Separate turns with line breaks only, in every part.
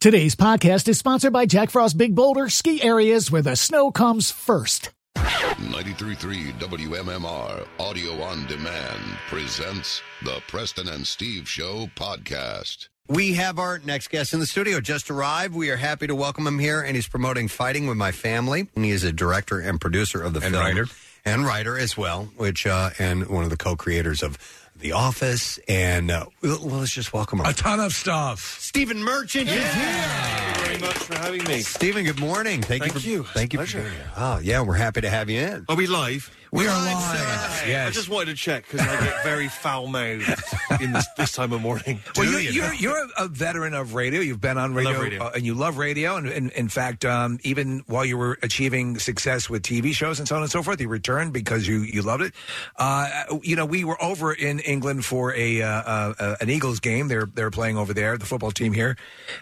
Today's podcast is sponsored by Jack Frost Big Boulder Ski Areas, where the snow comes first.
933 WMMR Audio on Demand presents the Preston and Steve Show podcast.
We have our next guest in the studio just arrived. We are happy to welcome him here, and he's promoting Fighting with My Family. And he is a director and producer of the film.
writer.
And writer as well, which, uh, and one of the co creators of The Office. And uh, well, let's just welcome him.
A ton of stuff.
Stephen Merchant is here.
Thank you very much for having me.
Stephen, good morning. Thank,
Thank
you
you.
for Thank you
Pleasure.
for being here. Oh, yeah, we're happy to have you in.
Are we live?
We are live.
I just wanted to check because I get very foul mouthed in this, this time of morning.
Well, you're, you're, you're a veteran of radio. You've been on radio,
radio.
uh, and you love radio. And, and in fact, um, even while you were achieving success with TV shows and so on and so forth, you returned because you, you loved it. Uh, you know, we were over in England for a uh, uh, uh, an Eagles game. They're they're playing over there, the football team here,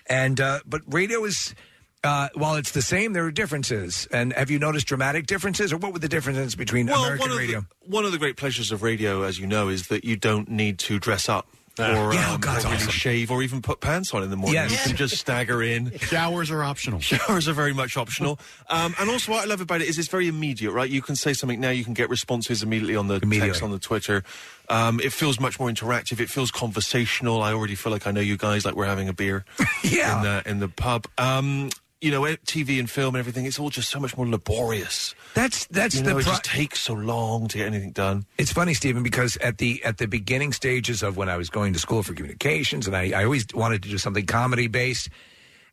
and uh, but radio is. Uh, while it's the same, there are differences. And have you noticed dramatic differences, or what were the differences between American
one of
radio?
The, one of the great pleasures of radio, as you know, is that you don't need to dress up. Or,
Yeah, oh,
um,
God,
or
it's
really
awesome.
shave, or even put pants on in the morning.
Yes.
You can just stagger in.
Showers are optional.
Showers are very much optional. Um, and also, what I love about it is it's very immediate, right? You can say something now, you can get responses immediately on the text, on the Twitter. Um, it feels much more interactive. It feels conversational. I already feel like I know you guys, like we're having a beer yeah. in, the, in the pub. Um, you know, eh, TV and film and everything, it's all just so much more laborious.
That's that's
You
the
know, it
pro-
just takes so long to get anything done.
It's funny, Stephen, because at the at the beginning stages of when I was going to school for communications, and I, I always wanted to do something comedy based,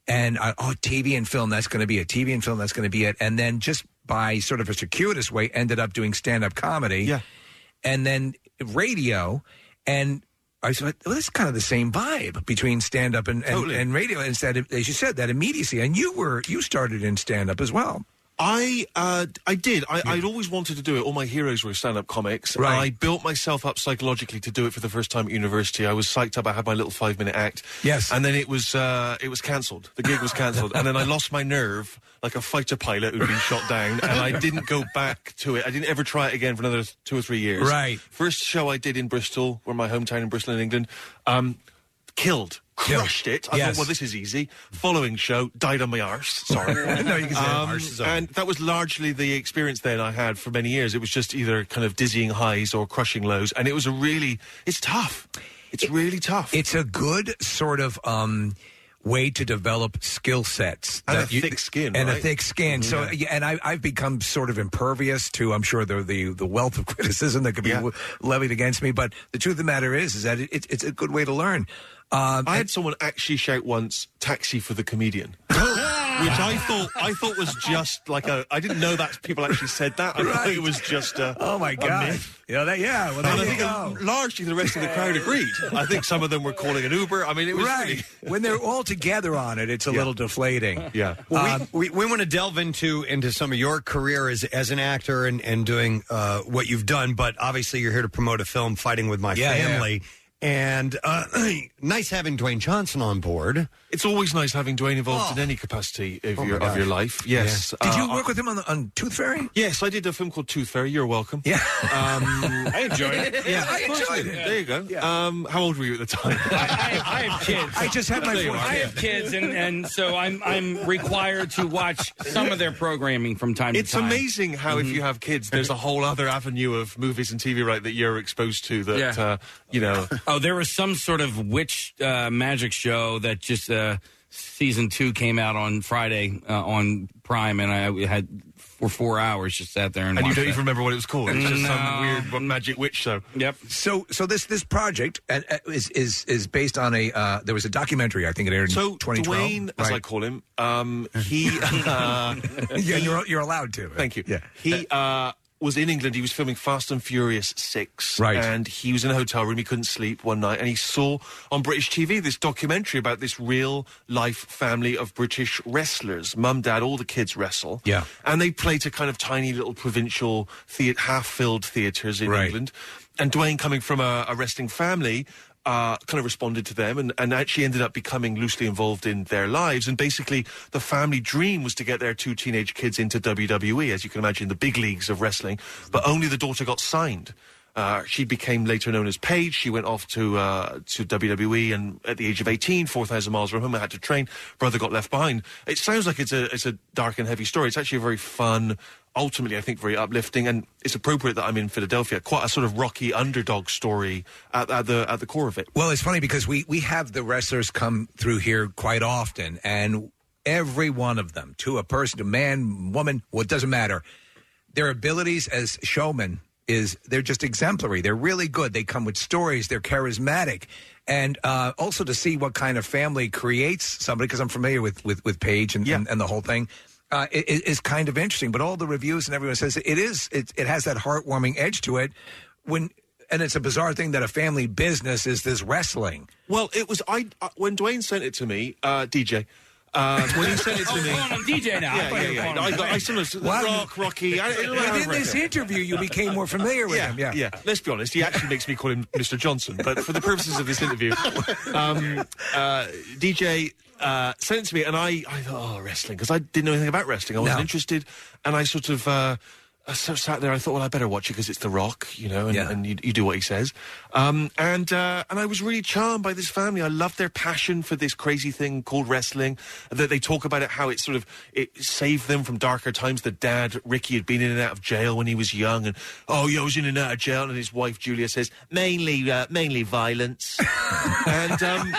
and I, oh, TV and film, that's going to be it. TV and film, that's going to be it. And then just by sort of a circuitous way, ended up doing stand up comedy, yeah, and then radio, and. I said, well, that's kind of the same vibe between stand up and, and, and radio. Instead, of, as you said, that immediacy. And you were you started in stand up as well.
I uh, I did. I, I'd always wanted to do it. All my heroes were stand-up comics.
Right.
I built myself up psychologically to do it for the first time at university. I was psyched up. I had my little five-minute act.
Yes.
And then it was uh, it was cancelled. The gig was cancelled. and then I lost my nerve like a fighter pilot who'd been shot down. And I didn't go back to it. I didn't ever try it again for another two or three years.
Right.
First show I did in Bristol, where my hometown in Bristol in England, um, killed. Crushed it. I
Yes.
thought, well, this is easy. Following show, died on my arse. Sorry.
No, you can say
Um,
arse is all
And that was largely the experience then I had for many years. It was just either kind of dizzying highs or crushing lows. And it was a really, it's tough. It's really tough.
It's a good sort of um, way to develop skill sets
And
that
a thick skin,
and a
right?
thick skin. So, yeah, and I, I've become sort of impervious to, I'm sure, the the, the wealth of criticism that could be w- levied against me. But the truth of the matter is, is that it, it's it's a good way to learn. Um,
I had someone actually shout once, "Taxi for the comedian," which I thought I thought was just like a. I didn't know that people actually said that. I thought
Right.
it was just a.
oh my
a
god!
myth.
You know that? Yeah. Well,
And
there
I
you
think
go.
largely the rest of the crowd agreed. I think some of them were calling an Uber. I mean, it was
Right.
really-
when they're all together on it, it's a little deflating.
yeah.
Well, we, we, we want to delve into into some of your career as as an actor and and doing uh, what you've done, but obviously you're here to promote a film, Fighting with My
Yeah, yeah.
Family, and uh, nice having Dwayne Johnson on board. Oh
It's always nice having Dwayne involved
Oh.
in any capacity of, your, of your life. Yes.
Did
Uh,
you work with him on, the, on Tooth Fairy?
Yes, I did a film called Tooth Fairy. You're welcome.
Yeah.
Um,
I enjoyed it.
yeah,
I
of course you
enjoyed
did.
it.
There you go. Um, how old were you at the time?
I, I have kids.
I just had my
There you
fourth
are.
I
kid.
have kids, and, and so I'm I'm required to watch some of their programming from time
It's
to time. Mm-hmm.
amazing how,
Mm-hmm.
if you have kids, there's a whole other avenue of movies and TV, right, that you're exposed to that,
Yeah.
uh, you know.
Oh, there was some sort of witch uh, magic show that just uh, season two came out on Friday uh, on Prime, and I had for four hours just sat there and,
And you
watched
don't
that.
even remember what it was called. It's just some
No.
weird w- magic witch show.
Yep.
So, so this this project uh, uh, is is is based on a uh, there was a documentary I think it aired
So
in 2012.
Dwayne, as I
right?
call him, um, he uh,
yeah, and you're you're allowed to.
Thank you.
Yeah.
He uh, was in England. He was filming Fast and Furious 6.
Right.
And he was in a hotel room. He couldn't sleep one night. And he saw on British TV this documentary about this real life family of British wrestlers. Mum, dad, all the kids wrestle.
Yeah.
And they play to kind of tiny little provincial, thea- half filled theatres in
Right.
England. And Dwayne, coming from a, a wrestling family, uh, kind of responded to them and, and actually ended up becoming loosely involved in their lives. And basically, the family dream was to get their two E, teenage kids into WWE, as you can imagine, the big leagues of wrestling. But only the daughter got signed. Uh, she became later known as Paige. She went off to uh, to WWE, and at the age of 18, 4,000 miles from home, I had to train. Brother got left behind. It sounds like it's a it's a dark and heavy story. It's actually a very fun, ultimately, I think, very uplifting, and it's appropriate that I'm in Philadelphia. Quite a sort of rocky underdog story at, at the at the core of it.
Well, it's funny because we we have the wrestlers come through here quite often, and every one of them, to a person, to man, woman, well, it doesn't matter. Their abilities as showmen is they're just exemplary. They're really good. They come with stories. They're charismatic, and uh, also to see what kind of family creates somebody because I'm familiar with with with Paige and and, and the whole thing. Uh, i- i- is kind of interesting, but all the reviews and everyone says it is. It, it has that heartwarming edge to it. When and it's a bizarre thing that a family business is this wrestling.
Well, it was I uh, when Dwayne sent it to me, uh, DJ. Uh, when he sent it to me,
calling him DJ now. I
Yeah,
thought
yeah,
you were
yeah.
calling
I,
him
got, I
Dwayne.
sort of
Well,
rock, rocky. I,
But in this interview, you became more familiar with
yeah,
him. Yeah,
yeah. Let's be honest. He actually makes me call him Mr. Johnson, but for the purposes of this interview, um, uh, DJ uh, sent it to me, and I, I thought, oh, wrestling, because I didn't know anything about wrestling. I wasn't
No.
interested, and I sort of. Uh, I sort of sat there. I thought, well, I better watch it because it's The Rock, you know, and,
Yeah.
and you, you do what he says. Um, and uh, and I was really charmed by this family. I loved their passion for this crazy thing called wrestling. That they talk about it, how it sort of it saved them from darker times. The dad Ricky had been in and out of jail when he was young, and oh, yeah, I was in and out of jail. And his wife Julia says mainly uh, mainly violence, and um,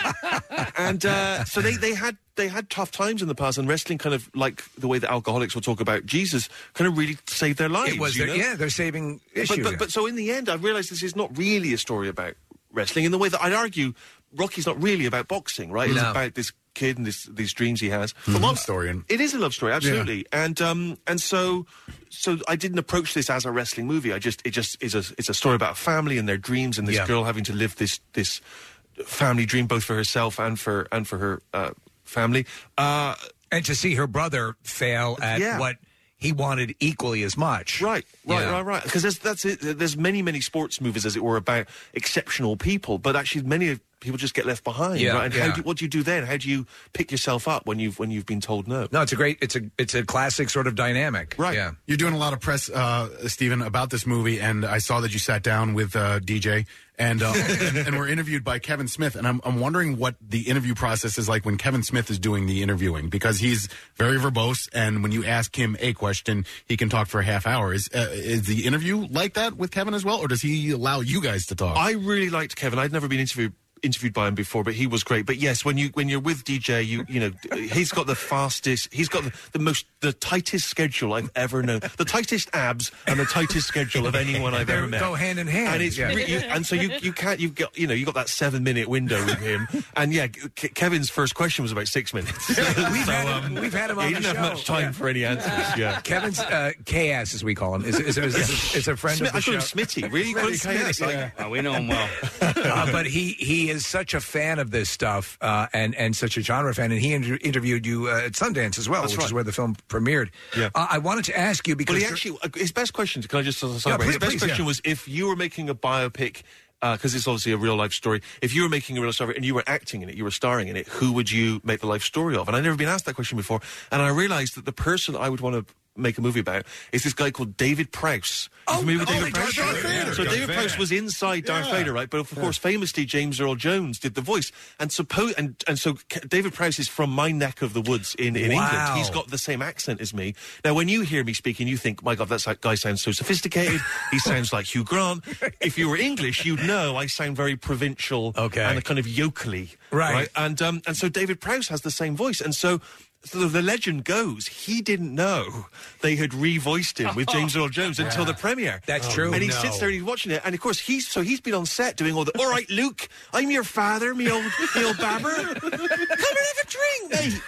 and uh, so they they had. They had tough times in the past, and wrestling kind of like the way that alcoholics will talk about Jesus, kind of really saved their lives.
It was
you
their,
know?
yeah, they're saving
But-
issue.
But, but, so in the end, I realised this is not really a story about wrestling in the way that I'd argue Rocky's not really about boxing, right? It's
No. Mm-hmm.
about this kid and this, these dreams he has.
The love story. And
It is a love story, absolutely, and um, and so, so I didn't approach this as a wrestling movie. I just, it just is a, it's a story about a family and their dreams, and this
Yeah.
girl having to live this this family dream both for herself and for and for her uh, family. Uh,
and to see her brother fail at
Yeah.
what he wanted equally as much.
Right, right,
Yeah.
right, right. Because that's, that's it. There's many, many sports movies, as it were, about exceptional people, but actually, many of people just get left behind.
Yeah,
right? And how
yeah.
do, what do you do then? How do you pick yourself up when you've when you've been told no?
No, it's a great. It's a it's a classic sort of dynamic.
Right.
Yeah.
you're doing a lot of press, uh, Stephen, about this movie, and I saw that you sat down with uh, DJ and, uh, and and were interviewed by Kevin Smith. And I'm I'm wondering what the interview process is like when Kevin Smith is doing the interviewing because he's very verbose, and when you ask him a question, he can talk for a half hour. Is uh, is the interview like that with Kevin as well, or does he allow you guys to talk?
I really liked Kevin. I'd never been interviewed interviewed by him before, but he was great. But yes, when you when you're with DJ, you you know he's got the fastest, he's got the, the most the tightest schedule I've ever known, the tightest abs and the tightest schedule of anyone I've
They
ever met.
go hand in hand.
and it's
yeah.
re- you- and so you you can't you've got you know you got that seven minute window with him and yeah Ke- Kevin's first question was about six minutes so um,
we've, had him, we've had him on
he
the
didn't
show.
have much time
Yeah.
for any answers yeah
Kevin's uh, KS, as we call him, is, is, is, is, is a friend of
Smith,
the
I call
show.
him Smitty really Call him Smitty? Like,
Oh, we know him well.
uh, but he he is such a fan of this stuff uh, and and such a genre fan. And he inter- interviewed you uh, at Sundance as well, which is
right.
where the film premiered.
Yeah.
Uh, I wanted to ask you because
Well, he
you're-
actually uh, his best question. Can I just sorry, sorry,
please,
his best
please,
question
yeah.
was if you were making a biopic because it's obviously a real life story. If you were making a real story and you were acting in it, you were starring in it, who would you make the life story of? And I'd never been asked that question before, and I realised that the person I would want to make a movie about is this guy called David Prowse. You
Oh,
familiar with
oh,
David
Darth
Prowse?
Vader.
So
Darth
David
Vader.
Prowse was inside Darth Vader, right? But of course, famously, James Earl Jones did the voice, and suppose and and so K- David Prowse is from my neck of the woods in in
Wow.
England. He's got the same accent as me. Now, when you hear me speaking, you think, my God, that's- that guy sounds so sophisticated. he sounds like Hugh Grant. If you were English, you'd know I sound very provincial
Okay.
and kind of yokely.
Right.
And, um, and so David Prowse has the same voice. And so. so the legend goes he didn't know they had revoiced him with James Earl Jones until the premiere.
That's Oh, true.
And he
no.
sits there and he's watching it, and of course he's so he's been on set doing all the. All right, Luke, I'm your father, me old, me old babber. Come and have a drink, mate.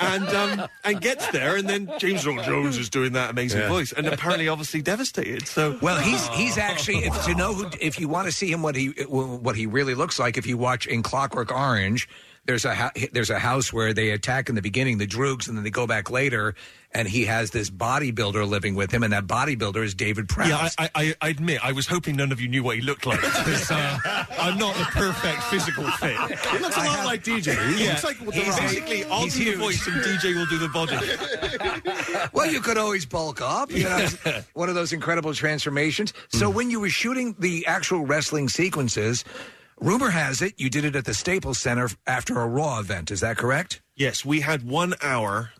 And um, and gets there, and then James Earl Jones is doing that amazing voice, and apparently obviously devastated. So Oh.
Well, he's he's actually if, to know who if you want to see him what he what he really looks like if you watch in Clockwork Orange. there's a hou- there's a house where they attack in the beginning the droogs and then they go back later and he has this bodybuilder living with him and that bodybuilder is David Prowse.
Yeah, I, I, I admit, I was hoping none of you knew what he looked like. 'cause, uh, I'm not the perfect physical fit.
He looks a lot like DJ. He looks like The
he's
Rock.
basically I'll
He's
do
huge.
the voice and DJ will do the body.
well, you could always bulk up. You know, one of those incredible transformations.
Mm.
So when you were shooting the actual wrestling sequences, rumor has it you did it at the Staples Center after a Raw event. Is that correct?
Yes, we had one hour.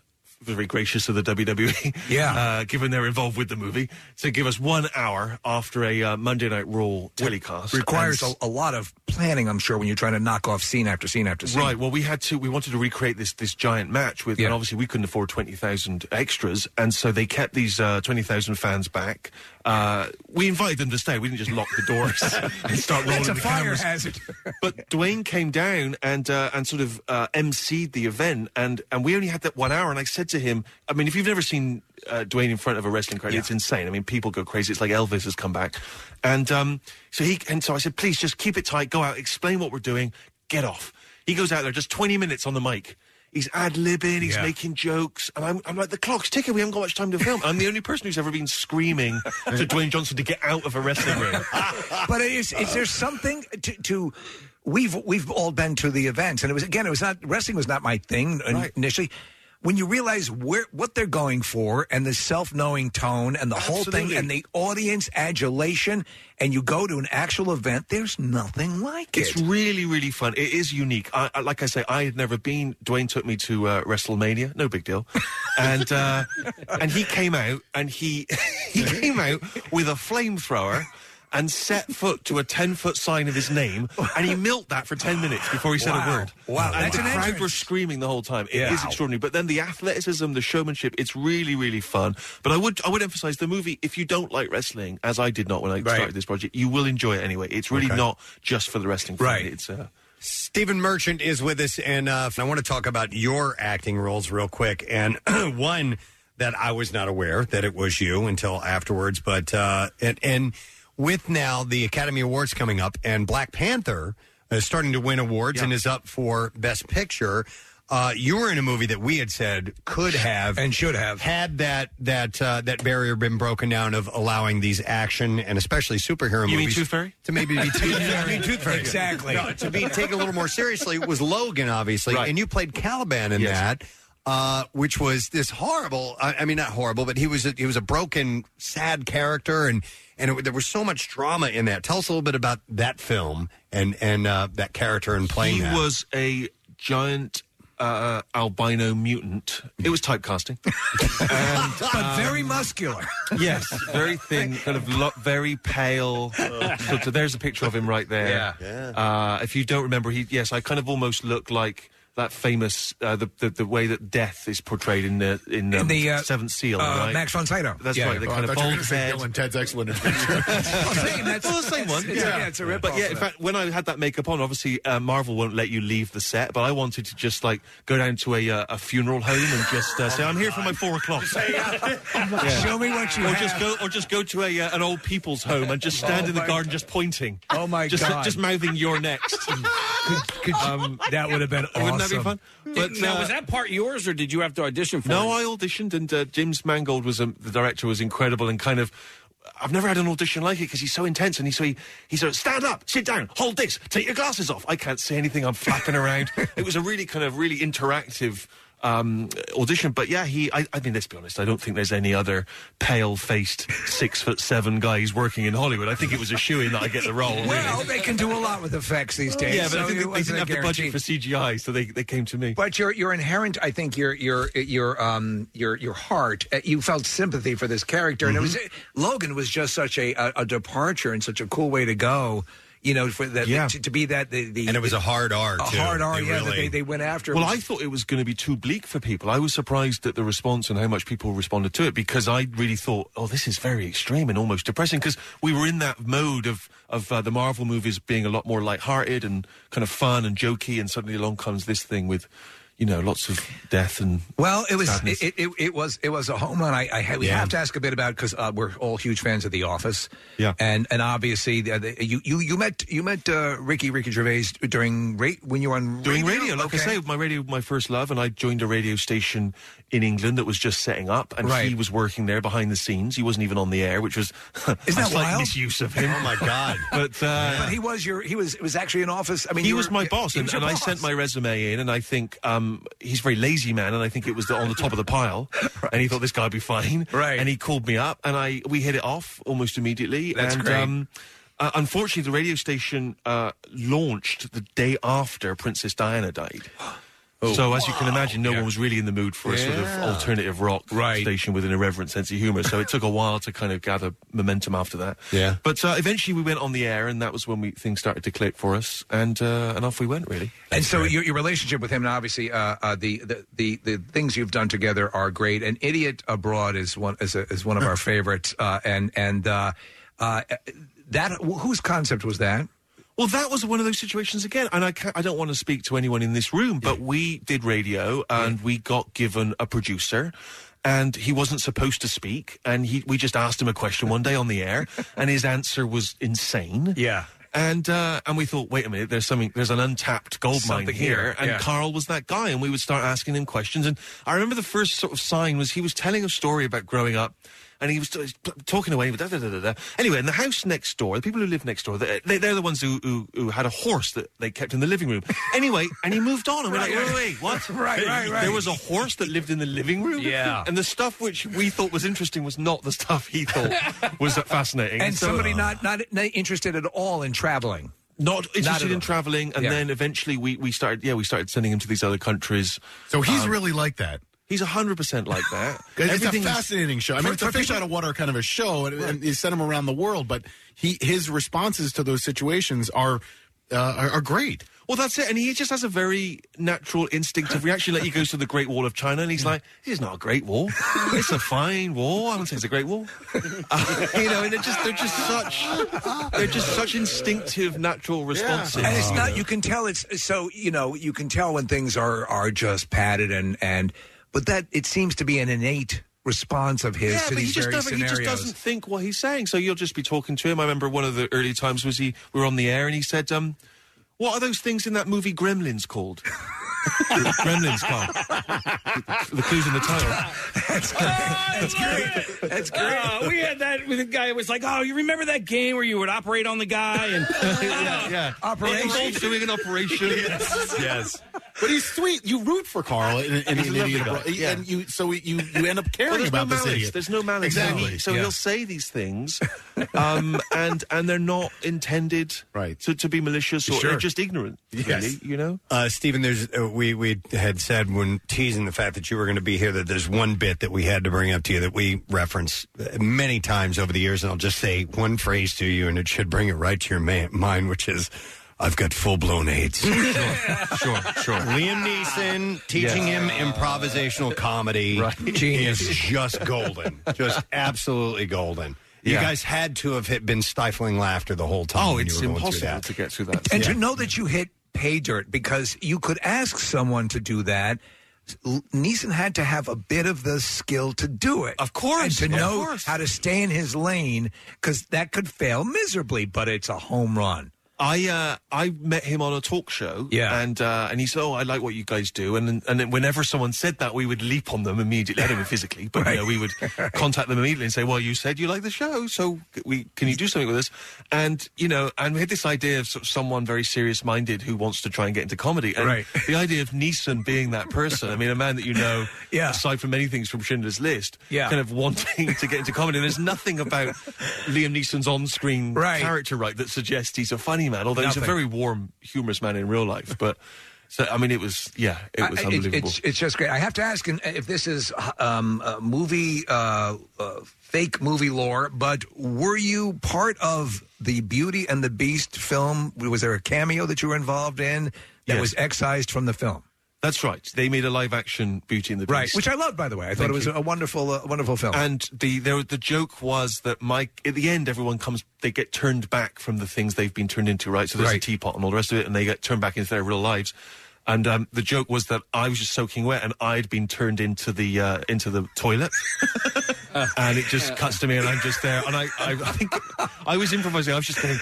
Very gracious of the WWE,
Yeah.
Uh, given they're involved with the movie, to give us one hour after a uh, Monday Night Raw telecast
Requires
And-
a, a lot of planning, I'm sure, when you're trying to knock off scene after scene after scene.
Right. Well, we had to. We wanted to recreate this this giant match with,
Yeah.
and obviously we couldn't afford twenty thousand extras, and so they kept these uh, twenty thousand fans back. Uh, we invited them to stay. We didn't just lock the doors and start rolling
That's a
the
fire
cameras.
hazard.
But Dwayne came down and uh, and sort of uh, emceed the event, and and we only had that one hour. And I said to him, I mean, if you've never seen uh, Dwayne in front of a wrestling crowd, it's insane. I mean, people go crazy. It's like Elvis has come back, and um, so he and so I said, please just keep it tight. Go out, explain what we're doing, get off. He goes out there just twenty minutes on the mic. He's ad libbing, he's
Yeah.
making jokes, and I'm, I'm like, the clock's ticking. We haven't got much time to film. I'm the only person who's ever been screaming to Dwayne Johnson to get out of a wrestling ring.
but it is, is there something to, to we've we've all been to the events and it was again it was not wrestling was not my thing in- initially when you realize where what they're going for and the self-knowing tone and the whole thing
Absolutely.
and the audience adulation and you go to an actual event there's nothing like
It's
it
really, really fun. It is unique. I, I, like I say, I had never been. Dwayne took me to uh, WrestleMania. No big deal. And uh, and he came out and he he came out with a flamethrower. And set foot to a ten foot sign of his name, and he milked that for ten minutes before he said
Wow.
a word.
Wow,
And
that's
the
an
crowd
entrance.
were screaming the whole time. It is
Yeah. Wow.
extraordinary. But then the athleticism, the showmanship, it's really, really fun. But I would I would emphasize the movie, if you don't like wrestling, as I did not when I started this project, you will enjoy it anyway. It's really not just for the wrestling fan.
Right.
It's uh,
Stephen Merchant is with us, and uh, I want to talk about your acting roles real quick. And one that I was not aware that it was you until afterwards, but uh, and, and with now the Academy Awards coming up, and Black Panther is starting to win awards and is up for Best Picture. Uh, you were in a movie that we had said could have
and should have
had that that uh, that barrier been broken down of allowing these action and especially superhero
You mean
movies
Tooth Fairy?
to maybe be too, I mean, Tooth Fairy.
Exactly.
No, to be taken a little more seriously was Logan, obviously,
Right.
and you played Caliban in
Yes.
that, uh, which was this horrible. I, I mean, not horrible, but he was a, he was a broken, sad character, and and it, there was so much drama in that. Tell us a little bit about that film and and uh, that character and playing
he
that.
was a giant uh, albino mutant. It was typecasting.
but very muscular
yes, very thin, kind of lo- very pale. so, so there's a picture of him right there. Yeah. Uh, if you don't remember, he yes, I kind of almost look like. That famous, uh, the, the the way that death is portrayed in the in, um,
In the, uh,
Seventh Seal,
uh,
right?
Max von Sydow
That's
Yeah.
right. The
Oh, I
kind of
thought you were
bald
gonna say
head,
Bill and Ted's excellent adventure.
Well, same, that's-
Well, the same
it's-
one.
it's- yeah. it's a rip
But yeah, in fact, when I had that makeup on, obviously uh, Marvel won't let you leave the set. But I wanted to just like go down to a uh, a funeral home and just uh, say, "I'm here for my four o'clock,"
uh, show me what you
or
have.
just go or just go to a uh, an old people's home and just stand in the garden, just pointing.
Oh, my
just,
God.
Just mouthing, "You're next." Um,
that would have been awesome
Wouldn't that be fun?
But Hmm. now,
uh,
was that part yours, or did you have to audition for
No,
it?
I auditioned, and uh, James Mangold was um, the director was incredible, and kind of. I've never had an audition like it because he's so intense, and he's so he, he's so stand up, sit down, hold this, take your glasses off. I can't see anything. I'm flapping around. it was a really kind of really interactive um, audition, but yeah, he. I, I mean, let's be honest. I don't think there's any other pale faced six foot seven guys working in Hollywood. I think it was a shoe in that I get the role. really.
well they can do a lot with effects these days
yeah, but
so
I think
it
they, they
wasn't
didn't
a
have the budget
guarantee.
for CGI, so they they came to me.
But your your inherent, I think your your your um your your heart, uh, you felt sympathy for this character, and it was
Mm-hmm.
Logan was just such a a, a departure and such a cool way to go, you know, for that
Yeah.
to, to be that the, the
and it was a hard R.
a
Too.
hard R,
They
yeah, that
really-
they, they went after.
Well,
It
I
was-
thought it was going to be too bleak for people. I was surprised at the response and how much people responded to it because I really thought, oh, this is very extreme and almost depressing because we were in that mode of of uh, the Marvel movies being a lot more lighthearted and kind of fun and jokey, and suddenly along comes this thing with. you know, lots of death and
Well, it was
sadness.
it, it, it was it was a home run. I, I had- we
Yeah.
have to ask a bit about because uh, we're all huge fans of The Office.
Yeah.
and and obviously the, the, you you you met you met uh, Ricky Ricky Gervais during ra- when you were on
doing
radio.
radio. Like
Okay.
I say, my radio, my first love, and I joined a radio station in England that was just setting up, and
Right.
he was working there behind the scenes. He wasn't even on the air, which was
Isn't that
a slight
wild?
misuse of him.
Oh, my God.
But, uh,
But he was your he was it was actually an office. I mean,
he
you
was
were-
my boss,
he
and,
was your
and I
boss.
sent my resume in, and I think um, he's a very lazy man, and I think it was the, on the top of the pile, and he thought this guy would be fine,
Right.
And he called me up, and I we hit it off almost immediately.
That's
and,
great.
uh, unfortunately, the radio station uh, launched the day after Princess Diana died. so, as you can imagine, no one was really in the mood for a sort of alternative rock
Right.
station with an irreverent sense of humor. So, it took a while to kind of gather momentum after that.
Yeah.
But uh, eventually, we went on the air, and that was when we things started to click for us, and uh, and off we went. Really,
And so your, your relationship with him, and obviously uh, uh, the, the the the things you've done together are great. And Idiot Abroad is one is, a, is one of our favorites. Uh, and and uh, uh, that whose concept was that?
Well, that was one of those situations again, and I can't, I don't want to speak to anyone in this room, but we did radio and we got given a producer. And he wasn't supposed to speak, and he, we just asked him a question one day on the air, and his answer was insane.
Yeah.
and uh, and we thought, wait a minute, there's something, there's an untapped gold mine
Something
here,
here,
and
yeah.
Carl was that guy, and we would start asking him questions. And I remember the first sort of sign was he was telling a story about growing up, and he was t- t- talking away. Da, da, da, da, da. Anyway, in the house next door, the people who live next door, they, they- they're the ones who, who who had a horse that they kept in the living room. Anyway, and he moved on, and we're like, wait, wait, what?
Right, right, right.
There was a horse that lived in the living room.
Yeah.
and the stuff which we thought was interesting was not the stuff he thought was fascinating.
And
So-
somebody not, not not interested at all in traveling.
not
Not at
interested
all.
in traveling and
Yeah.
then eventually we, we started yeah we started sending him to these other countries Um,
So he's really like that.
he's 100% like that
It's a
Everything is-
fascinating show. I mean, it's a fish out of water kind of a show, and, and you send him around the world. But he his responses to those situations are uh, are, are great.
well that's it and he just has a very natural instinctive reaction like he goes to the great wall of china and he's like it's not a great wall it's a fine wall i would say it's a great wall Uh, you know and they're just they're just such they're just such instinctive natural responses
And it's not. You can tell it's so. You know, you can tell when things are are just padded and and. But that it seems to be an innate response of his
Yeah,
to
but he
these
just,
various
doesn't, he
scenarios.
just doesn't think what he's saying. So you'll just be talking to him. I remember one of the early times was he we were on the air and he said, um, "What are those things in that movie Gremlins called?" Gremlins called. the clues in the title.
That's great. That's great. That's great.
Uh, we had that with a guy who was like, "Oh, you remember that game where you would operate on the guy?" And
Yeah,
Operation.
It involves doing an operation. yes.
But he's sweet. You root for Carl in, in
He's
an
a lovely
idiot,
guy.
Abroad.
Yeah.
and you so you you end up
Well,
caring
there's
about
no
this
malice.
idiot.
There's no malice.
Exactly.
So
Yeah.
he'll say these things, um, and and they're not intended
Right.
to, to be malicious or
Sure.
they're just ignorant.
Yes.
Really, you know.
Uh, Stephen, there's uh, we we had said when teasing the fact that you were going to be here that there's one bit that we had to bring up to you that we reference uh, many times over the years, and I'll just say one phrase to you, and it should bring it right to your ma- mind, which is. I've got full blown AIDS. sure, sure, sure. Liam Neeson teaching him improvisational comedy
Genius.
is just golden, just absolutely golden. You
Yeah.
guys had to have hit, been stifling laughter the whole time.
Oh,
when you
it's
were going through
impossible
that.
to get through that.
And to know that you hit pay dirt because you could ask someone to do that. L- Neeson had to have a bit of the skill to do it.
Of course,
And to
of
know
course.
how to stay in his lane because that could fail miserably, but it's a home run.
I uh, I met him on a talk show,
Yeah.
and uh, and he said, "Oh, I like what you guys do," and and then whenever someone said that, we would leap on them immediately. I don't mean physically, but you know, we would contact them immediately and say, "Well, you said you like the show, so we can you do something with us?" And you know, and we had this idea of, sort of someone very serious minded who wants to try and get into comedy, and
Right.
the idea of Neeson being that person. I mean, a man that you know,
Yeah.
aside from many things from Schindler's List,
Yeah.
kind of wanting to get into comedy. And there's nothing about Liam Neeson's on-screen
Right.
character character right that suggests he's a funny man, although he's a
Nothing.
very warm, humorous man in real life. But so, I mean, it was yeah, it was
I- I-
unbelievable.
It's, it's just great. I have to ask in- if this is um, a movie, uh, uh, fake movie lore, but were you part of the Beauty and the Beast film? Was there a cameo that you were involved in that
Yes.
was excised from the film?
That's right. They made a live-action Beauty and the Beast,
Right, which I loved, by the way. I thought it was a wonderful, uh, wonderful film.
and the there, the joke was that Mike at the end everyone comes they get turned back from the things they've been turned into right so there's
Right.
a teapot and all the rest of it and they get turned back into their real lives And um, the joke was that I was just soaking wet, and I'd been turned into the uh, into the toilet. and it just cuts to me, and I'm just there. And I, I, I think I was improvising. I was just going,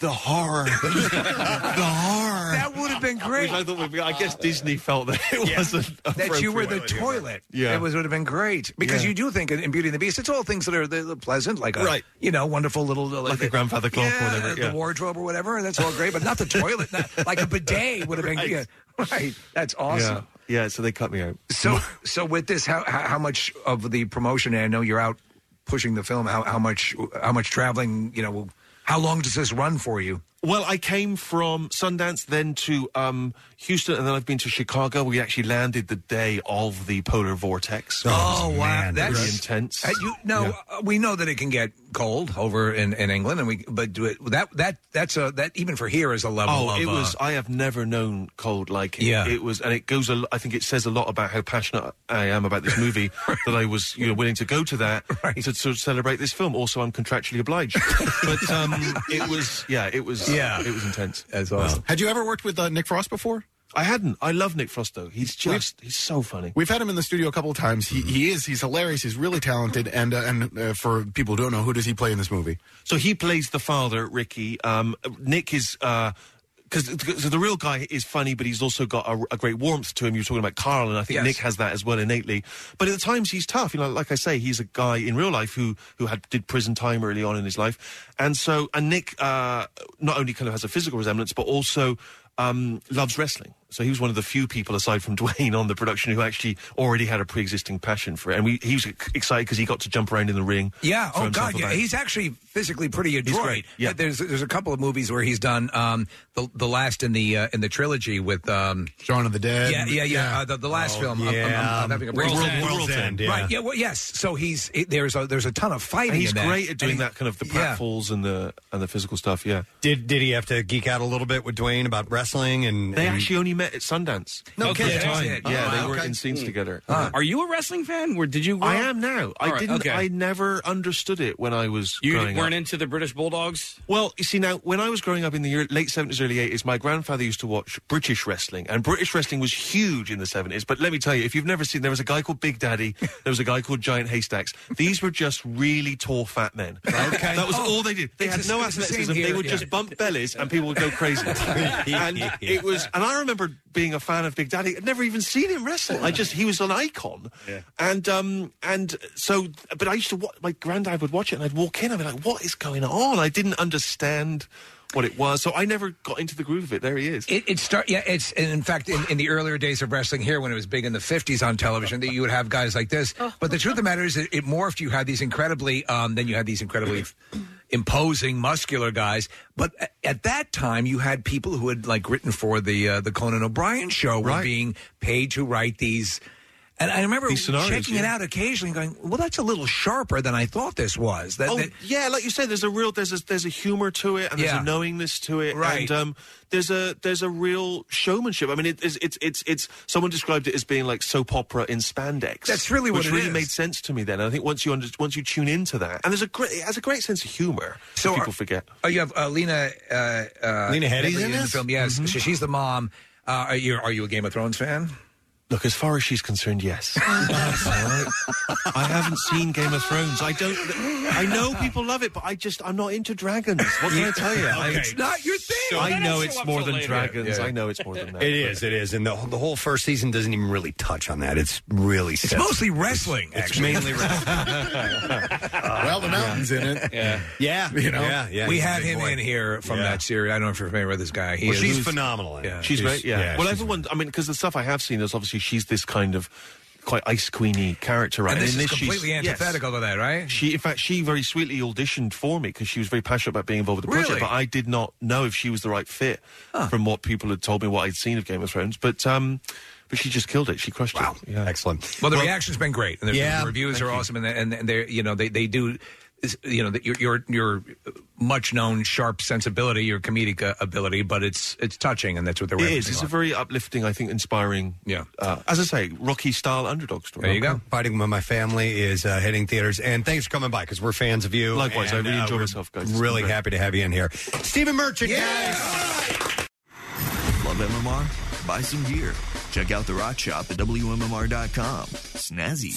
the horror, the horror.
That would have been great.
Which I thought would be. I guess Disney felt that it wasn't
that you were the
appropriate.
toilet.
Yeah.
it was would have been great because
Yeah.
you do think in, in Beauty and the Beast, it's all things that are the, the pleasant, like a
Right.
you know wonderful little like,
a grandfather clock or
yeah,
whatever, yeah.
the wardrobe or whatever. and That's all great, but not the toilet. Not, like a bidet would have been
Right.
yeah, right. That's awesome.
Yeah, yeah. So they cut me out.
So, so with this, how how how much of the promotion? And I know you're out pushing the film. How how much how much traveling? You know, how long does this run for you?
Well, I came from Sundance, then to um, Houston, and then I've been to Chicago. We actually landed the day of the polar vortex.
Oh, wow, that's
pretty intense.
Uh, you, no, uh, we know that it can get cold over in, in England, and we but do it, that that that's a that even for here is a level.
Oh,
of,
it was.
uh,
I have never known cold like it.
Yeah.
It was, and it goes. A, lo- I think it says a lot about how passionate I am about this movie that I was, you know, willing to go to that
Right.
to, to celebrate this film. Also, I'm contractually obliged. but um, it was, yeah, it was,
Yeah.
it was intense.
as awesome.
Had you ever worked with uh, Nick Frost before?
I hadn't. I love Nick Frost though. He's just, he's so funny.
We've had him in the studio a couple of times. He, he is he's hilarious. He's really talented. And uh, and uh, for people who don't know, who does he play in this movie?
So he plays the father, Ricky. Um, Nick is. uh, because so the real guy is funny, but he's also got a, a great warmth to him. You're talking about Carl, and I think
Yes.
Nick has that as well innately. But at the times, he's tough. You know, like I say, he's a guy in real life who who had did prison time early on in his life, and so and Nick uh, not only kind of has a physical resemblance, but also um, loves wrestling. So he was one of the few people, aside from Dwayne, on the production who actually already had a pre-existing passion for it. And we, he was excited because he got to jump around in the ring.
Yeah.
throw
Oh
himself
God. Yeah.
about.
He's actually physically pretty adroit.
great, yeah.
Uh, There's there's a couple of movies where he's done um the the last in the uh, in the trilogy with um
Shaun of the Dead.
yeah yeah yeah, Uh, the, the
Oh,
Oh,
last film. I'm- I'm- I'm- I'm having a brain
World's
fart.
End.
World's End, yeah.
Right. Yeah. Well. Yes. So he's it, there's a there's a ton of fighting.
And he's
in that.
great at doing
And he-
that kind of the
yeah.
pratfalls and the and the physical stuff. Yeah,
Did did he have to geek out a little bit with Dwayne about wrestling and
they
and-
actually only met at Sundance.
No
Okay,
kidding.
that's Ah,
yeah,
it.
they
Oh,
weren't
okay.
in scenes together.
Hmm. Are you a wrestling fan? Or did you? grow
I
up-
am now. I
All right,
didn't.
okay.
I never understood it when I was.
You
growing
weren't
up.
into the British Bulldogs.
Well, you see, now, when I was growing up in the ear- late 70s, early 80s, my grandfather used to watch British wrestling, and British wrestling was huge in the 70s. But let me tell you, if you've never seen, there was a guy called Big Daddy, there was a guy called Giant Haystacks. These were just really tall, fat men. Okay. That was all they did. They
Oh. It's
had
the-
no
it's the same
athleticism. They
here,
would
yeah.
just bump bellies, and people would go crazy. and it was, and I remember being a fan of Big Daddy. I'd never even seen him wrestle. I just, he was an icon. And, um, and so, but I used to watch, my granddad would watch it, and I'd walk in, I'd be like, what is going on? I didn't understand what it was. So I never got into the groove of it. There he is.
It, it start yeah it's and in fact in, in the earlier days of wrestling here when it was big in the 50s on television that you would have guys like this but the truth of the matter is it, it morphed you had these incredibly um, then you had these incredibly imposing muscular guys but a- at that time you had people who had like written for the uh, the Conan O'Brien show were being paid to write these and I remember
These scenarios,
checking it
yeah.
out occasionally and going well that's a little sharper than I thought this was that,
Oh
that-
yeah, like you said, there's a real there's a there's a humor to it, and
Yeah.
there's a knowingness to it,
Right.
And um, there's a there's a real showmanship. I mean, it- it's it's it's it's someone described it as being like soap opera in spandex.
That's really what
which
it
really
is.
made sense to me then. And I think once you under, once you tune into that, and there's a great it has a great sense of humor.
So
So people
are-
forget.
Oh, you have uh, Lena. Uh, uh,
Lena Mm-hmm. Headey's
Headey
in
the
this?
film. Yes, she, she's the mom. Uh, are you are you a Game of Thrones fan?
Look, as far as she's concerned, yes. That's all right. I haven't seen Game of Thrones. I don't. I know people love it, but I just I'm not into dragons. What can I tell you? I-
Okay.
It's not your thing.
I
Let
know
us
it's
show up
more
for
than
later.
dragons.
Yeah.
I know it's more than that.
It
but-
is, it is, and the the whole first season doesn't even really touch on that. It's really
It's mostly wrestling.
it's
actually,
mainly wrestling.
well, the mountains in it.
Yeah.
yeah,
You know?
yeah, yeah.
we
he's a
had
big
him
boy.
in here from
Yeah.
that series. I don't know if you're familiar with this guy. He
Well,
is-
she's phenomenal. in it.
Yeah.
She's great, yeah. well,
she's-
everyone, I mean, because the stuff I have seen is obviously she's this kind of quite ice queeny character, right?
and this
in
is
she's-
completely
yes.
antithetical to that, right?
She, in fact, she very sweetly auditioned for me because she was very passionate about being involved with the
Really?
project. But I did not know if she was the right fit from what people had told me, what I'd seen of Game of Thrones. But, um, but she just killed it. She crushed it. Yeah.
excellent.
Well, the reaction's been great, and the,
Yeah.
the reviews are awesome, and they- and they you know they they do. is- You know that your your your much known sharp sensibility, your comedic uh, ability, but it's it's touching, and that's what they're.
It is.
referencing
It's
on.
a very uplifting, I think, inspiring.
Yeah.
Uh, as I say, Rocky style underdog story.
There you go.
Fighting with my family is uh, hitting theaters, and thanks for coming by because we're fans of you.
Likewise,
and, uh,
I really enjoy
we're
myself, guys. It's been
Really
great.
happy to have you in here, Stephen Merchant. guys.
Love MMR?
buy some gear. Check out the rock shop at WMMR.com. Snazzy.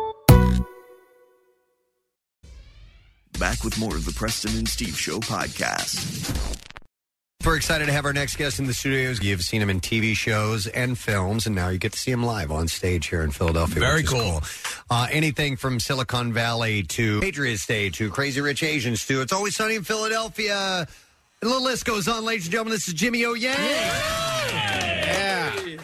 Back with more of the Preston and Steve Show podcast.
We're excited to have our next guest in the studios. You've seen him in TV shows and films, and now you get to see him live on stage here in Philadelphia.
Very
which is
cool.
Uh, anything from Silicon Valley to Patriots Day to Crazy Rich Asians to It's Always Sunny in Philadelphia. And the list goes on, ladies and gentlemen. This is Jimmy O'Yang. Yeah.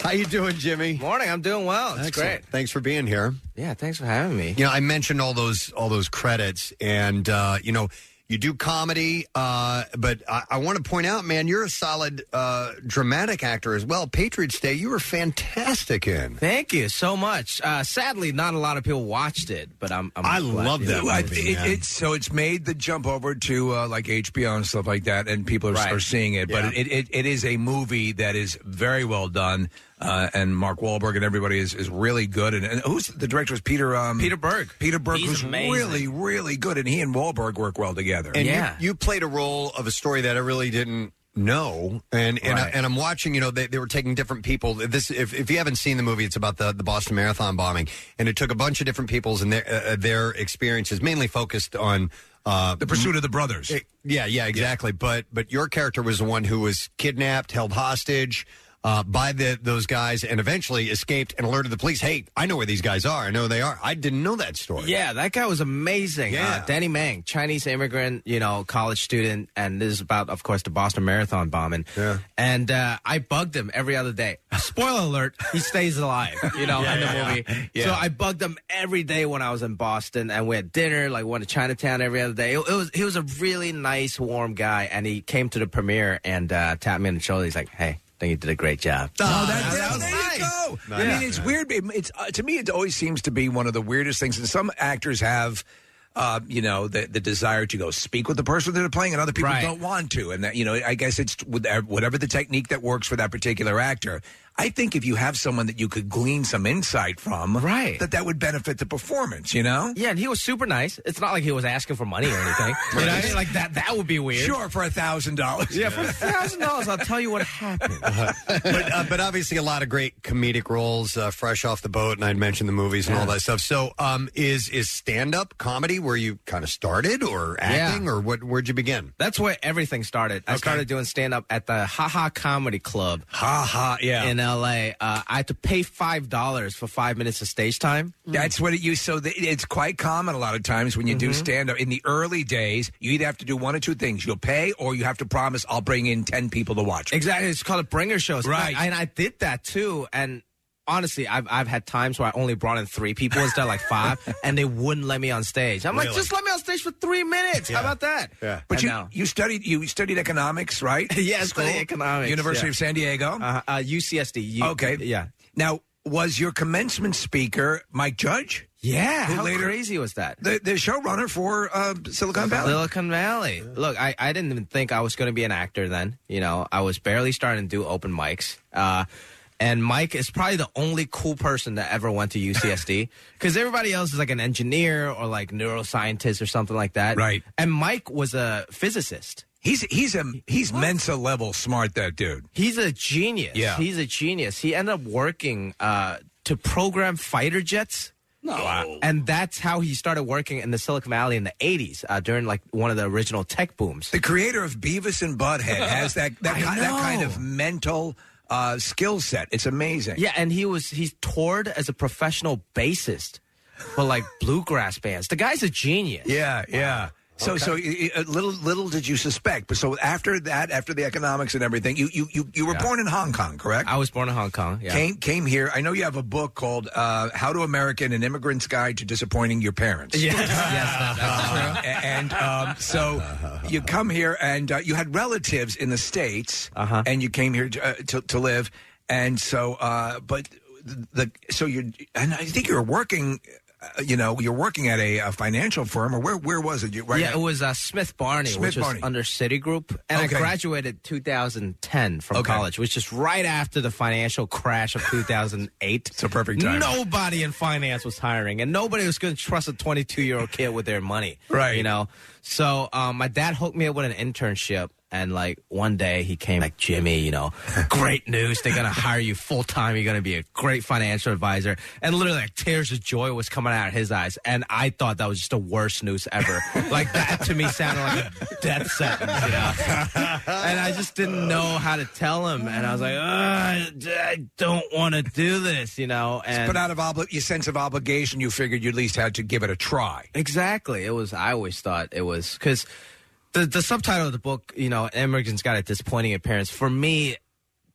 How you doing, Jimmy?
Morning. I'm doing well. It's
Excellent. Thanks for being here.
Oh, Yeah, thanks for having me.
You know, I mentioned all those all those credits, and uh, you know, you do comedy, uh, but I, I want to point out, man, you're a solid uh, dramatic actor as well. Patriots Day, you were fantastic in.
Thank you so much. Uh, sadly, not a lot of people watched it, but I'm. I'm
I
glad-
love that
Yeah.
movie,
It- it's, so it's made the jump over to uh, like HBO and stuff like that, and people are,
Right.
are seeing it. But
Yeah.
it, it, it is a movie that is very well done, uh, and Mark Wahlberg and everybody is, is really good. And, and who's the director? Is Peter um, Peter Berg? Peter Berg
He's
was
amazing.
really really good, and he and Wahlberg work well together.
And you, you played a role of a story that I really didn't know. And and, I, and I'm watching, you know, they, they were taking different people. This, if, if you haven't seen the movie, it's about the, the Boston Marathon bombing, and it took a bunch of different people's and their uh, uh, their experiences, mainly focused on uh,
the pursuit of the brothers.
yeah, yeah, exactly. But but your character was the one who was kidnapped, held hostage. Uh, by the, those guys, and eventually escaped and alerted the police. Hey, I know where these guys are. I know who they are. I didn't know that story.
Yeah, that guy was amazing.
Yeah.
Uh, Danny Mang, Chinese immigrant, you know, college student, and this is about, of course, the Boston Marathon bombing. Yeah. And uh, I bugged him every other day. Spoiler alert: he stays alive, you know,
Yeah,
in the
yeah,
movie.
yeah. Yeah.
So I bugged him every day when I was in Boston, and we had dinner, like went to Chinatown every other day. It, it was he was a really nice, warm guy, and he came to the premiere and uh, tapped me on the shoulder. He's like, "Hey, I think you did a great job."
Oh,
go. I mean, it's weird. It- It's uh, to me, it always seems to be one of the weirdest things. And some actors have, uh, you know, the, the desire to go speak with the person that they're playing, and other people
Right.
don't want to. And that, you know, I guess it's with- uh, whatever the technique that works for that particular actor. I think if you have someone that you could glean some insight from, right, that that would benefit the performance. You know?
Yeah, and he was super nice. It's not like he was asking for money or anything. you know what I mean? Like that that would be weird.
Sure, for a thousand dollars.
Yeah, for a thousand dollars, I'll tell you what happened.
but uh, but obviously a lot of great comedic roles, uh, fresh off the boat, and I'd mentioned the movies and all that stuff. So um, is is stand up comedy where you kind of started, or acting, or what? Where'd you begin?
That's where everything started. I started doing stand up at the Ha Ha Comedy Club.
Ha Ha, yeah.
In LA. Uh, I had to pay $5 for five minutes of stage time.
That's what it used. So the, it's quite common a lot of times when you
Mm-hmm.
do stand up in the early days. You either have to do one or two things: you'll pay, or you have to promise I'll bring in ten people to watch.
Exactly. It's called a bringer show.
Right.
And I did that too. And honestly, I've, I've had times where I only brought in three people instead of like five, and they wouldn't let me on stage. I'm like,
Really?
just let me on stage for three minutes. How about that?
Yeah. But
And
you,
now-
you studied you studied economics, right?
yeah, I
School?
studied economics.
University of San Diego.
Uh, uh, UCSD. U-
okay.
Yeah.
Now, was your commencement speaker Mike Judge?
Yeah.
Who
How
later-
crazy was that?
The, the showrunner for uh, Silicon Valley.
Silicon Valley. Look, I, I didn't even think I was going to be an actor then. You know, I was barely starting to do open mics. Uh, and Mike is probably the only cool person that ever went to UCSD because everybody else is like an engineer or like neuroscientist or something like that.
Right.
And Mike was a physicist.
He's he's a he's Mensa level smart. That dude.
He's a genius.
Yeah.
He's a genius. He ended up working uh, to program fighter jets. No. And that's how he started working in the Silicon Valley in the 80s uh, during like one of the original tech booms.
The creator of Beavis and Butthead has that that,
I
ki- that kind
know.
of mental uh, skill set. It's amazing.
Yeah, and he was he's toured as a professional bassist for like bluegrass bands. The guy's a genius.
Yeah, yeah. So, so y- y- uh, little, little did you suspect. But so after that, after the economics and everything, you, you, you, you were born in Hong Kong, correct?
I was born in Hong Kong. Yeah.
Came, came here. I know you have a book called uh, "How to American: An Immigrant's Guide to Disappointing Your Parents."
Yes, yes, that- that's true.
A- and um, so you
Uh-huh.
come here, and uh, you had relatives in the states, and you came here to, uh, to, to live. And so, uh, but the so you and I think you're working. Uh, you know, you're working at a, uh financial firm, or where where was it? You, right
yeah, it was uh, Smith Barney,
Smith
which was
Barney.
under Citigroup, and
Okay.
I graduated 2010 from
Okay.
college, which is right after the financial crash of 2008. it's
a perfect time.
Nobody in finance was hiring, and nobody was going to trust a 22 year old kid with their money, right? You know, so um, my dad hooked me up with an internship. And like one day he came like Jimmy, you know, great news. They're gonna hire you full time. You're gonna be a great financial advisor. And literally like tears of joy was coming out of his eyes. And I thought that was just the worst news ever. like that to me sounded like a death sentence, you know. and I just didn't know how to tell him. And I was like, "Ugh, I I don't want to do this, you know. And
but out of obli- your sense of obligation, you figured you at least had to give it a try.
Exactly. It was. I always thought it was because the the subtitle of the book, you know, Emergence got it. Disappointing your parents. For me,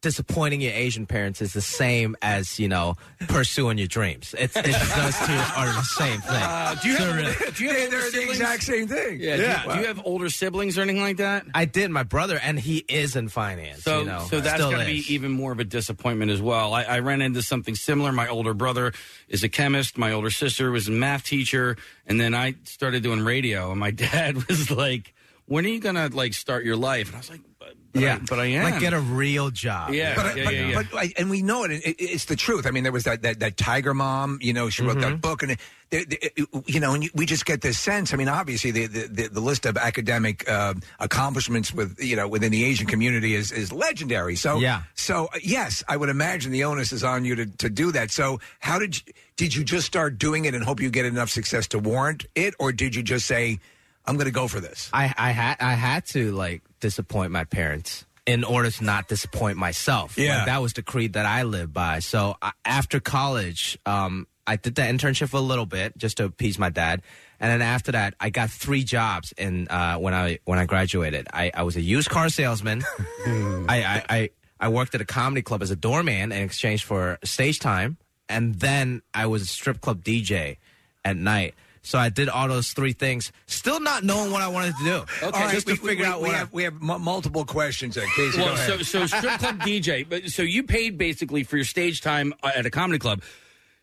disappointing your Asian parents is the same as you know pursuing your dreams. It's, it's those two are the same thing.
do you have-
Uh, do you have older
They're the
siblings?
exact same thing.
Yeah. Do, you, do you have older siblings or anything like that?
I did. My brother, and he is in finance.
So,
you know,
so that's
Still
going to
is.
be even more of a disappointment as well. I, I ran into something similar. My older brother is a chemist. My older sister was a math teacher, and then I started doing radio. And my dad was like, "When are you going to like start your life?" And I was like, "But, but I, but I am."
Like get a real job.
Yeah,
but,
yeah,
but,
yeah, yeah.
but like, and we know it, it. It's the truth. I mean, there was that that, that Tiger Mom. You know, she wrote
Mm-hmm.
that book, and it, there- there- it- you know, and you, we just get this sense. I mean, obviously, the the, the, the list of academic uh, accomplishments with you know within the Asian community is is legendary. So
Yeah.
So uh, yes, I would imagine the onus is on you to to do that. So how did you, did you just start doing it and hope you get enough success to warrant it, or did you just say, I'm going to go for this?
I I had I had to like disappoint my parents in order to not disappoint myself.
Yeah.
Like, that was the creed that I lived by. So I, after college, um, I did the internship for a little bit just to appease my dad, and then after that, I got three jobs. And uh, when I when I graduated, I, I was a used car salesman. I, I, I, I worked at a comedy club as a doorman in exchange for stage time. And then I was a strip club DJ at night. So I did all those three things, still not knowing what I wanted to do.
All right,
just
we,
to figure
we,
out
we
what I-
have, we have m- multiple questions. There, Casey, go
well,
ahead.
so so strip club DJ, but so you paid basically for your stage time uh, at a comedy club.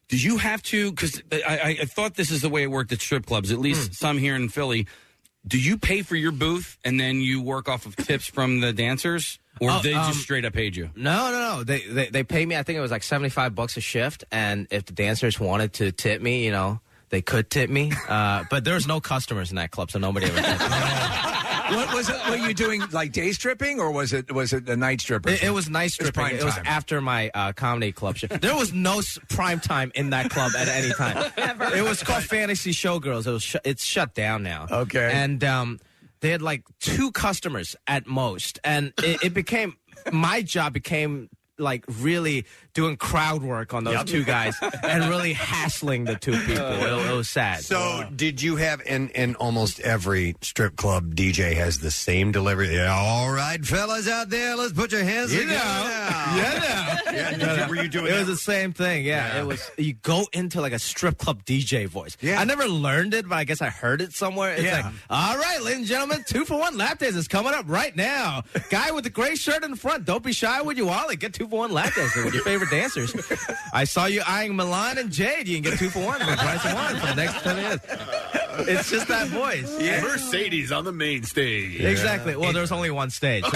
Did you have to? Because I, I, I thought this is the way it worked at strip clubs, at
Hmm.
least some here in Philly. Do you pay for your booth and then you work off of tips from the dancers, or
Oh,
they
um,
just straight up paid you?
No, no, no. They, they they paid me. I think it was like seventy five bucks a shift. And if the dancers wanted to tip me, you know, they could tip me. Uh, but there was no customers in that club, so nobody ever. Tipped me.
what was it? Were you doing like day stripping, or was it was it a night stripper?
It, it was night stripping.
prime
It was
time.
after my uh, comedy club show. There was no s- prime time in that club at any time. It was called Fantasy Showgirls. It was sh- it's shut down now.
Okay.
and um, they had like two customers at most, and it, it became my job became like really doing crowd work on those two guys and really hassling the two people. It, it was sad.
So, did you have, and, and almost every strip club DJ has the same delivery. Yeah, all right, fellas out there, let's put your hands
You
together.
know.
Yeah, did you- were you doing
it was
that?
the same thing yeah, it was you go into like a strip club dj voice yeah i never learned it but i guess i heard it somewhere it's
Yeah.
like all right ladies and gentlemen two for one lap dance is coming up right now guy with the gray shirt in front don't be shy with you all and get two for one lap dance with your favorite dancers i saw you eyeing milan and jade you can get two for one for the price of one for the next 10 minutes it's just that voice
Mercedes on the main stage.
Exactly. Well, there's only one stage. so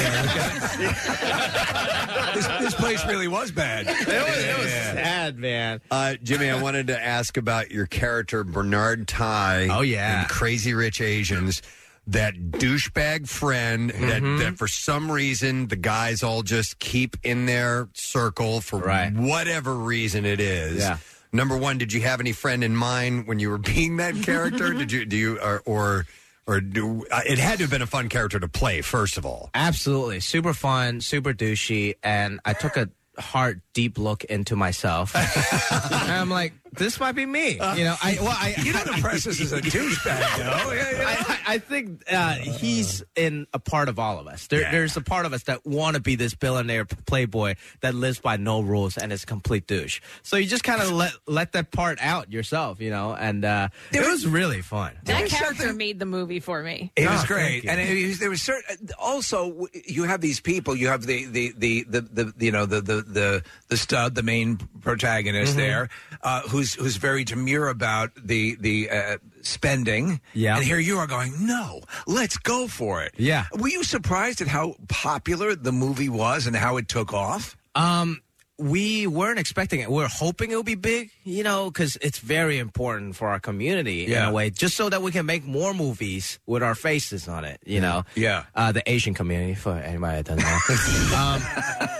this, this place really was bad.
it was, it was sad, man.
Uh, Jimmy, I wanted to ask about your character Bernard Ty.
Oh, yeah.
in Crazy Rich Asians. That douchebag friend
Mm-hmm.
that, that for some reason the guys all just keep in their circle for whatever reason it is.
Yeah.
Number one, did you have any friend in mind when you were being that character? did you do you or or, or do, uh, it had to have been a fun character to play first of all.
Absolutely. Super fun, super douchey. And I took a hard, deep look into myself. and I'm like, this might be me. You know, I, well, I,
Uh, You don't impress us as a douchebag, though. Yeah, yeah.
I, I I think uh, he's in a part of all of us. There, There's a part of us that want to be this billionaire playboy that lives by no rules and is a complete douche. So you just kind of let let that part out yourself, you know. And uh, it was really fun.
That character made the movie for me.
It was great, and it was, there was certain. Also, w- you have these people. You have the the the the, the you know the, the the the stud, the main protagonist
Mhm.
there, uh, who's who's very demure about the the uh, spending.
Yeah.
and here you are going, no, let's go for it.
Yeah.
were you surprised at how popular the movie was and how it took off?
Um, we weren't expecting it. We were hoping it would be big, you know, because it's very important for our community in
Yeah.
a way, just so that we can make more movies with our faces on it, you know.
Yeah.
Uh, the Asian community, for anybody that doesn't know.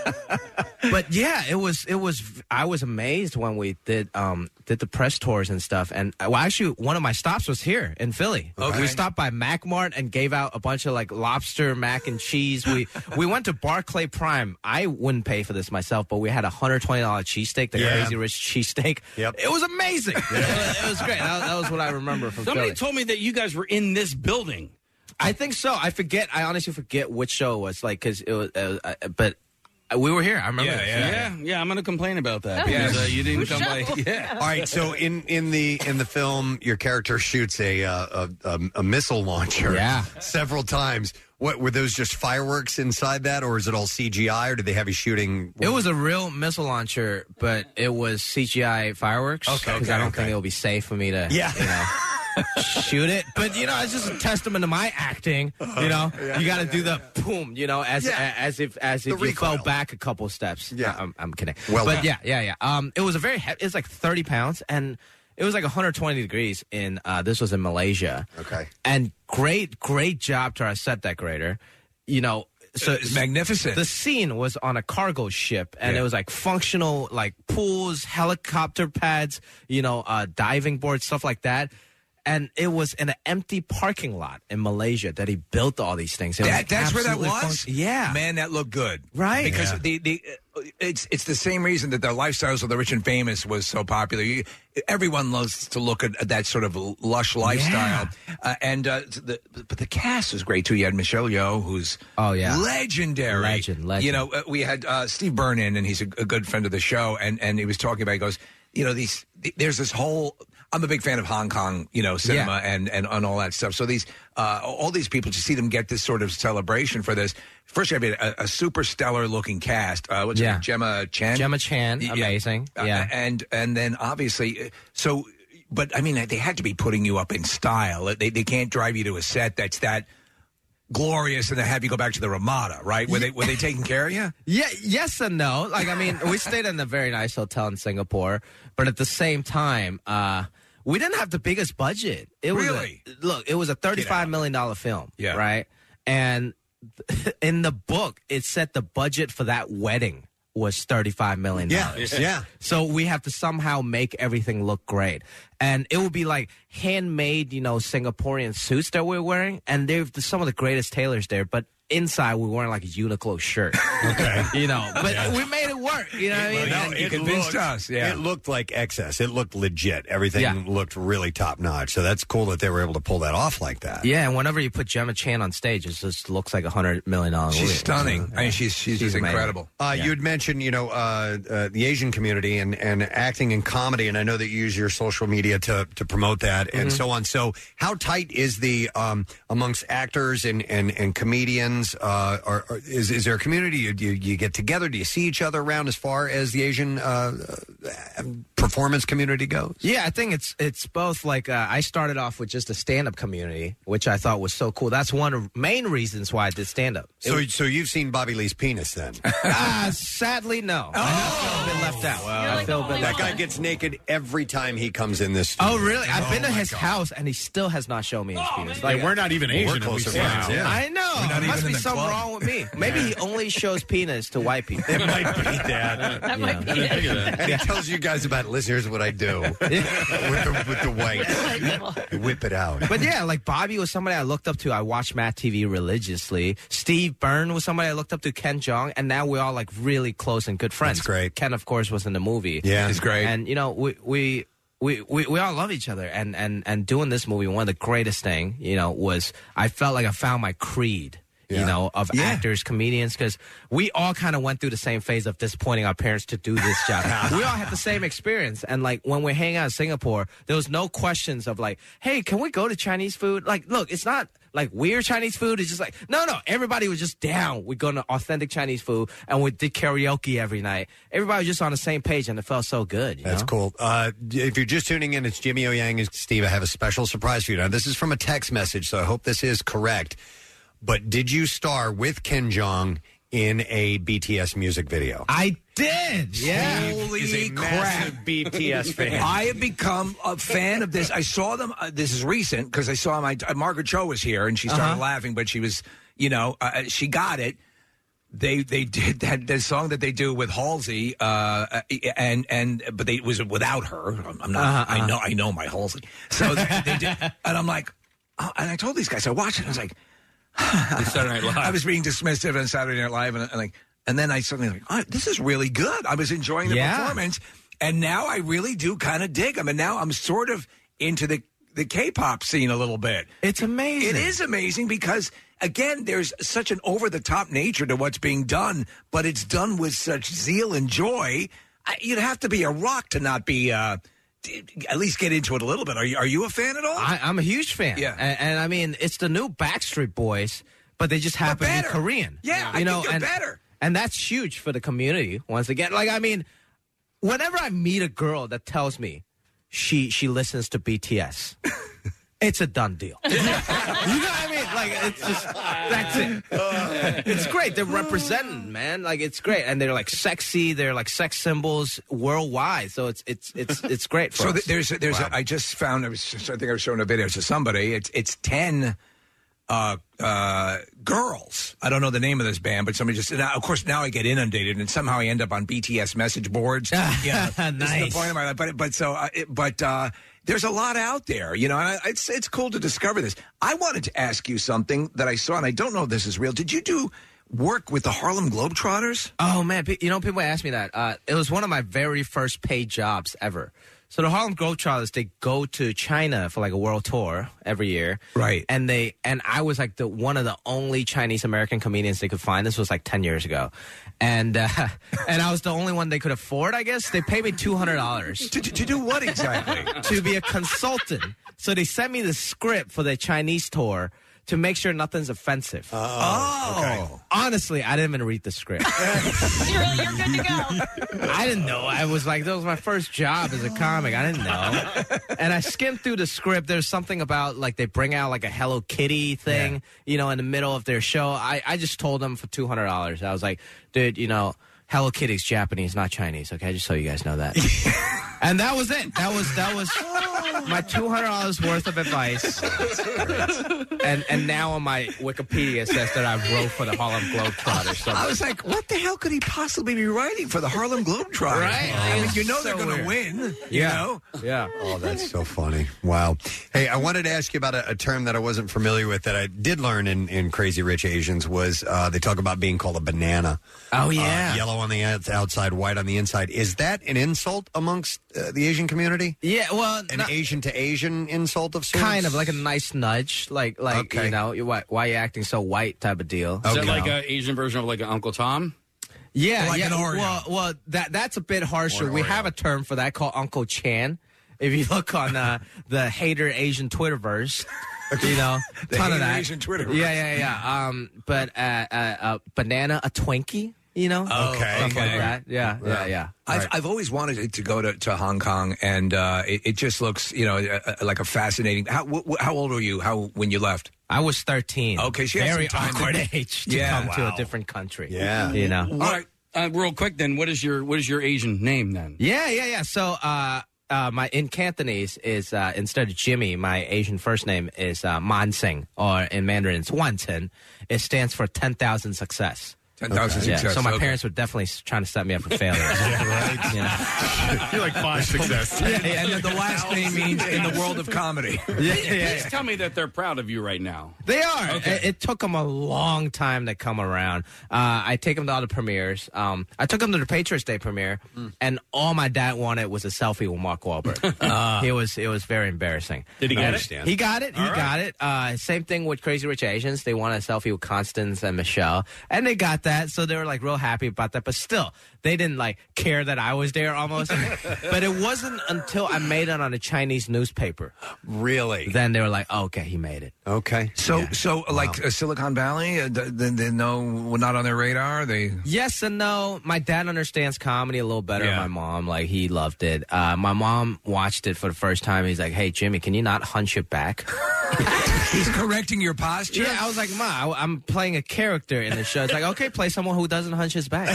um, but yeah, it was it was. I was amazed when we did um did the press tours and stuff. And uh, well, actually, one of my stops was here in Philly.
Okay.
We stopped by Mac Mart and gave out a bunch of like lobster mac and cheese. We we went to Barclay Prime. I wouldn't pay for this myself, but we had a hundred twenty dollar cheesesteak, the
Yeah.
Crazy Rich cheesesteak. Yep, it was amazing. It, was, it was great. That, that was what I remember from
Somebody
Philly.
told me that you guys were in this building.
I think so. I forget. I honestly forget which show it was like because it was. Uh, uh, but we were here. I remember.
Yeah,
this.
yeah, yeah, yeah. I'm going to complain about that
Oh,
because uh,
yes.
you didn't
Who
come by.
shall?
Yeah.
All right. So in in the in the film, your character shoots a uh, a, a, a missile launcher.
Yeah.
Several times. What were those? Just fireworks inside that, or is it all CGI? Or did they have you shooting?
It was a real missile launcher, but it was CGI fireworks.
Okay,
because
okay,
I don't
okay.
think it'll be safe for me to you know, shoot it. But you know, it's just a testament to my acting. You know,
Uh-huh. Yeah,
you got to
yeah,
do the boom. You know, as a- as if as if
The
you fell back a couple steps. Yeah, I'm, I'm kidding.
Well
but
done.
yeah, yeah, yeah. Um, it was a very heavy. It's like 30 pounds and. It was like 120 degrees in. Uh, this was in Malaysia.
Okay.
And great, great job to our set decorator. You know, so
It's magnificent.
The scene was on a cargo ship, and
Yeah.
it was like functional, like pools, helicopter pads, you know, uh, diving boards, stuff like that. And it was in an empty parking lot in Malaysia that he built all these things. It was
That, that's where that
absolutely
was.
func- yeah,
man, that looked good.
Right.
because
Yeah.
the the uh, it's it's the same reason that the lifestyles of the rich and famous was so popular. You, everyone loves to look at that sort of lush lifestyle, uh, and uh, the but the cast was great too. You had Michelle Yeoh, who's
Oh, yeah.
legendary,
Legend, legend.
You know, uh, we had uh, Steve Bernin, and he's a, a good friend of the show, and and he was talking about. He goes, you know, these th- there's this whole. I'm a big fan of Hong Kong, you know, cinema and, and and all that stuff. So these uh, all these people to see them get this sort of celebration for this. First, you have a, a super stellar looking cast. Uh, what's
Yeah.
her name? Gemma Chan.
Gemma Chan, amazing.
Uh,
Yeah.
and and then obviously, uh, so but I mean, they had to be putting you up in style. They they can't drive you to a set that's that glorious and then have you go back to the Ramada, right? Were they were they taking care of you?
Yeah, yes and no. Like I mean, we stayed in a very nice hotel in Singapore, but at the same time, uh we didn't have the biggest budget. It
Really?
was a, look, it was a thirty-five million dollar film,
Yeah.
right? And in the book, it said the budget for that wedding was thirty-five million dollars.
Yeah, yeah.
So we have to somehow make everything look great. And it would be like handmade, you know, Singaporean suits that we're wearing. And they're the- some of the greatest tailors there. But inside, we're wearing like a Uniqlo shirt. Okay. you know, but uh, we made it work. You know what I mean?
No,
And
it looked- It looked like excess. It looked legit. Everything
Yeah.
looked really top notch. So that's cool that they were able to pull that off like that.
yeah, and whenever you put Gemma Chan on stage, it just looks like a hundred million dollars.
She's stunning.
I mean, she's she's, just
amazing.
incredible.
Uh, You had mentioned, you know, uh, uh, the Asian community and, and acting and comedy, and I know that you use your social media to, to promote that and
Mm-hmm.
Mhm.
so on. So, how tight is the um, amongst actors and and, and comedians? Uh, or, or is is there a community? Do you, you get together? Do you see each other around as far as the Asian uh, uh, performance community goes?
Yeah, I think it's it's both. Like uh, I started off with just a stand up community, which I thought was so cool. That's one of main reasons why I did stand up.
So, so you've seen Bobby Lee's penis then?
Ah, sadly, no.
Oh.
I feel a bit left out. I feel a bit
that
left
guy
out.
gets naked every time he comes in this.
Oh really? I've
Oh,
been to
my
his
God.
house and he still has not shown me his penis.
Oh, Yeah, we're not even Asian,
we're closer
at least.
friends, yeah.
I know.
We're not
There
even
must
in
be
the
something
club.
wrong with me. Maybe he only shows penis to white people. It
might be that.
That might be it.
And he tells you guys about listeners what I do with the, with the white. Whip it out.
But yeah, like Bobby was somebody I looked up to. I watched Matt TV religiously. Steve Byrne was somebody I looked up to. Ken Jong, and now we're all like really close and good friends. That's great. Ken, of course, was in the movie.
Yeah. He's
great.
And you know, we we. We, we, we all love each other and, and, and doing this movie one of the greatest thing you know was i felt like i found my creed you
Yeah.
know of
Yeah.
actors comedians because we all kind of went through the same phase of disappointing our parents to do this job we all had the same experience and like when we're hanging out in singapore there was no questions of like hey can we go to chinese food like look it's not like weird Chinese food. It's just like no, no. Everybody was just down. We're going to authentic Chinese food, and we did karaoke every night. Everybody was just on the same page, and it felt so good. you
That's
know?
cool. Uh, if you're just tuning in, it's Jimmy O Yang and Steve. I have a special surprise for you. Now, this is from a text message, so I hope this is correct. But did you star with Ken Jong in a BTS music video?
I did.
Yeah.
is a massive BTS fan.
I have become a fan of this. I saw them. Uh, this is recent because I saw my uh, Margaret Cho was here and she started
Uh-huh.
laughing, but she was, you know, uh, she got it. They they did that, that song that they do with Halsey, uh, uh, and and but they it was without her. I'm, I'm not.
Uh-huh,
I know.
uh-huh.
I know my Halsey. So they, they did, and I'm like, oh, and I told these guys I watched it. I was like,
Saturday Night Live.
I was being dismissive on Saturday Night Live, and, and like, and then I suddenly like, oh, this is really good. I was enjoying the
Yeah.
performance, and now I really do kind of dig them, and now I'm sort of into the the K-pop scene a little bit.
It's amazing.
It is amazing because again, there's such an over the top nature to what's being done, but it's done with such zeal and joy. I, you'd have to be a rock to not be. Uh, d- at least get into it a little bit. Are you are you a fan at all?
I, I'm a huge fan. Yeah, and, and I mean, it's the new Backstreet Boys, but they just happen to be Korean.
Yeah, I
you know,
think they're
and,
better.
and that's huge for the community. Once again, like I mean, whenever I meet a girl that tells me she she listens to BTS, it's a done deal. you know what I mean? Like it's just that's it.
Uh.
it's great. They're representing, man. Like it's great, and they're like sexy. They're like sex symbols worldwide. So it's it's it's it's great. For
So
us.
th- there's there's a, I just found I was I think I was showing a video to somebody. It's it's ten uh, uh, girls. I don't know the name of this band, but somebody just now, of course now I get inundated and somehow I end up on BTS message boards. yeah, this is the
Nice.
point of my life. But but so uh, it, but uh, there's a lot out there, you know. And I, it's it's cool to discover this. I wanted to ask you something that I saw, and I don't know if this is real. Did you do work with the Harlem Globetrotters?
Oh man, pe- you know people ask me that. Uh, it was one of my very first paid jobs ever. So the Harlem Globetrotters they go to China for like a world tour every year, right? And they and I was like the one of the only Chinese American comedians they could find. This was like ten years ago, and uh, and I was the only one they could afford. I guess they paid me two hundred dollars
to, to do what exactly?
to be a consultant. So they sent me the script for their Chinese tour to make sure nothing's offensive.
Oh,
honestly, I didn't even read the script.
Really, you're good to go.
I didn't know. I was like, that was my first job as a comic. I didn't know. And I skimmed through the script. There's something about like they bring out like a Hello Kitty thing, you know, in the middle of their show. I, I just told them for two hundred dollars. I was like, dude, you know, Hello Kitty's Japanese, not Chinese. Okay, just so you guys know that. and that was it. That was that was my two hundred dollars worth of advice. and and now on my Wikipedia says that I wrote for the Harlem Globetrotters. So
I was like, what the hell could he possibly be writing for the Harlem Globetrotters?
Right?
I mean,
It's
you know
so
they're going to
weird.
win.
Yeah.
You know?
Yeah.
Oh, that's so funny. Wow. Hey, I wanted to ask you about a, a term that I wasn't familiar with that I did learn in, in Crazy Rich Asians was uh, they talk about being called a banana.
Oh,
Uh,
yeah.
yellow on the outs- outside, white on the inside. Is that an insult amongst uh, the Asian community?
Yeah, well,
an Asian to Asian insult of sorts.
Kind of like a nice nudge, like like you know, you- why why you acting so white type of deal.
Is that like an Asian version of like an Uncle Tom?
yeah,
like
yeah.
an Oreo.
Well, well, that that's a bit harsher. We have a term for that called Uncle Chan. If you look on uh, the hater Asian Twitterverse, you know,
The
ton of
hater
that
Asian Twitterverse.
Yeah, yeah, yeah. Um, but uh, uh, uh, banana a Twinkie, you know, stuff like that. Yeah, yeah, yeah.
Oh, I've, I've always wanted it to go to, to Hong Kong, and uh, it, it just looks, you know, uh, uh, like a fascinating. How, wh- wh- how old were you? How when you left?
I was thirteen.
Okay, she had
Very
some time
awkward
to-
age to
Yeah.
come to
Wow.
a different country.
Yeah.
you know.
All right. Uh, real quick, then, what is your what is your Asian name then?
Yeah, yeah, yeah. So, uh, uh, my in Cantonese is uh, instead of Jimmy, my Asian first name is uh, Man Sing, or in Mandarin, it's Wan Chen. It stands for ten thousand success.
10,000
Yeah,
success,
So my
okay.
parents were definitely s- trying to set me up for failure.
You're like five success.
Yeah, and then the last name means in the world of comedy.
yeah,
Please tell me that they're proud of you right now.
They are. It, it took them a long time to come around. Uh, I take them to all the premieres. Um, I took them to the Patriots Day premiere,
Mm.
and all my dad wanted was a selfie with Mark Wahlberg. Uh, it was it was very embarrassing.
Did he get it?
He got it. He
All right.
got it. Uh, same thing with Crazy Rich Asians. They wanted a selfie with Constance and Michelle, and they got about that. So they were like real happy about that. But still, they didn't like care that I was there almost. but it wasn't until I made it on a Chinese newspaper.
Really?
Then they were like, okay, he made it.
Okay.
So, so like uh, Silicon Valley, uh, th- then they know we're not on their radar. They
Yes and no. My dad understands comedy a little better
Yeah.
than my mom. Like he loved it. Uh, my mom watched it for the first time. He's like, "Hey Jimmy, can you not hunch it back?"
he's correcting your posture.
Yeah, I was like, "Ma, I- I'm playing a character in the show." It's like, "Okay, play someone who doesn't hunch his back."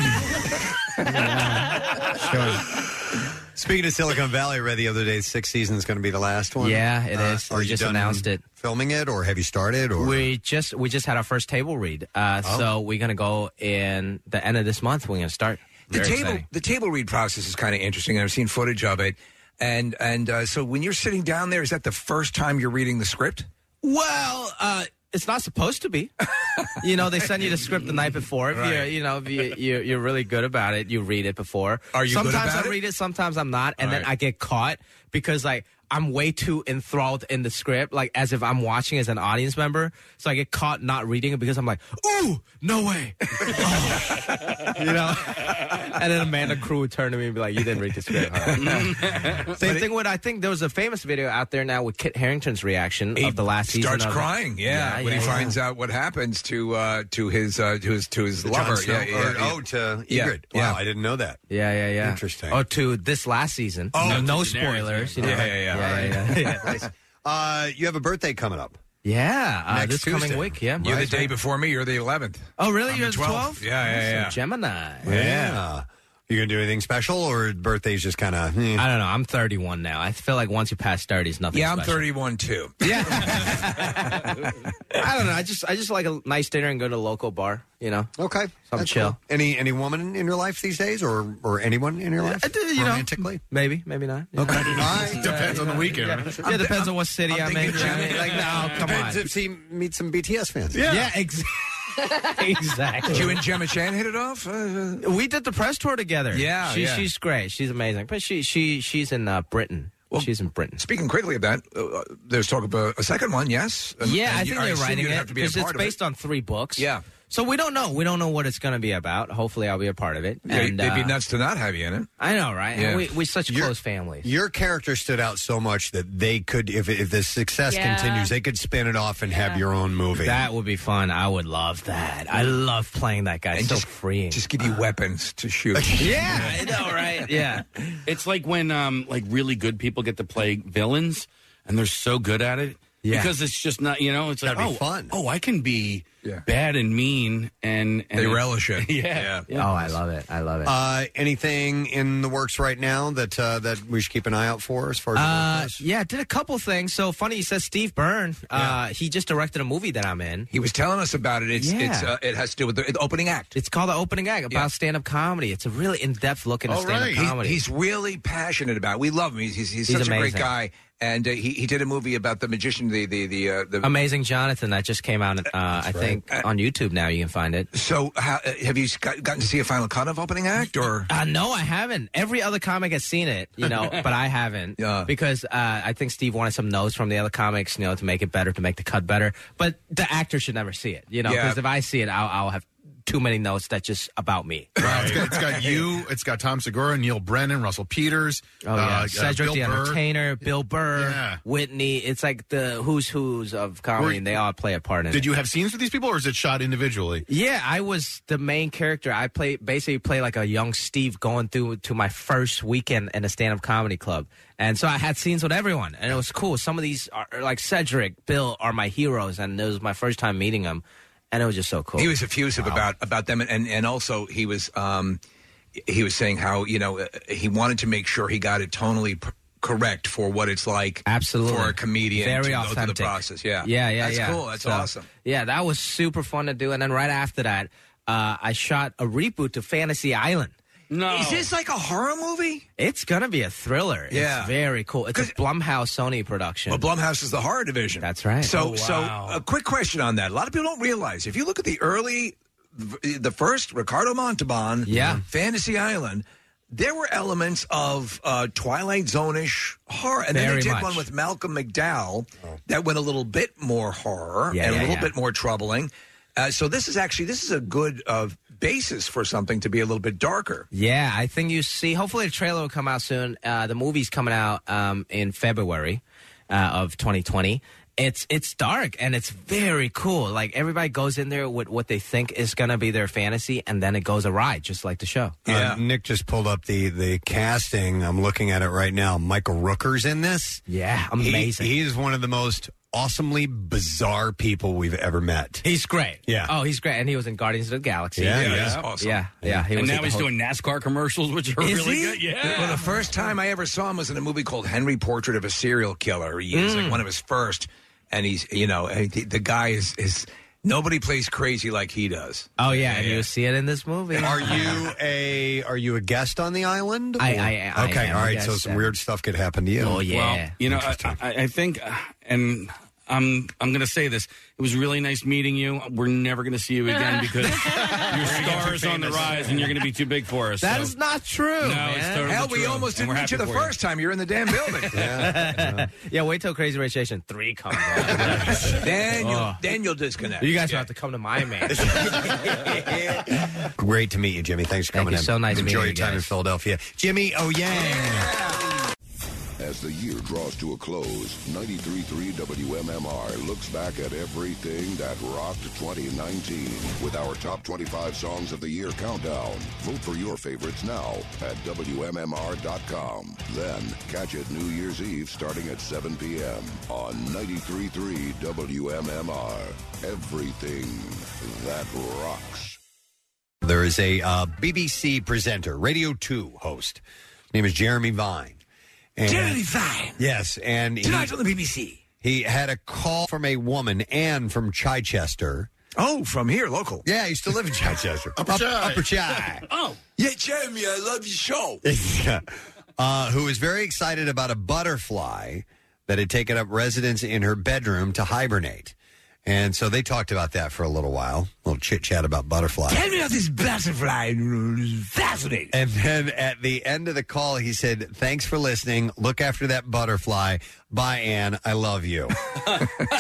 Speaking of Silicon Valley, I read the other day, sixth season is going to be the last one. Uh,
Yeah, it
it is.
is. We just announced it.
Filming it, or have you started? Or
We just we just had our first table read, uh,
Oh.
so we're gonna go in the end of this month. We're gonna start
the
Very
table
exciting.
the table read process is kind of interesting. and I've seen footage of it, and and uh, so when you're sitting down there, is that the first time you're reading the script?
Well, uh, it's not supposed to be. you know, they send you the script the night before. If you're, you know, if you, you're, you're really good about it, you read it before.
Are you good
Sometimes
about
I
it?
read it, sometimes I'm not, and then I get caught because like I'm way too enthralled in the script, like as if I'm watching as an audience member. So I get caught not reading it because I'm like, ooh, no way, Oh. you know. and then Amanda Crew would turn to me and be like, you didn't read the script. huh?" Same thing with I think there was a famous video out there now with Kit Harrington's reaction of the last season.
Starts
of-
crying, yeah, when he
yeah.
finds out what happens to uh, to his uh, to his to his
To Jon
lover.
Snow,
yeah, yeah,
or-
yeah.
oh, to
yeah.
Ygritte.
Yeah.
Wow, I
didn't know that.
Yeah, yeah, yeah. Oh,
Interesting.
Or to this last season.
Oh,
no,
to
no
Daenerys,
spoilers.
yeah.
you know.
Yeah, yeah, yeah.
yeah, yeah, yeah.
Nice. Uh, you have a birthday coming up.
Yeah, uh,
Next
this
Tuesday.
coming week. Yeah,
You're the
right.
day before me. You're the 11th.
Oh, really?
I'm
You're the 12th?
Yeah, yeah, yeah.
Awesome. Gemini.
Yeah. You gonna do anything special, or birthdays just eh? kind of?
I don't know. I'm 31 now. I feel like once you pass 30, it's nothing.
Yeah, I'm
special.
31 too.
I don't know. I just I just like a nice dinner and go to a local bar. You know.
Okay.
Some
That's
chill.
cool. Any any woman in your life these days, or or anyone in your life? romantically,
maybe, maybe not.
Okay.
Depends on the weekend. Yeah, it depends on what city I'm, in. you know what I mean? Like, no, come
Depends
on.
if she meets some BTS fans.
yeah exactly. exactly.
Did you and Gemma Chan hit it off? Uh,
We did the press tour together.
Yeah,
she,
yeah.
she's great. She's amazing. But she she she's in uh, Britain. she's in Britain.
Speaking quickly of that, uh, uh, there's talk of a, a second one, yes? And-
yeah,
and
I
you-
think they're
assume
writing
you'd
it
have to be a
because it's
part of it.
based on three books.
Yeah.
So we don't know. We don't know what it's going to be about. Hopefully, I'll be a part of it.
Yeah,
And,
they'd be
uh,
nuts to not have you in it.
I know, right? And
Yeah.
we we such
You're-
close families.
Your character stood out so much that they could, if if the success
Yeah.
continues, they could spin it off and have your own movie.
That would be fun. I would love that. I love playing that guy.
And
so
just-
freeing.
Just give you
Uh,
weapons to shoot.
yeah, I know, right? Yeah.
It's like when um like really good people get to play villains and they're so good at it.
Yeah.
Because it's just not you know, it's like
That'd
oh,
be fun.
Oh, I can be
Yeah.
bad and mean and, and
They relish it.
Yeah.
Oh, I love it. I love it.
Uh, anything in the works right now that uh, that we should keep an eye out for as far as
Uh, yeah, did a couple things. So funny, you said Steve Byrne. Uh, he just directed a movie that I'm in.
He was telling us about it. It's,
Yeah.
it's uh, it has to do with the, the opening act.
It's called the opening act about stand-up comedy. It's a really in-depth look into stand-up
He-
comedy.
he's really passionate about. It. We love him. He's he's, he's,
He's
such a great
amazing.
guy. And uh, he he did a movie about the magician. The the the, uh, the
Amazing Jonathan that just came out. Uh, I think on YouTube now you can find it.
So how, uh, have you got, gotten to see a final cut of opening act or?
Uh, no, I haven't. Every other comic has seen it, you know, but I haven't
Yeah.
because uh, I think Steve wanted some notes from the other comics, you know, to make it better, to make the cut better. But the actor should never see it, you know,
Yeah.
because if I see it, I'll, I'll have too many notes that's just about me.
It's got, it's got you. It's got Tom Segura, Neil Brennan, Russell Peters,
Oh yeah,
uh,
Cedric
uh, Bill
the
Burr.
Entertainer, Bill Burr, Whitney. It's like the who's who's of comedy,
Were-
and they all play a part in it.
Did you have scenes with these people, or is it shot individually?
Yeah, I was the main character. I play basically play like a young Steve going through to my first weekend in a stand up comedy club, and so I had scenes with everyone, and it was cool. Some of these are like Cedric, Bill are my heroes, and it was my first time meeting them, and it was just so cool.
He was effusive about about them, and and also he was um, he was saying how you know uh, he wanted to make sure he got it tonally p- correct for what it's like
absolutely
for a comedian
very
to
authentic
go through the process. Yeah,
yeah, yeah.
That's
yeah.
cool. That's
So,
awesome.
Yeah, that was super fun to do. And then right after that, uh, I shot a reboot to Fantasy Island.
No,
Is this like a horror movie?
It's gonna be a thriller.
Yeah.
it's very cool. It's a Blumhouse Sony production.
Well, Blumhouse is the horror division.
That's right. Oh,
So, uh, so a quick question on that. A lot of people don't realize if you look at the early, the first Ricardo Montalban,
Yeah.
Fantasy Island, there were elements of uh, Twilight Zone-ish horror, and then
Very
they did
much.
one with Malcolm McDowell that went a little bit more horror
Yeah,
and a
yeah,
little
yeah.
bit more troubling. Uh, so this is actually this is a good uh, basis for something to be a little bit darker.
Yeah, I think you see. Hopefully, the trailer will come out soon. Uh, the movie's coming out um, in February uh, of 2020. It's it's dark and it's very cool. Like everybody goes in there with what they think is gonna be their fantasy, and then it goes awry, just like the show.
Yeah. Uh, Nick just pulled up the the casting. I'm looking at it right now. Michael Rooker's in this.
Yeah,
He-
amazing.
He, is one of the most awesomely bizarre people we've ever met.
He's great.
Yeah.
Oh, he's great, and he was in Guardians of the Galaxy.
Yeah, Yeah, yeah. he's awesome.
Yeah, yeah.
And
was
now
in the
he's
whole-
doing NASCAR commercials, which are
Is
really
he?
good. Yeah.
Well, the first time I ever saw him was in a movie called Henry Portrait of a Serial Killer. He was
Mm.
like one of his first, and he's you know eh, the, the guy is is nobody plays crazy like he does.
Oh yeah, and you see it in this movie.
Are you a Are you a guest on the island?
I-
or-
I- I
okay,
am uh, Oh,
all
a
right. So
guest,
some
yeah.
weird stuff could happen to you.
Well, you know, I, I, I think, uh, and I'm I'm going to say this. It was really nice meeting you. We're never going to see you again because your star is on the rise, and you're going to be too big for us.
That
so.
is not true.
No,
man.
it's totally
Hell, we
true,
almost
and
didn't
we're
meet you the
happy for
first time. You're in the damn building.
yeah. yeah, wait till Crazy Rich Asian 3 comes out.
then you'll
Oh.
then you'll disconnect.
You guys will have to come to my man.
uh,
Great to meet you, Jimmy. Thanks for coming
you
in.
so nice
Enjoy
meeting
your
you
time in
guys.
Philadelphia,
uh,
Jimmy. Oh yeah.
As the year draws to a close, 93.3 WMMR looks back at everything that rocked 2019 with our top 25 songs of the year countdown. Vote for your favorites now at WMMR.com. Then catch it New Year's Eve starting at 7 p.m. on 93.3 WMMR. Everything that rocks.
There is a uh, BBC presenter, Radio 2 host. His name is Jeremy Vine.
Jeremy Vine.
Yes, and he,
Tonight on the BBC.
he had a call from a woman, Anne from Chichester.
Oh, from here, local.
Yeah, he used to live in Chichester.
Upper
Up-
Chi.
Upper Chi.
oh.
Yeah, Jeremy, I love your show.
uh, who is very excited about a butterfly that had taken up residence in her bedroom to hibernate. And so they talked about that for a little while, a little chit chat about butterflies.
Tell me about this butterfly. Fascinating.
And then at the end of the call, he said, Thanks for listening. Look after that butterfly. Bye, Anne. I love you.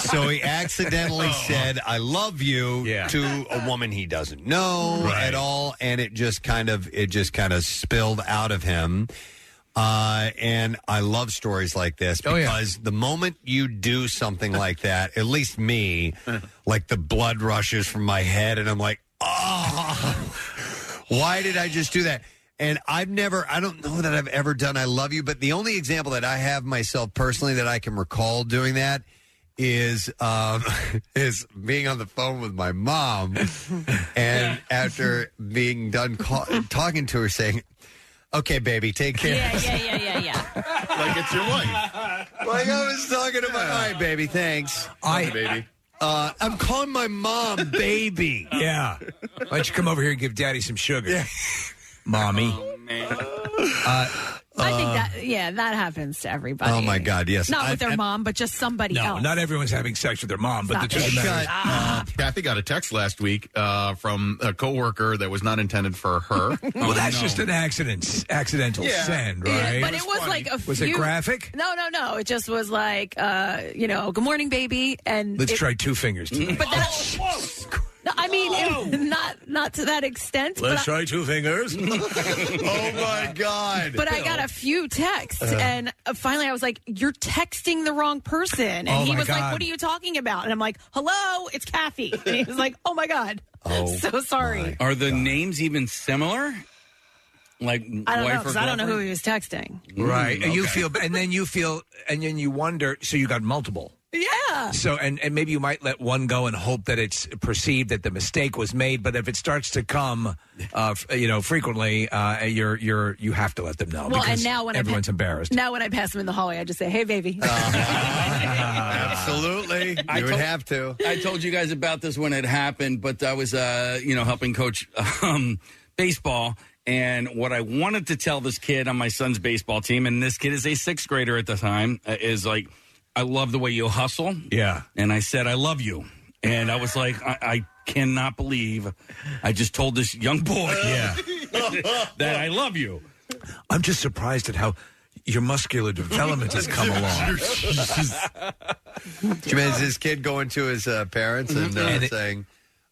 so he accidentally said, I love you to a woman he doesn't know at all. And it just kind of, it just kind of spilled out of him. Uh, and I love stories like this because the moment you do something like that, at least me, like the blood rushes from my head and I'm like, oh, why did I just do that? And I've never, I don't know that I've ever done I love you, but the only example that I have myself personally that I can recall doing that is um, is being on the phone with my mom, and after being done call, talking to her, saying, "Okay, baby, take care."
Yeah, yeah, yeah, yeah, yeah.
like it's your wife. Like I was talking to my all right, baby. Thanks.
I,
baby. Uh, I'm calling my mom, baby.
Yeah. Why don't you come over here and give daddy some sugar? Mommy. Uh,
I think
uh,
that yeah, that happens to everybody.
Oh, my God, yes.
Not
I-
with their
I-
mom, but just somebody
no,
else.
not everyone's having sex with their mom, but
Stop
the truth
it.
of the matter
Shut
is-
Uh, Kathy got a text last week uh, from a coworker that was not intended for her. Oh,
well, that's just an accident, accidental
Yeah.
send,
Oh, Yeah,
right?
but it was, like a
Was
few-
it graphic?
No, no, no. It just was like, uh, you know, good morning, baby, and
Let's
it-
try two fingers tonight.
But that's no, I mean, it- not not to that extent.
Let's
but I-
try two fingers.
oh my God!
but I got a few texts,
Uh.
and uh, finally I was like, "You're texting the wrong person." And
Oh,
he
my
was like,
God.
"What are you talking about?" And I'm like, "Hello, it's Kathy." And he was like, "Oh my god,
Oh,
so sorry."
Are the names even similar? Like
I don't know
wife or
because I don't know who
girlfriend?
he was texting.
Right. And you
okay.
feel, and then you feel, and then you wonder. So you got multiple.
Yeah.
So and and maybe you might let one go and hope that it's perceived that the mistake was made. But if it starts to come, uh, f- you know, frequently, uh, you're you're you have to let them know.
well, and
because
now when
everyone's
I pa-
embarrassed.
Now when I pass him in the hallway, I just say, "Hey, baby."
Uh,
Absolutely. You
I
would
told-
have to.
I told you guys about this when it happened, but I was, uh, you know, helping coach um, baseball. And what I wanted to tell this kid on my son's baseball team, and this kid is a sixth grader at the time, uh, is like, I love the way you hustle.
Yeah.
And I said, I love you. And I was like, I, I cannot believe I just told this young boy
Yeah.
that I love you.
I'm just surprised at how your muscular development has come along.
Imagine this kid going to his uh, parents and, uh,
Mm-hmm.
And it-
saying,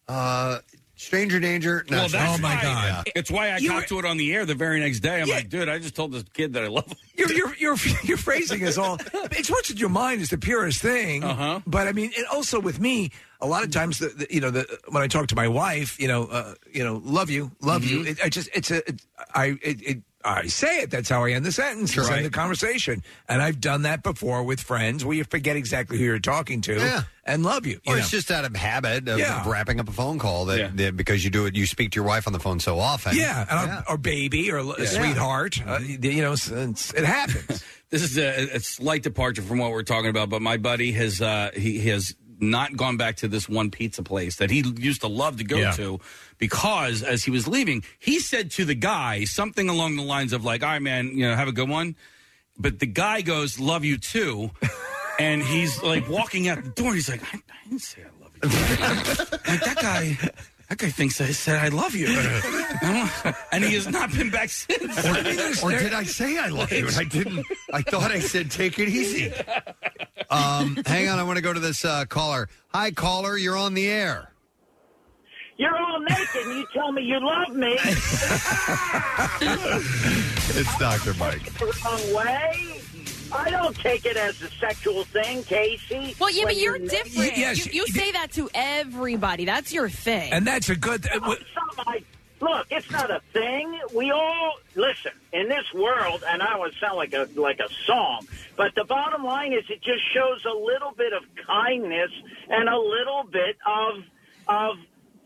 Uh, Stranger Danger. No,
well,
it's not.
that's why, uh, It's why I
You-
talked to it on the air the very next day. I'm like, dude, I just told this kid that I love him.
Your your your, your phrasing is all. It's what's in your mind is the purest thing. Uh-huh. But I mean, and also with me, a lot of times, the, the- you know, the, when I talk to my wife, you know, uh, you know, love you, love you.
Mm-hmm.
It, I just, it's a, it, I, it, it, I say it. That's how I end the sentence. It's
Right.
in the conversation, and I've done that before with friends, where you forget exactly who you're talking to,
Yeah.
and love you. you
Or it's
know.
just out of habit of,
Yeah.
of wrapping up a phone call that,
Yeah.
that because you do it, you speak to your wife on the phone so often.
yeah, and Our, our baby or
Yeah.
sweetheart. Uh, you know, it's, it's, it happens.
this is a, a slight departure from what we're talking about, but my buddy has uh, he, he has not gone back to this one pizza place that he used to love to go
Yeah.
to because as he was leaving, he said to the guy something along the lines of like, "All right, man, you know, have a good one," but the guy goes, "Love you too," and he's like walking out the door. and He's like, "I, I didn't say I love you." like that guy. That guy thinks I said I love you, I don't- and he has not been back since.
or, or did I say I love you? And I didn't. I thought I said take it easy. Um, hang on, I want to go to this uh, caller. Hi, caller, you're on the air.
You're all naked and you tell me you love me.
It's Dr. Mike.
the wrong way. I don't take it as a sexual thing, Casey.
Well, yeah,
When
but you're
naked-
different. you, you say that to everybody. That's your thing.
and that's a good. uh, w-
I- Look, it's not a thing. We all listen in this world, and I would sound like a like a song. But the bottom line is, it just shows a little bit of kindness and a little bit of of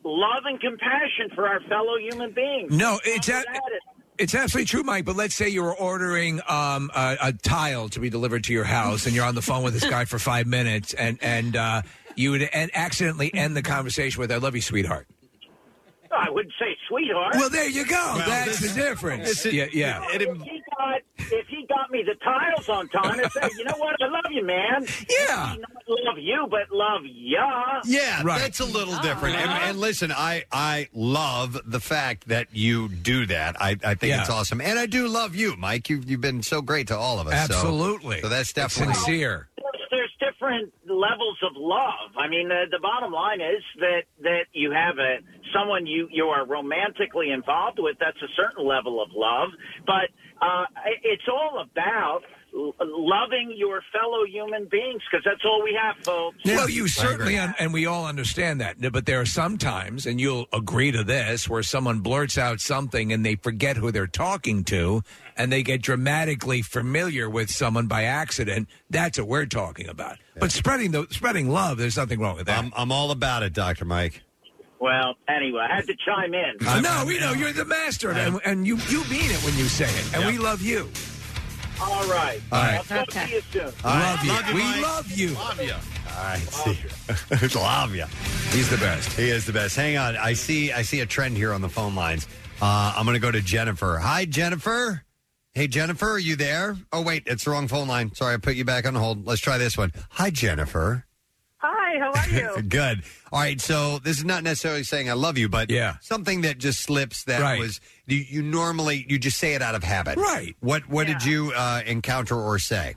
love and compassion for our fellow human beings.
No, it's a,
That is-
it's absolutely true, Mike. But let's say you were ordering um, a, a tile to be delivered to your house, and you're on the phone with this guy for five minutes, and and uh, you would and accidentally end the conversation with "I love you, sweetheart."
I wouldn't say sweetheart.
Well, there you go. That's the difference. yeah, yeah.
if, he got, if he got me the tiles on time and said, you know what, I love you, man.
Yeah.
Not love you, but love ya.
Yeah, that's a little
Oh,
different. And, and listen, I I love the fact that you do that. I, I think
Yeah.
it's awesome, and I do love you, Mike. You've you've been so great to all of us. so-
Absolutely.
So, that's
It's
definitely
sincere.
There's- There's different levels of love. I mean, the, the bottom line is that, that you have a someone you, you are romantically involved with. That's a certain level of love. But uh, i- it's all about l- loving your fellow human beings because that's all we have, folks.
Well, you certainly, un- and we all understand that. But there are some times, and you'll agree to this, where someone blurts out something and they forget who they're talking to, and they get dramatically familiar with someone by accident. That's what we're talking about. But spreading the spreading love, there's nothing wrong with that. I'm,
I'm all about it, Doctor Mike.
Well, anyway, I had to chime in.
no, we know you're the master, of it, and, and you you mean it when you say it, and we love you.
All right.
All right.
I'll talk to you soon.
Love you. we love you.
Love you. All right, see you. Love you.
He's the best.
He is the best. Hang on, I see I see a trend here on the phone lines. Uh, I'm going to go to Jennifer. Hi, Jennifer. Hey, Jennifer, are you there? Oh, wait, it's the wrong phone line. Sorry, I put you back on hold. Let's try this one. Hi, Jennifer.
Hi, how are you?
Good. All right. So this is not necessarily saying I love you, but yeah. something that just slips that
Right.
was you, you normally you just say it out of habit,
Right.
What What did you uh, encounter or say?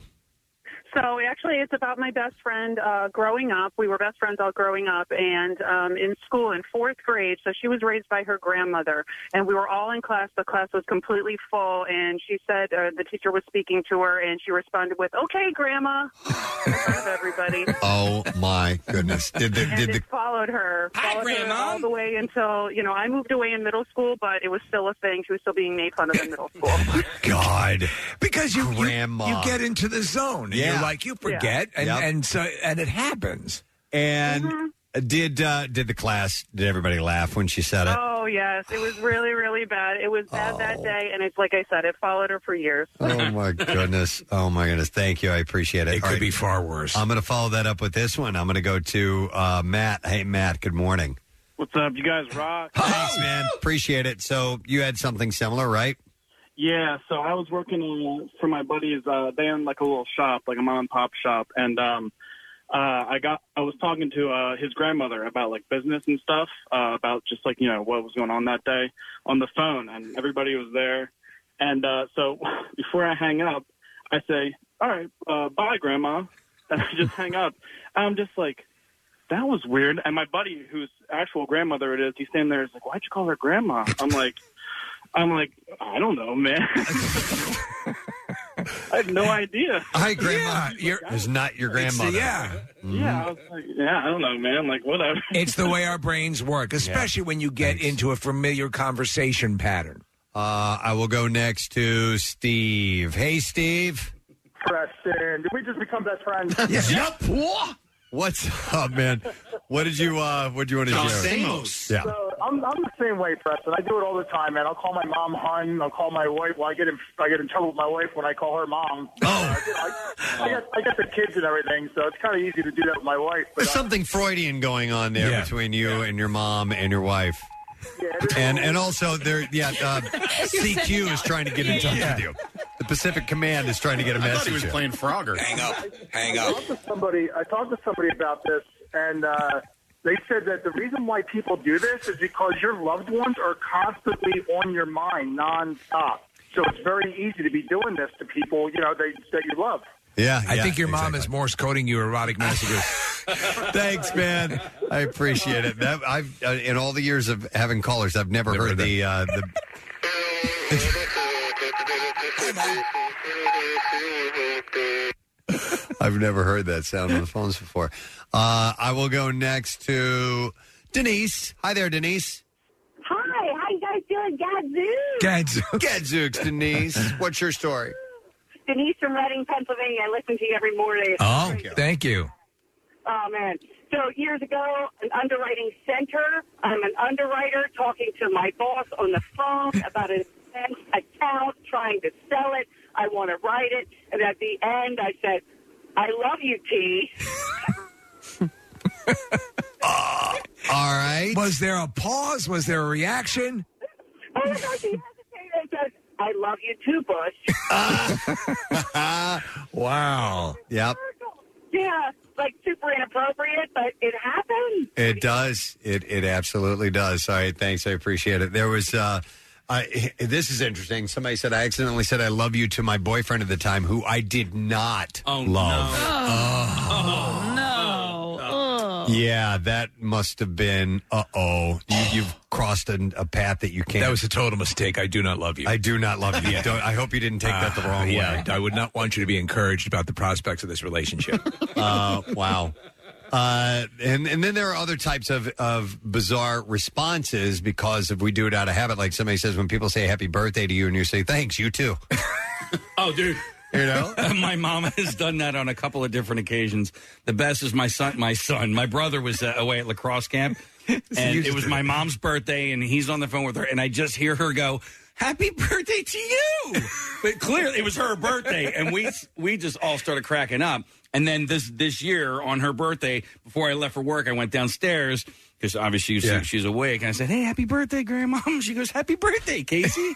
So actually, it's about my best friend uh, growing up. We were best friends all growing up, and um, in school in fourth grade. So she was raised by her grandmother, and we were all in class. The class was completely full, and she said uh, the teacher was speaking to her, and she responded with, "Okay, Grandma," in front of everybody.
Oh my goodness! Did the,
And
did the
it followed her, followed her all the way until you know I moved away in middle school, but it was still a thing. She was still being made fun of in middle school.
God
because you you-
Grandma.
You, get into the zone. And
Uh, Yeah.
You're like you forget,
Yeah.
and
Yep.
and so and it happens.
and did uh, did the class did everybody laugh when she said it?
Oh yes, it was really really bad. It was bad that day, and it's like I said, it followed her for years.
Oh my goodness! Oh my goodness! Thank you. I appreciate it. It
could be far worse.
I'm going to follow that up with this one. I'm going to go to uh, Matt. Hey, Matt. Good morning.
What's up? You guys rock.
Thanks, man. Appreciate it. So you had something similar, right?
Yeah, so I was working uh, for my buddies. Uh, they own like a little shop, like a mom and pop shop, and um, uh, I got I was talking to uh, his grandmother about like business and stuff, uh, about just like you know what was going on that day on the phone, and everybody was there. And uh, so before I hang up, I say, "All right, uh, bye, grandma," and I just hang up. I'm just like,
that was weird. And my buddy, whose actual grandmother it is, he's standing there. He's like, why'd you call her grandma? I'm like, I'm like, I don't know, man. I had no idea.
Hi, grandma. Your is not your grandmother.
yeah.
Yeah, I was like, yeah, I don't know, man. Like, whatever.
It's the way our brains work, especially when you get into a familiar conversation pattern.
Uh, I will go next to Steve. Hey, Steve.
Preston, did we just become best friends?
What's up, man? What did you uh what did you want to
Los
share?
Samos.
Yeah.
So I'm, I'm the same way, Preston. I do it all the time, man. I'll call my mom hun. I'll call my wife. Well, I get in I get in trouble with my wife when I call her mom. Oh. I, I, got, I got the kids and everything, so it's kind of easy to do that with my wife. But
There's something Freudian going on there between you and your mom and your wife.
Yeah,
and and also there yeah uh, CQ is trying to get in
Yeah,
touch
yeah.
with you. The Pacific Command is trying to get a
I thought
message.
he was playing Frogger.
Hang up. Hang
I talked to somebody. I talked to somebody about this, and uh, they said that the reason why people do this is because your loved ones are constantly on your mind nonstop. So it's very easy to be doing this to people, you know, they, that you love.
Yeah,
I
yeah,
think your mom is Morse coding you erotic messages.
Thanks, man. I appreciate it. That, I've uh, in all the years of having callers, I've never, heard the uh, the. I've never heard that sound on the phones before. Uh, I will go next to Denise. Hi there, Denise.
Hi, how you guys doing? Gadzoo!
Gadzooks. Gadzooks, Denise. What's your story?
Denise from Reading, Pennsylvania. I listen to you every morning.
Oh, thank you.
Oh, man. So years ago, an underwriting center. I'm an underwriter talking to my boss on the phone about an expense account, trying to sell it. I want to write it. And at the end, I said, I love you, T.
Uh, All right.
Was there a pause? Was there a reaction?
Oh, my God, she hesitated and said, I love you too, Bush.
wow.
Yep.
yeah, like super inappropriate, but it happened.
It does. It it absolutely does. All right, thanks. I appreciate it. There was uh I, this is interesting. Somebody said I accidentally said I love you to my boyfriend at the time who I did not love.
Oh, no.
Yeah, that must have been uh oh. You, you've crossed an, a path that you can't.
That was a total mistake. I do not love you.
I do not love you.
Yeah.
Don't, I hope you didn't take that the
Uh,
wrong
yeah,
way.
I would not want you to be encouraged about the prospects of this relationship.
uh, wow. Uh, and and then there are other types of, of bizarre responses because if we do it out of habit, like somebody says when people say happy birthday to you and you say thanks, you too.
Oh, dude.
You know,
my mom has done that on a couple of different occasions. The best is my son. My son, my brother was uh, away at lacrosse camp, and
used
it was
to-
my mom's birthday, and he's on the phone with her, and I just hear her go, "Happy birthday to you!" but clearly, it was her birthday, and we we just all started cracking up. And then this this year on her birthday, before I left for work, I went downstairs because obviously she's,
Yeah.
she's awake, and I said, "Hey, happy birthday, Grandma!" She goes, "Happy birthday, Casey."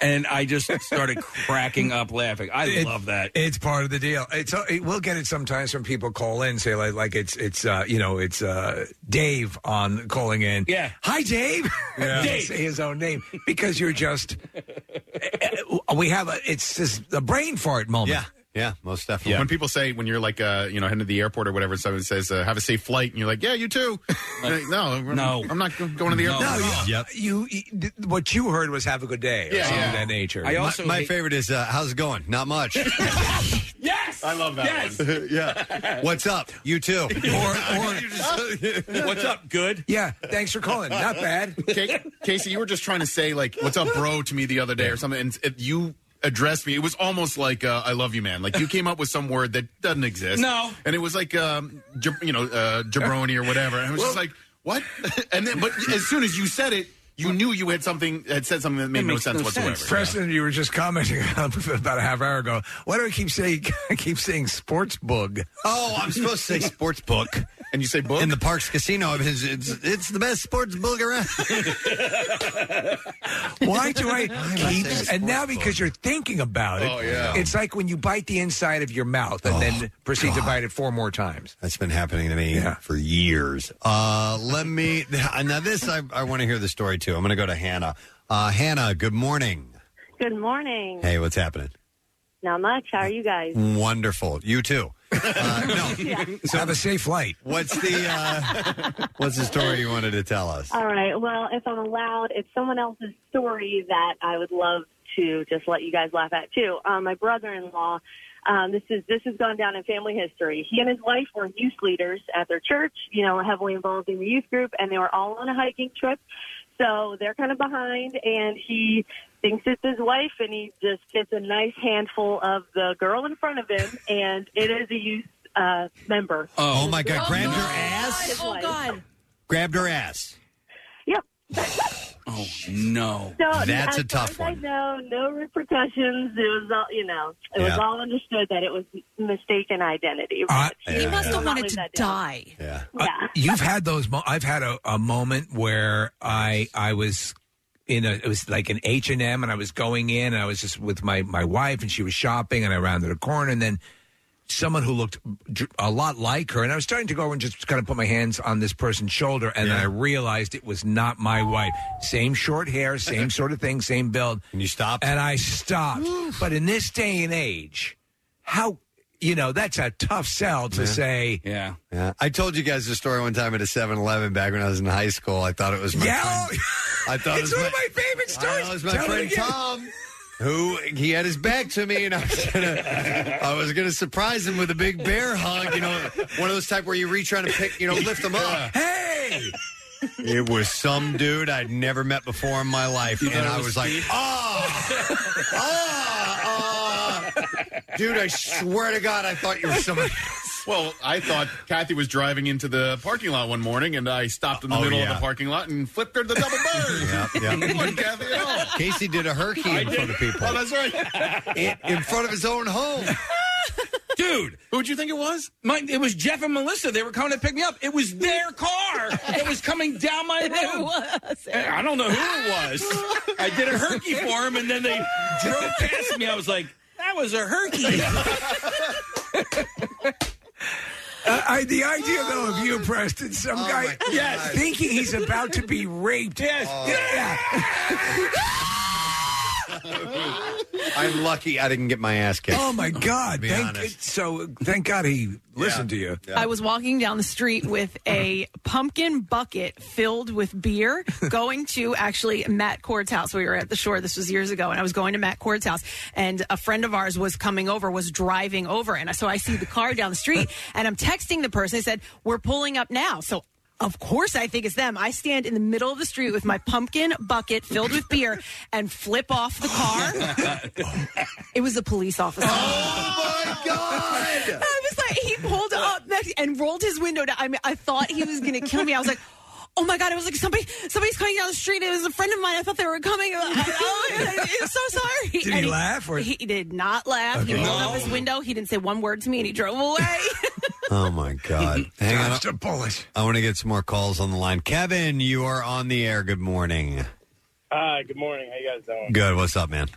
And I just started cracking up laughing. I
It-
love that.
It's part of the deal. It's uh, it, we'll get it sometimes when people call in, say like like it's it's uh, you know it's uh, Dave on calling in. Yeah, hi Dave.
Yeah.
Dave. say his own name because you're just uh, we have a it's just a brain fart moment.
Yeah, yeah, most definitely.
When people say when you're like uh, you know heading to the airport or whatever, someone says uh, "Have a safe flight," and you're like, "Yeah, you too." You're like, no,
no,
I'm not go- going to the airport.
No, you, you, you- what you heard was "Have a good day" or
Yeah,
something
yeah.
of that nature.
My- my, favorite is uh, how's it going? Not much.
yes,
I love that. Yes.
yeah. What's up? You too.
What's up? Good.
Yeah. Thanks for calling. Not bad.
Casey, you were just trying to say like "What's up, bro?" to me the other day or something, and it, you addressed me. It was almost like uh, "I love you, man." Like you came up with some word that doesn't exist.
No.
and it was like um, jab- you know uh, jabroni or whatever. And I was just
Well-
like, "What?" and then, but as soon as you said it. You knew you had something had said something that made no sense whatsoever.
Preston, you were just commenting about a half hour ago. Why do I keep saying I keep saying sports bug?
Oh, I'm supposed to say sports book.
And you say book?
In the Parks Casino. It's, it's, it's the best sports book around.
Why do I
Why am I
keep?
saying
and now
sports
because you're thinking about it,
Oh, yeah.
it's like when you bite the inside of your mouth and then proceed to bite it four more times.
That's been happening to me for years. Uh, let me now. This I, I want to hear the story too. I'm going to go to Hannah. Uh, Hannah, good morning.
Good morning.
Hey, what's happening?
Not much. How are you guys?
Wonderful. You too. Have a safe flight. What's the uh, what's the story you wanted to tell us?
All right. Well, if I'm allowed, it's someone else's story that I would love to just let you guys laugh at too. Um, my brother-in-law. Um, this is this has gone down in family history. He and his wife were youth leaders at their church. You know, heavily involved in the youth group, and they were all on a hiking trip. So they're kind of behind, and he thinks it's his wife, and he just gets a nice handful of the girl in front of him, and it is a youth uh, member.
Oh, my God! Grabbed her
ass. Oh God.
grabbed her ass.
Yep.
Oh no,
So as far as I know, no repercussions. It was all you know. It was
Yeah.
all understood that it was mistaken identity.
Uh,
But
He must have
will not
wanted
live
to
that down.
Die.
Yeah.
Yeah.
Uh, You've had those. Mo- I've had a, a moment where I I was in a it was like an H and M, and I was going in, and I was just with my my wife, and she was shopping, and I rounded a corner, and then someone who looked dr- a lot like her, and I was starting to go and just kind of put my hands on this person's shoulder, and I realized it was not my wife. Same short hair, same sort of thing, same build. And
you stopped.
And I stopped. but in this day and age, how you know that's a tough sell to
Yeah.
say.
Yeah.
Yeah. I told you guys the story one time at a 7 Eleven back when I was in high school. I thought it was my
Yeah. oh,
friend. I thought it was my,
favorite
stories. my friend Tom. Who he had his back to me, and I was gonna, I was gonna surprise him with a big bear hug. You know, one of those type where you reach trying to pick, you know, lift them up.
Hey,
it was some dude I'd never met before in my life, and I was like, "Ah!"
oh,
oh, dude, I swear to God, I thought you were somebody.
Well, I thought Kathy was driving into the parking lot one morning, and I stopped in the
Oh,
middle
yeah.
of the parking lot and flipped her the double bird.
yep.
What, Kathy? Oh.
Casey did a herky in front of people.
Oh, that's right.
In- in front of his own home.
Dude,
who'd you think it was?
My, it was Jeff and Melissa. They were coming to pick me up. It was their car that was coming down my road. And I don't know who it was. I did a herky for him, and then they drove past me. I was like, "That was a herky."
Uh, I, the idea, though, of
Oh.
you, Preston, some guy
Yes.
thinking he's about to be raped. Oh. Yes.
I'm lucky I didn't get my ass kicked.
Oh, my God.
To be
Thank-
honest.
so thank God he listened to you.
I was walking down the street with a pumpkin bucket filled with beer, going to actually Matt Cord's house. We were at the shore. This was years ago, and I was going to Matt Cord's house, and a friend of ours was coming over, was driving over, and so I see the car down the street, and I'm texting the person. I said, "We're pulling up now." So. Of course, I think it's them. I stand in the middle of the street with my pumpkin bucket filled with beer and flip off the car. It was a police officer.
Oh,
I was like, he pulled up next and rolled his window down. I mean, I thought he was going to kill me. I was like, oh my god! I was like, somebody, somebody's coming down the street. It was a friend of mine. I thought they were coming. I- I- I'm so sorry.
Did he
And
laugh or-
He did not laugh. He
Okay.
rolled up his window. He didn't say one word to me, and he drove away.
Oh my God! Hang on,
a bullet.
I want to get some more calls on the line. Kevin, you are on the air. Good morning.
Hi, good morning. How you guys doing?
Good. What's up, man?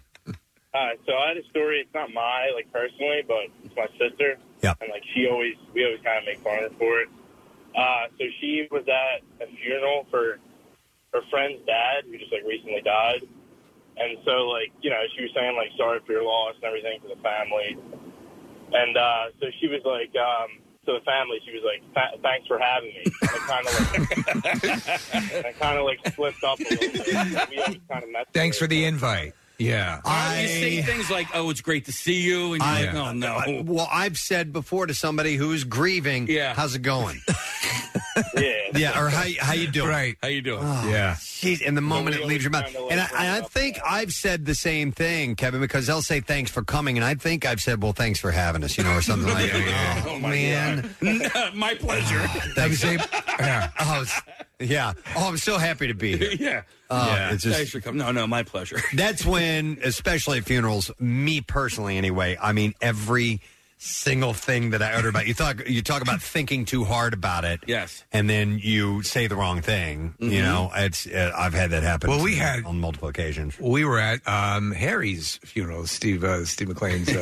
Hi. Uh, So I had a story. It's not my like personally, but it's my sister.
Yeah.
And like she always, we always kind of make fun of her for it. Uh, so she was at a funeral for her friend's dad, who just like recently died. And so like you know, she was saying like sorry for your loss and everything to the family. And uh, so she was like um, to the family, she was like "Th- thanks for having me. I kind of like I kind of like flipped up a little bit. We always kind of messed.
Thanks for the invite. Yeah.
I, you say things like, "Oh, it's great to see you," and you're
I-
like, "Oh no."
I- well, I've said before to somebody who's grieving,
Yeah.
how's it going?
yeah.
Yeah, or how how you doing?
Right.
How you doing?
Oh, Jeez, in the moment it leaves your mouth. And I, I think I've said the same thing, Kevin, because they'll say thanks for coming, and I think I've said, well, thanks for having us, you know, or something like that.
Oh,
my man.
my pleasure.
Thanks. yeah. Oh, it's- yeah. Oh, I'm so happy to be here.
yeah.
Oh,
yeah.
it's just-
Thanks for coming. No, no, my pleasure.
That's when, especially at funerals, me personally, anyway. I mean, every single thing that I uttered about you talk you talk about thinking too hard about it.
Yes,
and then you say the wrong thing. You
Mhm.
know, it's uh, I've had that happen.
Well,
to
we
me
had-
on multiple occasions.
We were at um, Harry's funeral, Steve uh, Steve McLean's. Uh,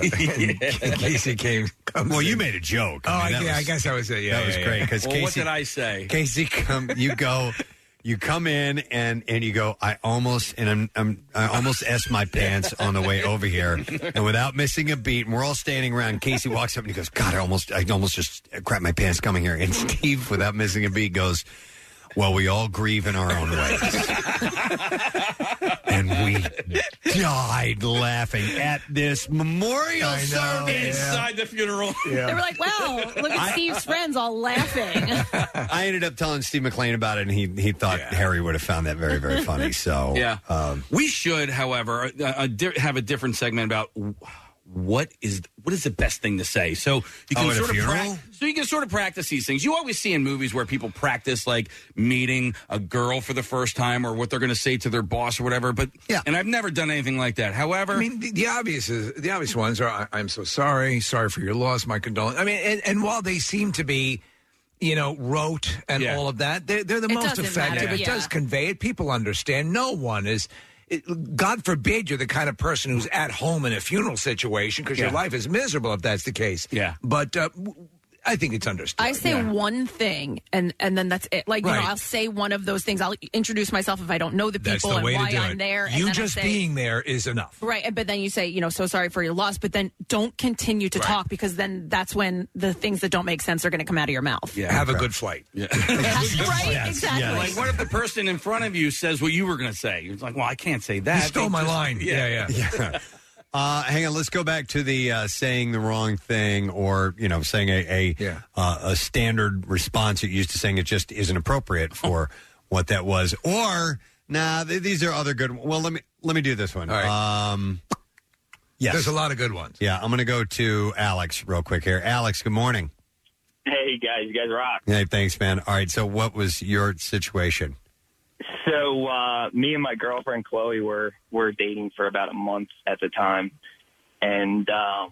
and Casey came. comes
Well, you
in.
made a joke.
Oh,
I mean, that
yeah, I
was-
guess I was. Uh, yeah,
that was
yeah,
great
yeah.
because Casey,
I say?
Casey, come, you go. You come in and and you go. I almost and I'm, I'm I almost s my pants on the way over here, and without missing a beat. And we're all standing around. Casey walks up and he goes, "God, I almost I almost just crap my pants coming here." And Steve, without missing a beat, goes, "Well, we all grieve in our own ways." and we died laughing at this memorial
I know,
service.
yeah.
the funeral.
They were like, "Wow, look at Steve's friends all laughing."
I ended up telling Steve McLean about it, and he he thought Harry would have found that very very funny. So um,
Yeah. we should, however, uh, uh, di- have a different segment about w- what is what is the best thing to say. So you can
Oh, at a
sort of
funeral?
prac- so you can sort of practice these things. You always see in movies where people practice like meeting a girl for the first time or what they're going to say to their boss or whatever. But yeah, and I've never done anything like that. However,
I mean, the, the obvious is the obvious ones are I, I'm so sorry, sorry for your loss, my condolences. I mean, and, and while they seem to be, you know, rote and all of that, they're, they're the
It
most
doesn't
effective.
matter,
it
yeah.
does convey it. People understand. No one is. it- God forbid you're the kind of person who's at home in a funeral situation because your
Yeah.
life is miserable if that's the case.
Yeah.
But uh, w- I think it's understood.
I say one thing, and and then that's it. Like you
Right.
know, I'll say one of those things. I'll introduce myself if I don't know the
That's
people
the way
and why
to do
I'm
it.
there. and
you
then I
just
say-
being there is enough.
Right, and- but then you say, you know, so sorry for your loss, but then don't continue to talk because then that's when the things that don't make sense are going to come out of your mouth.
Yeah,
have a good flight.
Yeah.
right? exactly.
Like, what if the person in front of you says what you were going to say? You're like, well, I can't say that.
You stole
They
my
just-
line.
yeah.
Yeah. Uh, hang on, let's go back to the uh, saying the wrong thing, or you know, saying a a, uh, a standard response that you're used to saying it just isn't appropriate for what that was, or nah, th- these are other good. Well, let me let me do this one. Um, yes,
There's a lot of good ones.
Yeah, I'm going to go to Alex real quick here. Alex, good morning.
Hey guys, you guys rock.
Hey, thanks, man. All right, so what was your situation?
So uh, me and my girlfriend Chloe were were dating for about a month at the time, and um,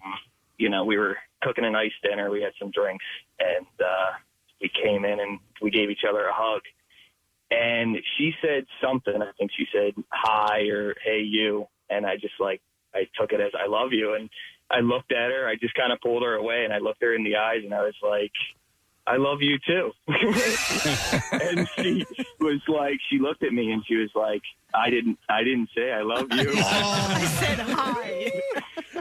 you know we were cooking a nice dinner. We had some drinks, and uh, we came in and we gave each other a hug. And she said something. I think she said hi or hey you, and I just like I took it as I love you, and I looked at her. I just kind of pulled her away, and I looked her in the eyes, and I was like, I love you too. and she was like, she looked at me and she was like, I didn't, I didn't say I love you.
I said hi.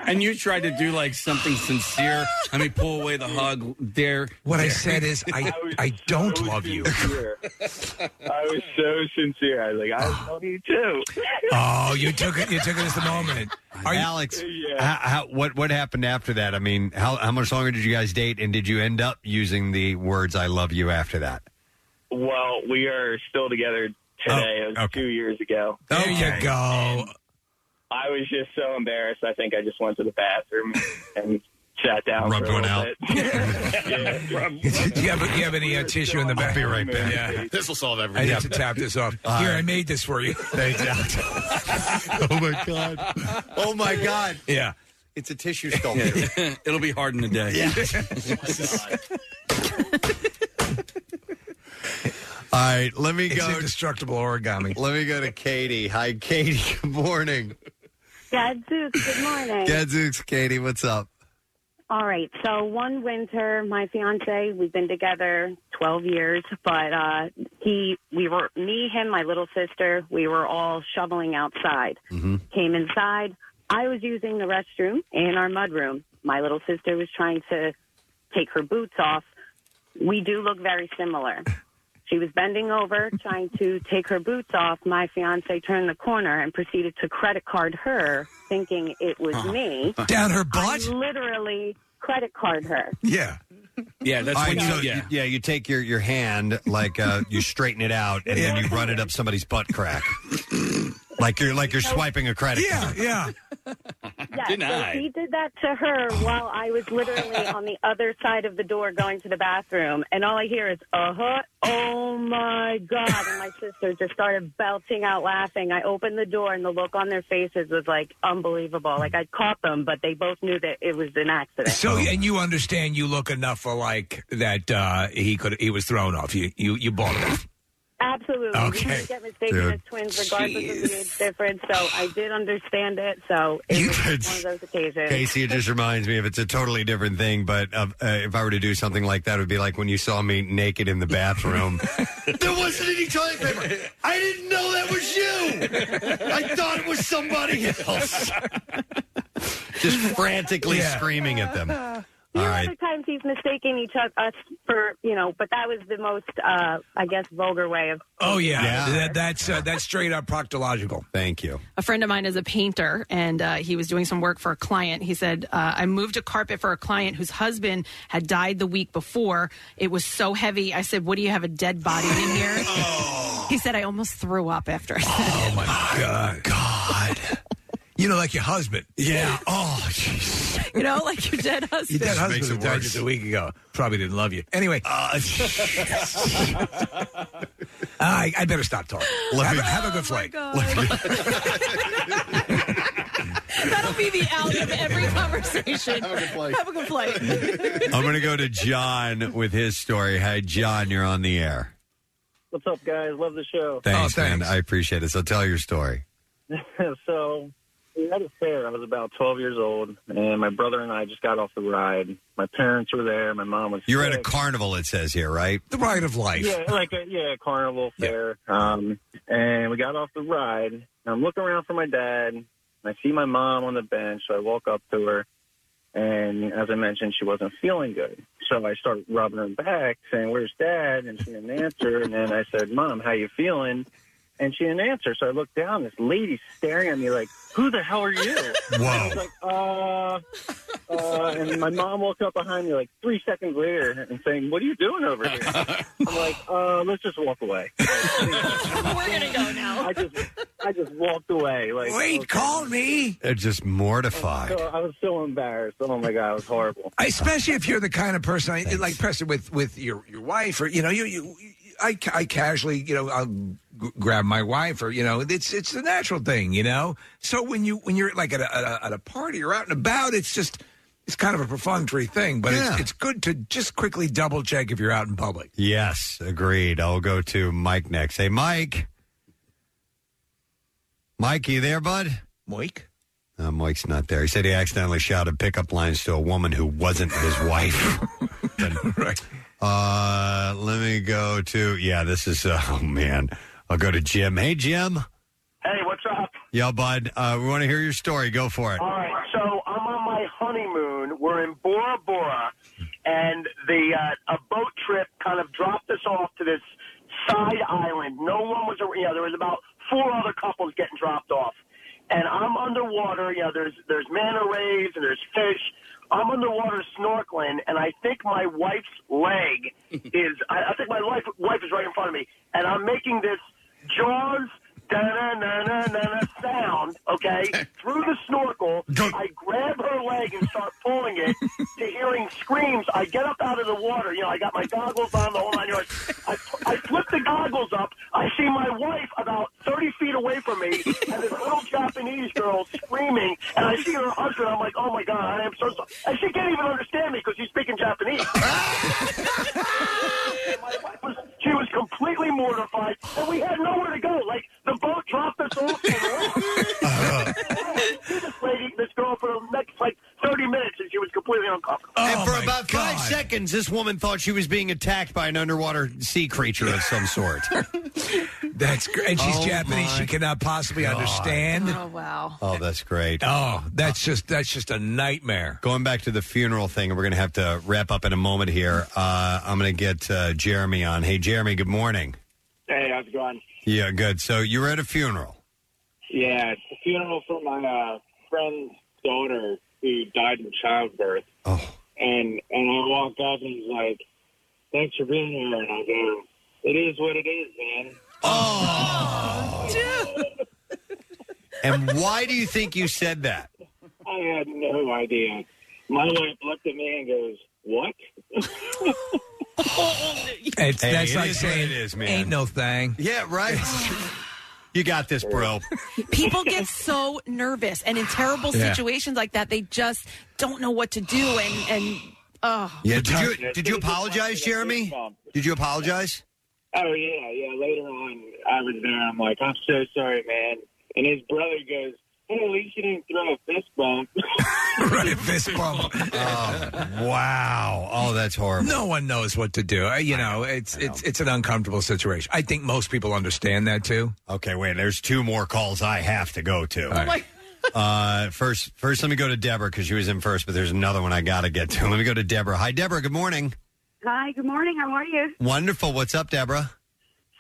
And you tried to do like something sincere. Let me pull away the hug. There.
What I said is, I I don't love you.
I was so sincere. I was like, I love you too.
Oh, you took it. You took it as the moment. Are you-
Alex, how, how, what what happened after that? I mean, how how much longer did you guys date, and did you end up using the words "I love you" after that?
Well, we are still together today. it was two years ago.
Oh, There you go.
I was just so embarrassed. I think I just went to the bathroom and sat down.
Rubbed
for a
one
little
out.
Bit. yeah, rubbed
Do you have, do you have any uh, tissue in the back? I'll be right back. Yeah.
This will solve
I
everything.
need to tap this off.
All
Here,
right.
I made this for you.
Thanks, Alex. oh my god! Oh my god!
Yeah,
it's a tissue sculpture.
It'll be hard in a day.
All right, let me
It's
go.
indestructible origami.
Let me go to Katie. Hi, Katie. Good morning.
Gadzooks, good morning.
Gadzooks, Katie. What's up?
All right. So one winter, my fiance, we've been together 12 years, but uh, he, we were, me, him, my little sister, we were all shoveling outside. Came inside. I was using the restroom in our mudroom. My little sister was trying to take her boots off. We do look very similar. She was bending over, trying to take her boots off. My fiance turned the corner and proceeded to credit card her, thinking it was me.
Down her butt?
I literally credit card her.
Yeah.
Yeah, that's
All right,
what you-
so
yeah.
You, yeah, you take your, your hand, like uh, you straighten it out, and then you run it up somebody's butt crack, like you're like you're swiping a credit
Yeah,
card.
yeah.
Yeah,
Denied.
So he did that to her while I was literally on the other side of the door going to the bathroom, and all I hear is "uh huh," oh my god! And my sister just started belching out laughing. I opened the door, and the look on their faces was like unbelievable. Like I caught them, but they both knew that it was an accident.
So, and you understand you look enough alike that uh, he could he was thrown off. You you you bought it.
Absolutely. Absolutely.
Okay.
We get mistaken
Dude.
as twins regardless of the age difference. So I did understand it. So it was one of those occasions.
Casey, it just reminds me of it's a totally different thing. But uh, uh, if I were to do something like that, it would be like when you saw me naked in the bathroom.
There wasn't any toilet paper. I didn't know that was you. I thought it was somebody else.
just frantically screaming at them. All right.
Other times he's mistaken each o- us for you know, but that was the most uh, I guess vulgar way of.
Oh yeah, That, that's uh, that's straight up proctological.
Thank you.
a friend of mine is a painter and uh, he was doing some work for a client he said uh, i moved a carpet for a client whose husband had died the week before it was so heavy i said what do you have a dead body in here he said i almost threw up after i said
Oh my god. God. You know, like your husband. Yeah. Oh, jeez.
it. you know like your dead husband
Your dead husband who died just a week ago probably didn't love you. Anyway, uh, I, I better stop talking. have, a, have a good flight.
that'll be the out of every conversation have a good flight have a good flight
I'm going to go to John with his story. Hi, John, you're on the air.
What's up, guys? Love the show.
Oh, Thanks, man. I appreciate it. So tell your story.
so we had a fair. I was about 12 years old, and my brother and I just got off the ride. My parents were there. My mom was.
You're at a
sick.
carnival, it says here, right? The
ride of life.
Yeah, like a yeah, a carnival fair. Um, and we got off the ride. And I'm looking around for my dad. And I see my mom on the bench, so I walk up to her. And as I mentioned, she wasn't feeling good, so I started rubbing her back, saying, "Where's dad?" And she didn't answer. And then I said, "Mom, how you feeling?" And she didn't answer. So I looked down. This lady's staring at me like, "Who the hell are you?"
Whoa.
I was like, uh, uh, and my mom woke up behind me like three seconds later and saying, "What are you doing over here?" I'm like, uh, "Let's just walk away."
We're gonna go now.
I just, I just walked away. Like, okay.
me.
They're Uh, just mortified.
So I was so embarrassed. Oh my god, it was horrible.
Especially if you're the kind of person, I, like Preston, with with your your wife, or you know, you you, I, I casually, you know, I'll g- grab my wife, or you know, it's it's a natural thing, you know. So when you when you're like at a, at a, at a party or out and about, it's just it's kind of a perfunctory thing, but it's it's good to just quickly double check if you're out in public.
Yes, agreed. I'll go to Mike next. Hey, Mike. Mike, you there, bud?
Mike?
Uh, Mike's not there. He said he accidentally shouted pickup lines to a woman who wasn't his wife.
right.
Uh, let me go to, yeah, this is, uh, oh man. I'll go to Jim. Hey, Jim.
Hey, what's up?
Yeah, bud. Uh, we want to hear your story. Go for it.
All right, so I'm on my honeymoon. We're in Bora Bora, and the uh, a boat trip kind of dropped us off to this side island. No one was, ar- you know, there was about four other couples getting dropped off, and I'm underwater. You know, there's there's manta rays and there's fish. I'm underwater snorkeling, and I think my wife's leg is. I, I think my wife wife is right in front of me, and I'm making this jaws da na na na na na sound. Okay, through the snorkel, I grab her leg and start pulling it. to hearing screams, I get up out of the water. You know, I got my goggles on, the whole nine yards. I, I flip the goggles up. I see my wife about thirty feet away from me, and this little Japanese girl screaming, and I see her husband. I'm like, oh my god, I am so sorry. And she can't even understand me because she's speaking Japanese. She was completely mortified, and we had nowhere to go. Like the boat dropped us off. and we- this lady, this girl, for the next like thirty minutes, and she was completely uncomfortable.
and for about five seconds, this woman thought she was being attacked by an underwater sea creature of some sort.
That's great. And she's
Oh,
Japanese;
my
she cannot possibly
God.
understand.
oh wow
Oh, that's great.
Oh, that's just that's just a nightmare.
Going back to the funeral thing, we're going to have to wrap up in a moment here. Uh, I'm going to get uh, Jeremy on. Hey, Jeremy, good morning.
Hey, how's it going?
Yeah, good. So you were at a funeral.
Yeah, it's the funeral for my uh, friend's daughter who died in childbirth.
Oh.
And and I walk up and he's like, "Thanks for being here." And I go, "It is what it is, man."
And why do you think you said that?
I had no idea. My wife looked at me and goes, "What?"
It's,
Hey,
that's
it
like
is what
saying
it is, man.
Ain't no thing.
Yeah, right. You got this, bro.
people get so nervous and in terrible
Yeah.
situations like that they just don't know what to do and and oh
Yeah, did you did you apologize, Jeremy? Did you apologize?
Oh yeah, yeah. Later on, I was there. I'm like, I'm so sorry, man. And his brother goes, "Hey, at least you didn't throw a fist bump."
right, fist bump.
Oh, Wow. Oh, that's horrible.
No one knows what to do. Uh, You know, it's it's it's an uncomfortable situation. I think most people understand that too.
Okay, wait. There's two more calls I have to go to.
Oh
All right.
uh, first, first, let me go to Deborah because she was in first, but there's another one I got to get to. Let me go to Deborah. Hi, Deborah. Good morning.
Hi, good morning. How are you?
Wonderful. What's up, Deborah?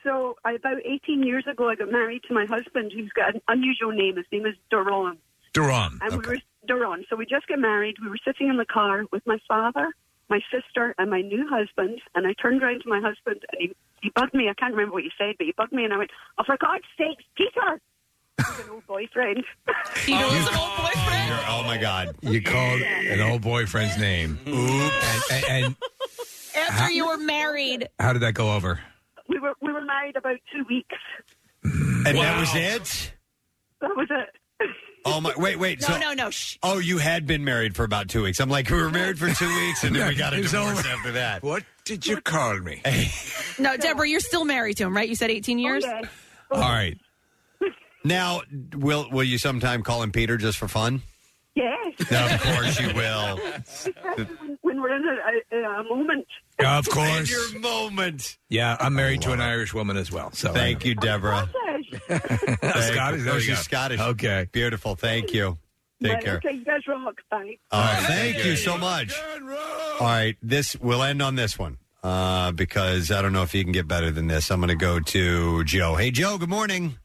So, about 18 years ago, I got married to my husband, who's got an unusual name. His name is Duran.
Duran.
And we were Duran. So we just got married. We were sitting in the car with my father, my sister, and my new husband. And I turned around to my husband, and he, he bugged me. I can't remember what he said, but he bugged me, and I went, "Oh, for God's sake, Peter!" He's an old boyfriend. Peter was an old boyfriend.
You're- oh my God!
You called an old boyfriend's name. Oops. And, and, and
After you were married,
how did that go over?
we were we were married about two weeks.
And that was it.
That was it.
Oh my! Wait, wait.
No,
so,
no, no, shh.
Oh, you had been married for about two weeks. I'm like, we were married for two weeks, and then we got a
It was
divorce
over.
after that.
What did you call me?
No, Deborah, you're still married to him, right? You said 18 years?
All right. Now, will will you sometime call him Peter just for fun?
Yes.
No, of course you will.
Especially when, when we're in a, a, a moment.
Of course.
your moment.
Yeah, I'm married to an Irish woman as well. So
Thank you, Deborah. Thank you.
Scottish, there
Oh,
you
she's
go.
Scottish. Okay. Beautiful. Thank you. Take
Right,
care.
Okay, you guys rock. Bye.
All right. Thank you so much. All right. This we'll end on this one uh, because I don't know if you can get better than this. I'm going to go to Joe. Hey, Joe. Good morning.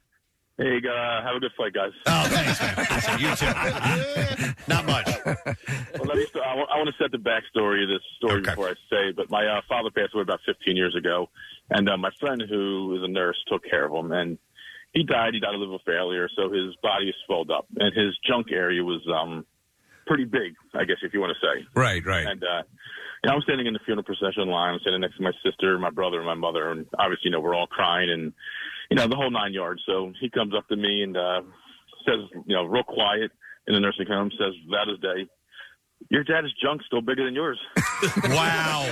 Hey, uh, have a good flight, guys.
Oh, thanks, man. Appreciate you too. Not much.
well, let me. St- I want to set the backstory of this story before I say. But my uh, father passed away about 15 years ago, and uh, my friend, who is a nurse, took care of him, and he died. He died of liver failure, so his body is swelled up, and his junk area was um pretty big, I guess, if you want to say.
Right, right.
And uh, and I'm standing in the funeral procession line. I'm standing next to my sister, my brother, and my mother, and obviously, you know, we're all crying and you know the whole nine yards. So he comes up to me and uh, says, you know, real quiet in the nursing home, says, "That is day." Your dad's junk's still bigger than yours.
wow.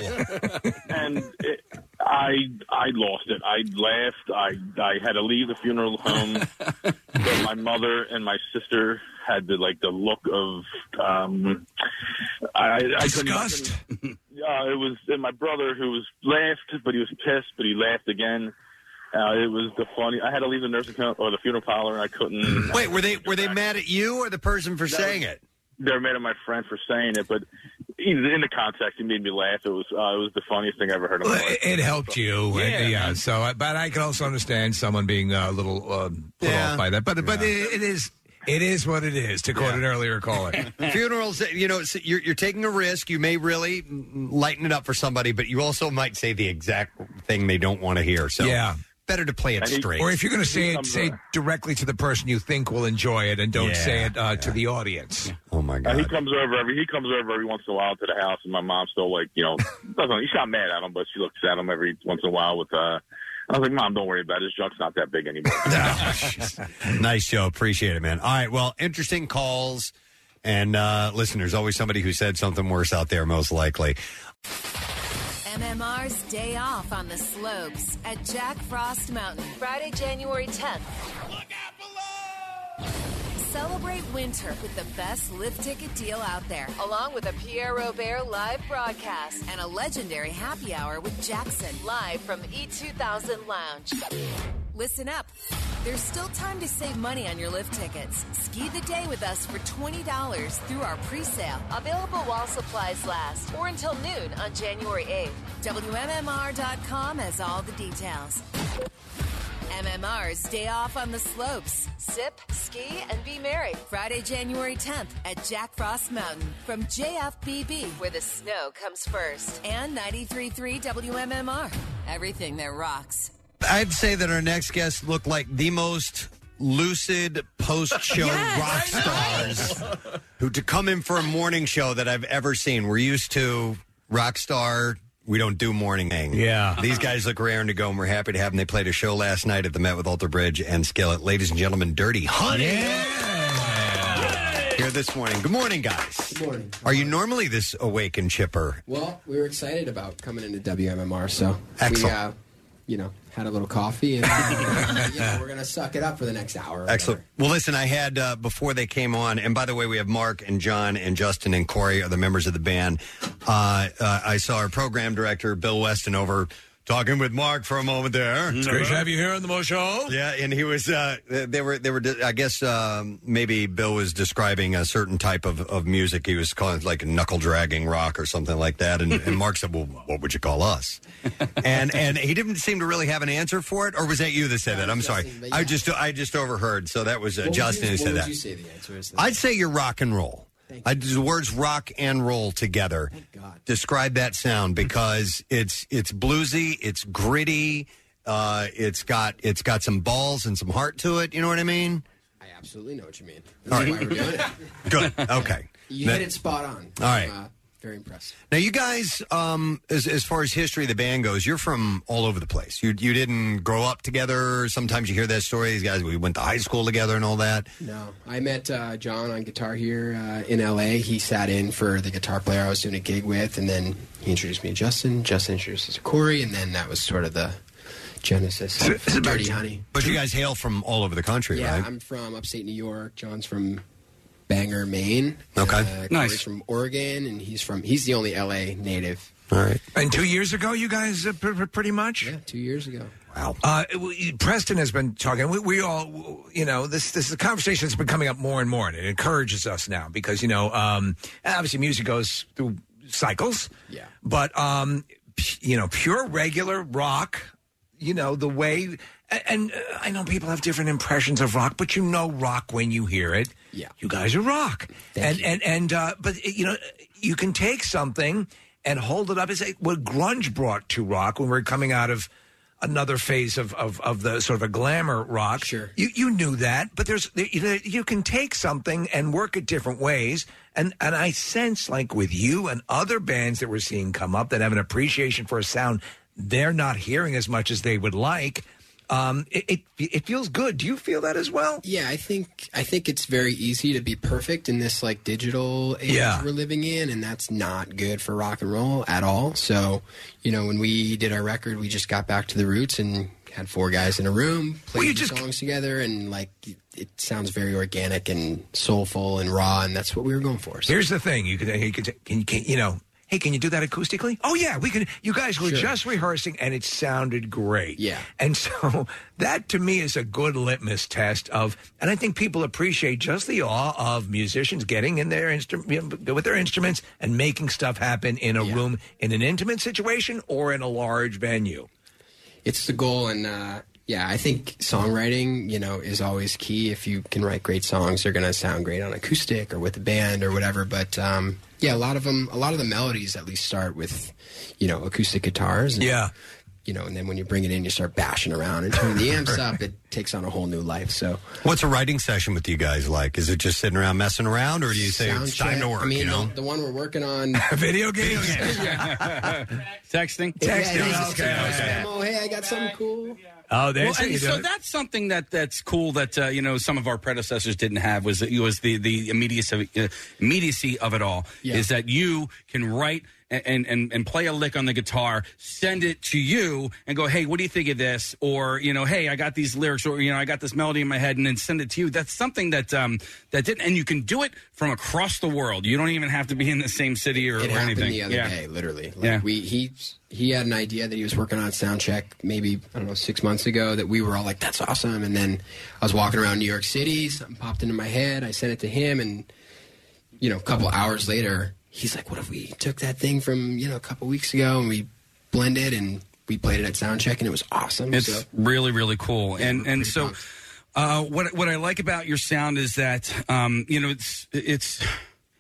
And it, I I lost it. I laughed. I I had to leave the funeral home. but my mother and my sister had the like the look of um I, I couldn't-
Disgust?
Yeah, it was and my brother who was laughed, but he was pissed, but he laughed again. Uh, it was the funny. I had to leave the nursing home or the funeral parlor, and I couldn't.
Wait, were they were they mad at you or the person for saying it?
They're mad at my friend for saying it, but in in the context, it made me laugh. It was uh, it was the funniest thing I ever heard in my life.
It helped you, yeah. And, yeah so, I- but I can also understand someone being uh, a little um, put off by that. But but it, it is it is what it is. To quote an earlier caller,
Funerals, you know, it's- you're, you're taking a risk. You may really lighten it up for somebody, but you also might say the exact thing they don't want to hear. So,
Yeah.
better to play it straight.
Or if you're going to say it, say it directly to the person you think will enjoy it, and don't
Yeah,
say it uh, to the audience.
Oh my
Uh, he comes over every he comes over every once in a while to the house, and my mom still like you know doesn't she's not mad at him, but she looks at him every once in a while with uh. I was like, Mom, don't worry about it. His junk's not that big anymore.
nice show. Appreciate it, man. All right. Well, interesting calls. And uh, listen, there's always somebody who said something worse out there, most likely.
MMR's Day Off on the Slopes at Jack Frost Mountain, Friday, January 10th. Look out below! Celebrate winter with the best lift ticket deal out there, along with a Pierre Robert live broadcast and a legendary happy hour with Jackson live from E2000 Lounge. Listen up. There's still time to save money on your lift tickets. Ski the day with us for $20 through our pre-sale, available while supplies last, or until noon on January 8th. WMMR.com has all the details. MMR's Day Off on the Slopes. Sip, ski, and be merry. Friday, January 10th at Jack Frost Mountain from JFBB, where the snow comes first. And 93.3 WMMR. Everything that rocks.
I'd say that our next guest looked like the most lucid post show rock stars who to come in for a morning show that I've ever seen. We're used to rock star. We don't do morning thing.
Yeah.
These guys look raring to go, and we're happy to have them. They played a show last night at the Met with Alter Bridge and Skillet. Ladies and gentlemen, Dirty Honey. Here this morning. Good morning, guys. Good morning. Are you normally this awake and chipper?
Well, we were excited about coming into WMMR, so
Excellent.
We, uh,
you know, had a little coffee, and uh, you know, we're gonna suck it up for the next hour. or
Excellent. Well, listen, I had uh, before they came on, and by the way, we have Mark and John and Justin and Corey are the members of the band. Uh, uh, I saw our program director, Bill Weston, over talking with Mark for a moment there.
It's great to have you here on the Mo Show.
Yeah, and he was. Uh, they were. They were. I guess um, maybe Bill was describing a certain type of, of music. He was calling it like knuckle dragging rock or something like that. And, and Mark said, "Well, what would you call us?" and and he didn't seem to really have an answer for it. Or was that you that said that? I'm sorry.
Justin, but
I just I just overheard. So that was uh,
What would
Justin
you-
who said
what would
that.
you say the answer is?
I'd say you're rock and roll. I, the words rock and roll together describe that sound because it's it's bluesy, it's gritty, uh, it's got it's got some balls and some heart to it. You know what I mean?
I absolutely know what you mean. That's
All
why
right.
we're doing it.
Good. Okay.
You
Now-
hit it spot on.
All right.
I'm, uh, very impressed.
Now, you guys, um, as as far as history of the band goes, you're from all over the place. You you didn't grow up together. Sometimes you hear that story. These guys, we went to high school together and all that.
No, I met uh, John on guitar here uh, in LA. He sat in for the guitar player I was doing a gig with, and then he introduced me to Justin. Justin introduced us to Corey, and then that was sort of the genesis of Dirty Honey.
But you guys hail from all over the country,
Yeah,
right?
I'm from upstate New York. John's from Bangor, Maine.
Okay.
Uh, Corey's from Oregon, and he's from he's the only LA native.
All right.
And two years ago, you guys, uh, pr- pr- pretty much. Yeah,
two years ago.
Wow.
Uh, we- Preston has been talking. We, we all, you know, this this is a conversation that's been coming up more and more, and it encourages us now because you know, um, obviously, music goes through cycles.
Yeah.
But um, p- you know, pure regular rock. You know the way, a- and uh, I know people have different impressions of rock, but you know rock when you hear it.
Yeah.
you guys are rock, and and and uh, but you know you can take something and hold it up and say what grunge brought to rock when we are coming out of another phase of, of, of the sort of a glamour rock. Sure, you you knew that, but there's you, know, you can take something and work it different ways, and and I sense like with you and other bands that we're seeing come up that have an appreciation for a sound they're not hearing as much as they would like. Um, it, it it feels good. Do you feel that as well?
Yeah, I think I think it's very easy to be perfect in this like digital age
Yeah.
we're living in, and that's not good for rock and roll at all. So, you know, when we did our record, we just got back to the roots and had four guys in a room played the songs together, and like it, it sounds very organic and soulful and raw, and that's what we were going for. So.
Here's the thing: you could, you could, can, can, you know, hey, can you do that acoustically? Oh yeah, we can. You guys were
Sure.
just rehearsing, and it sounded great.
Yeah.
and so that to me is a good litmus test of, and I think people appreciate just the awe of musicians getting in their instrument with their instruments and making stuff happen in a room in an intimate situation or in a large venue.
it's the goal and uh, yeah i think songwriting you know is always key if you can write great songs they're going to sound great on acoustic or with a band or whatever but um, yeah a lot of them a lot of the melodies at least start with you know acoustic guitars and, yeah you know and then when you bring it in you start bashing around and turning the amps up it takes on a whole new life so
What's a writing session with you guys like? Is it just sitting around messing around, or do you say
sound
it's time
check-
to work?
i mean
you know,
the, the one we're working on
video games
Texting.
yeah, yeah. oh hey i got something cool
Oh,
well,
there's how you
and
do
so
it.
that's something that that's cool that uh, you know some of our predecessors didn't have was it was the the immediacy of, uh, immediacy of it all
Yeah.
is that you can write and, and and play a lick on the guitar, send it to you, and go, hey, what do you think of this? Or you know, hey, I got these lyrics, or you know, I got this melody in my head, and then send it to you. That's something that um that didn't, and you can do it from across the world. You don't even have to be in the same city or,
it
or
happened
anything.
the other
yeah.
day, literally. Like
Yeah.
we he he had an idea that he was working on soundcheck maybe I don't know six months ago that we were all like that's awesome, and then I was walking around New York City, something popped into my head, I sent it to him, and you know a couple hours later he's like, what if we took that thing from you know a couple weeks ago and we blended and we played it at soundcheck and it was awesome.
It's
so.
really really cool, and and so uh, what what I like about your sound is that um, you know it's it's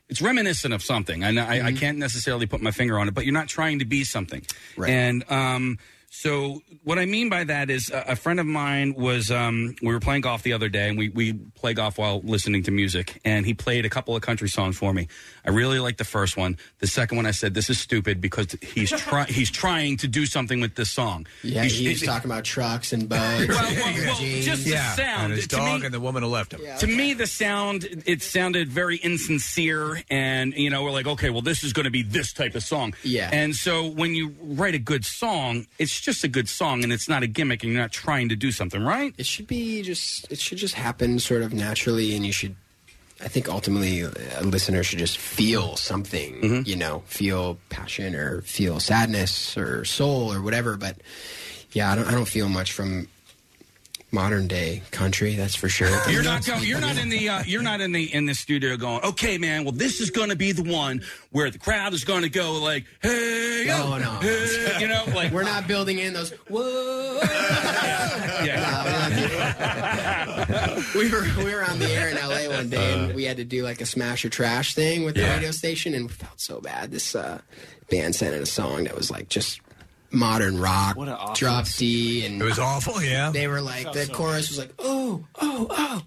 it's reminiscent of something. I, know I I
Mm-hmm.
can't necessarily put my finger on it, but you're not trying to be something, right. and. Um, so what I mean by that is uh, a a friend of mine was um, we were playing golf the other day and we we play golf while listening to music and he played a couple of country songs for me. I really liked the first one. The second one I said this is stupid because he's try- he's trying to do something with this song.
Yeah,
He's-
he was talking about trucks and bugs.
Well,
and
well, well,
jeans.
just the Yeah, sound. and his To dog me-
and the woman who left him.
to me the sound it sounded very insincere and you know we're like okay well this is going to be this type of song
Yeah.
and so when you write a good song it's it's just a good song and it's not a gimmick and you're not trying to do something, right?
It should be just. It should just happen sort of naturally, and you should. I think ultimately, a listener should just feel something. You know, feel passion or feel sadness or soul or whatever. But yeah, I don't. I don't feel much from modern day country. That's for sure.
You're not going. You're not in the. Uh, you're not in the in the studio going. Okay, man. Well, this is going to be the one where the crowd is going to go like, "Hey,
No,
oh,
no.
hey," you know, like
we're not building in those. Whoa. we were we were on the air in LA one day, and we had to do like a smash or trash thing with the
Yeah.
radio station, and we felt so bad. This uh, band sent in a song that was like just modern rock,
What an awful
drop D, and
It was awful, yeah.
They were like the
Sounds so
chorus was like, oh, oh, oh.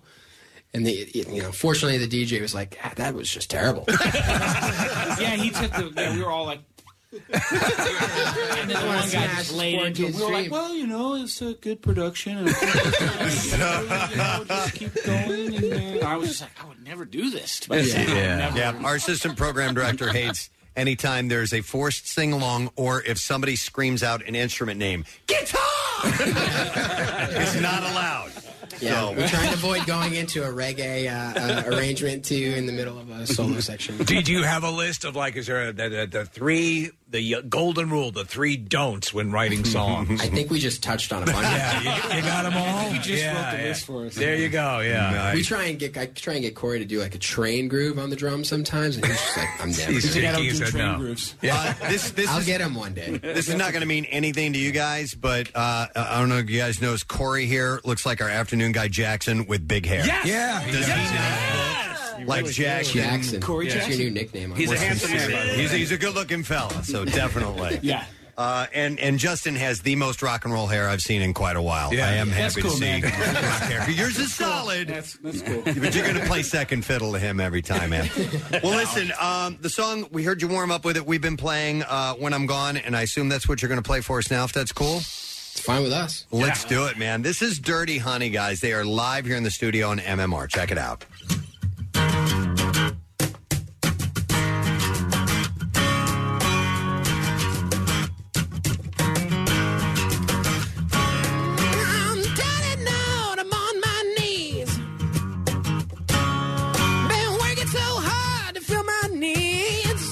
And the you know, fortunately, the DJ was like, ah, "That was just terrible."
yeah, he took the. Yeah, we were all like. and then the
Wanna
one guy just
smash
laid
fork
into it.
his
We were like,
dream.
well, you know, it's a good production. And you know, just keep going. And uh, I was just like, I would never do this. To myself. I would
Yeah.
never.
Yeah. Our assistant program director hates anytime there's a forced sing along or if somebody screams out an instrument name. Guitar! it's not allowed.
Yeah,
So-
we tried to avoid going into a reggae uh, uh, arrangement too in the middle of a solo section.
Did you have a list of like? Is there a, the, the, the three the uh, golden rule, the three don'ts when writing songs?
I think we just touched on a bunch.
yeah, you, you got them all.
You just
yeah,
wrote the
yeah.
list for us.
There you go. Yeah,
We try and get I try and get Corey to do like a train groove on the drum sometimes, and he's just like, "I'm never."
He's
doing
shaking
it."
his head no. Uh, this, this
I'll
is,
get him one day.
This is not going to mean anything to you guys, but uh, I don't know if you guys know. Is Corey here looks like our afternoon guy Jackson with big hair?
Yeah.
Does he not look like Jackson?
Corey That's your new nickname.
He's a handsome man. He's, he's a good-looking fella, so definitely.
Yeah.
Uh, and and Justin has the most rock and roll hair I've seen in quite a while. I am
That's
happy
cool,
to see
man.
rock hair. Yours is solid.
That's, that's cool.
but you're going to play second fiddle to him every time, man. well, listen, um, the song we heard you warm up with it. We've been playing uh, when I'm gone, and I assume that's what you're going to play for us now. If that's cool, it's
fine with us.
Let's do it, man. This is Dirty Honey, guys. They are live here in the studio on MMR. Check it out.
I'm telling out, I'm on my knees. Been working so hard to fill my needs.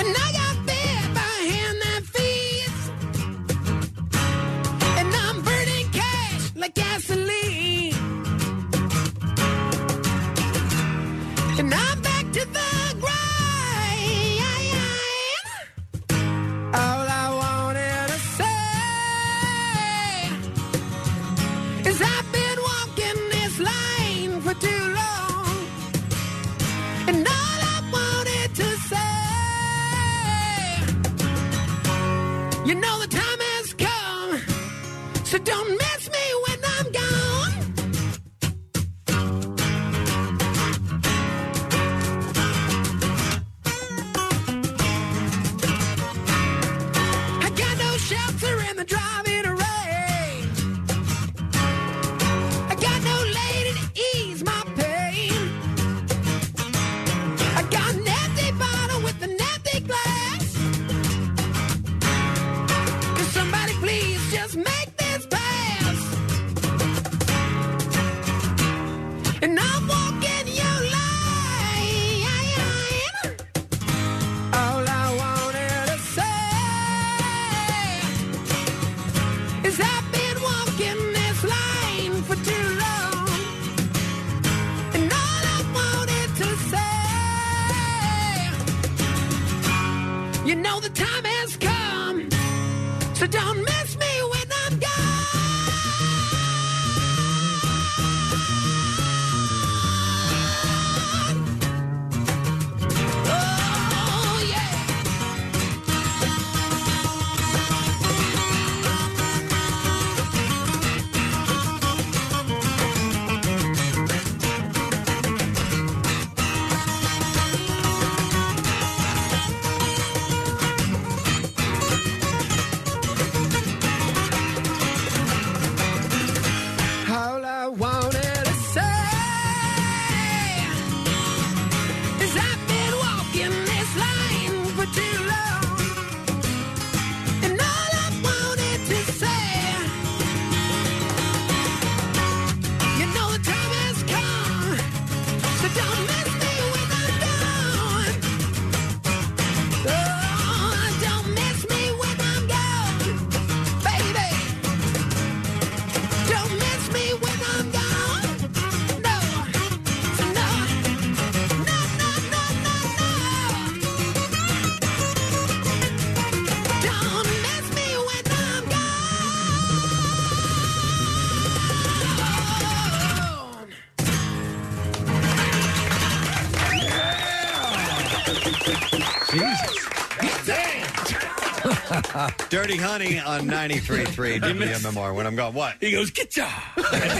And I got bit by a hand that feeds. And I'm burning cash like gasoline. And I'm back to the grind. All I wanted to say is I've been walking this lane for too long. And all I wanted to say, you know the time has come, so don't miss me when I'm gone. I got no shelter in the driving rain. I got no lady to ease my pain. I got an empty bottle with an empty glass. Could somebody please just make this pass? And I'm walking your line. All I wanted to say is I've been walking this line for too long. And all I wanted to say, you know the time has come, so don't miss me when I'm gone. Oh, yeah. Oh,
Dirty Honey on 93.3 WMMR. When I'm gone, what?
He goes, get ya!
Oh,
This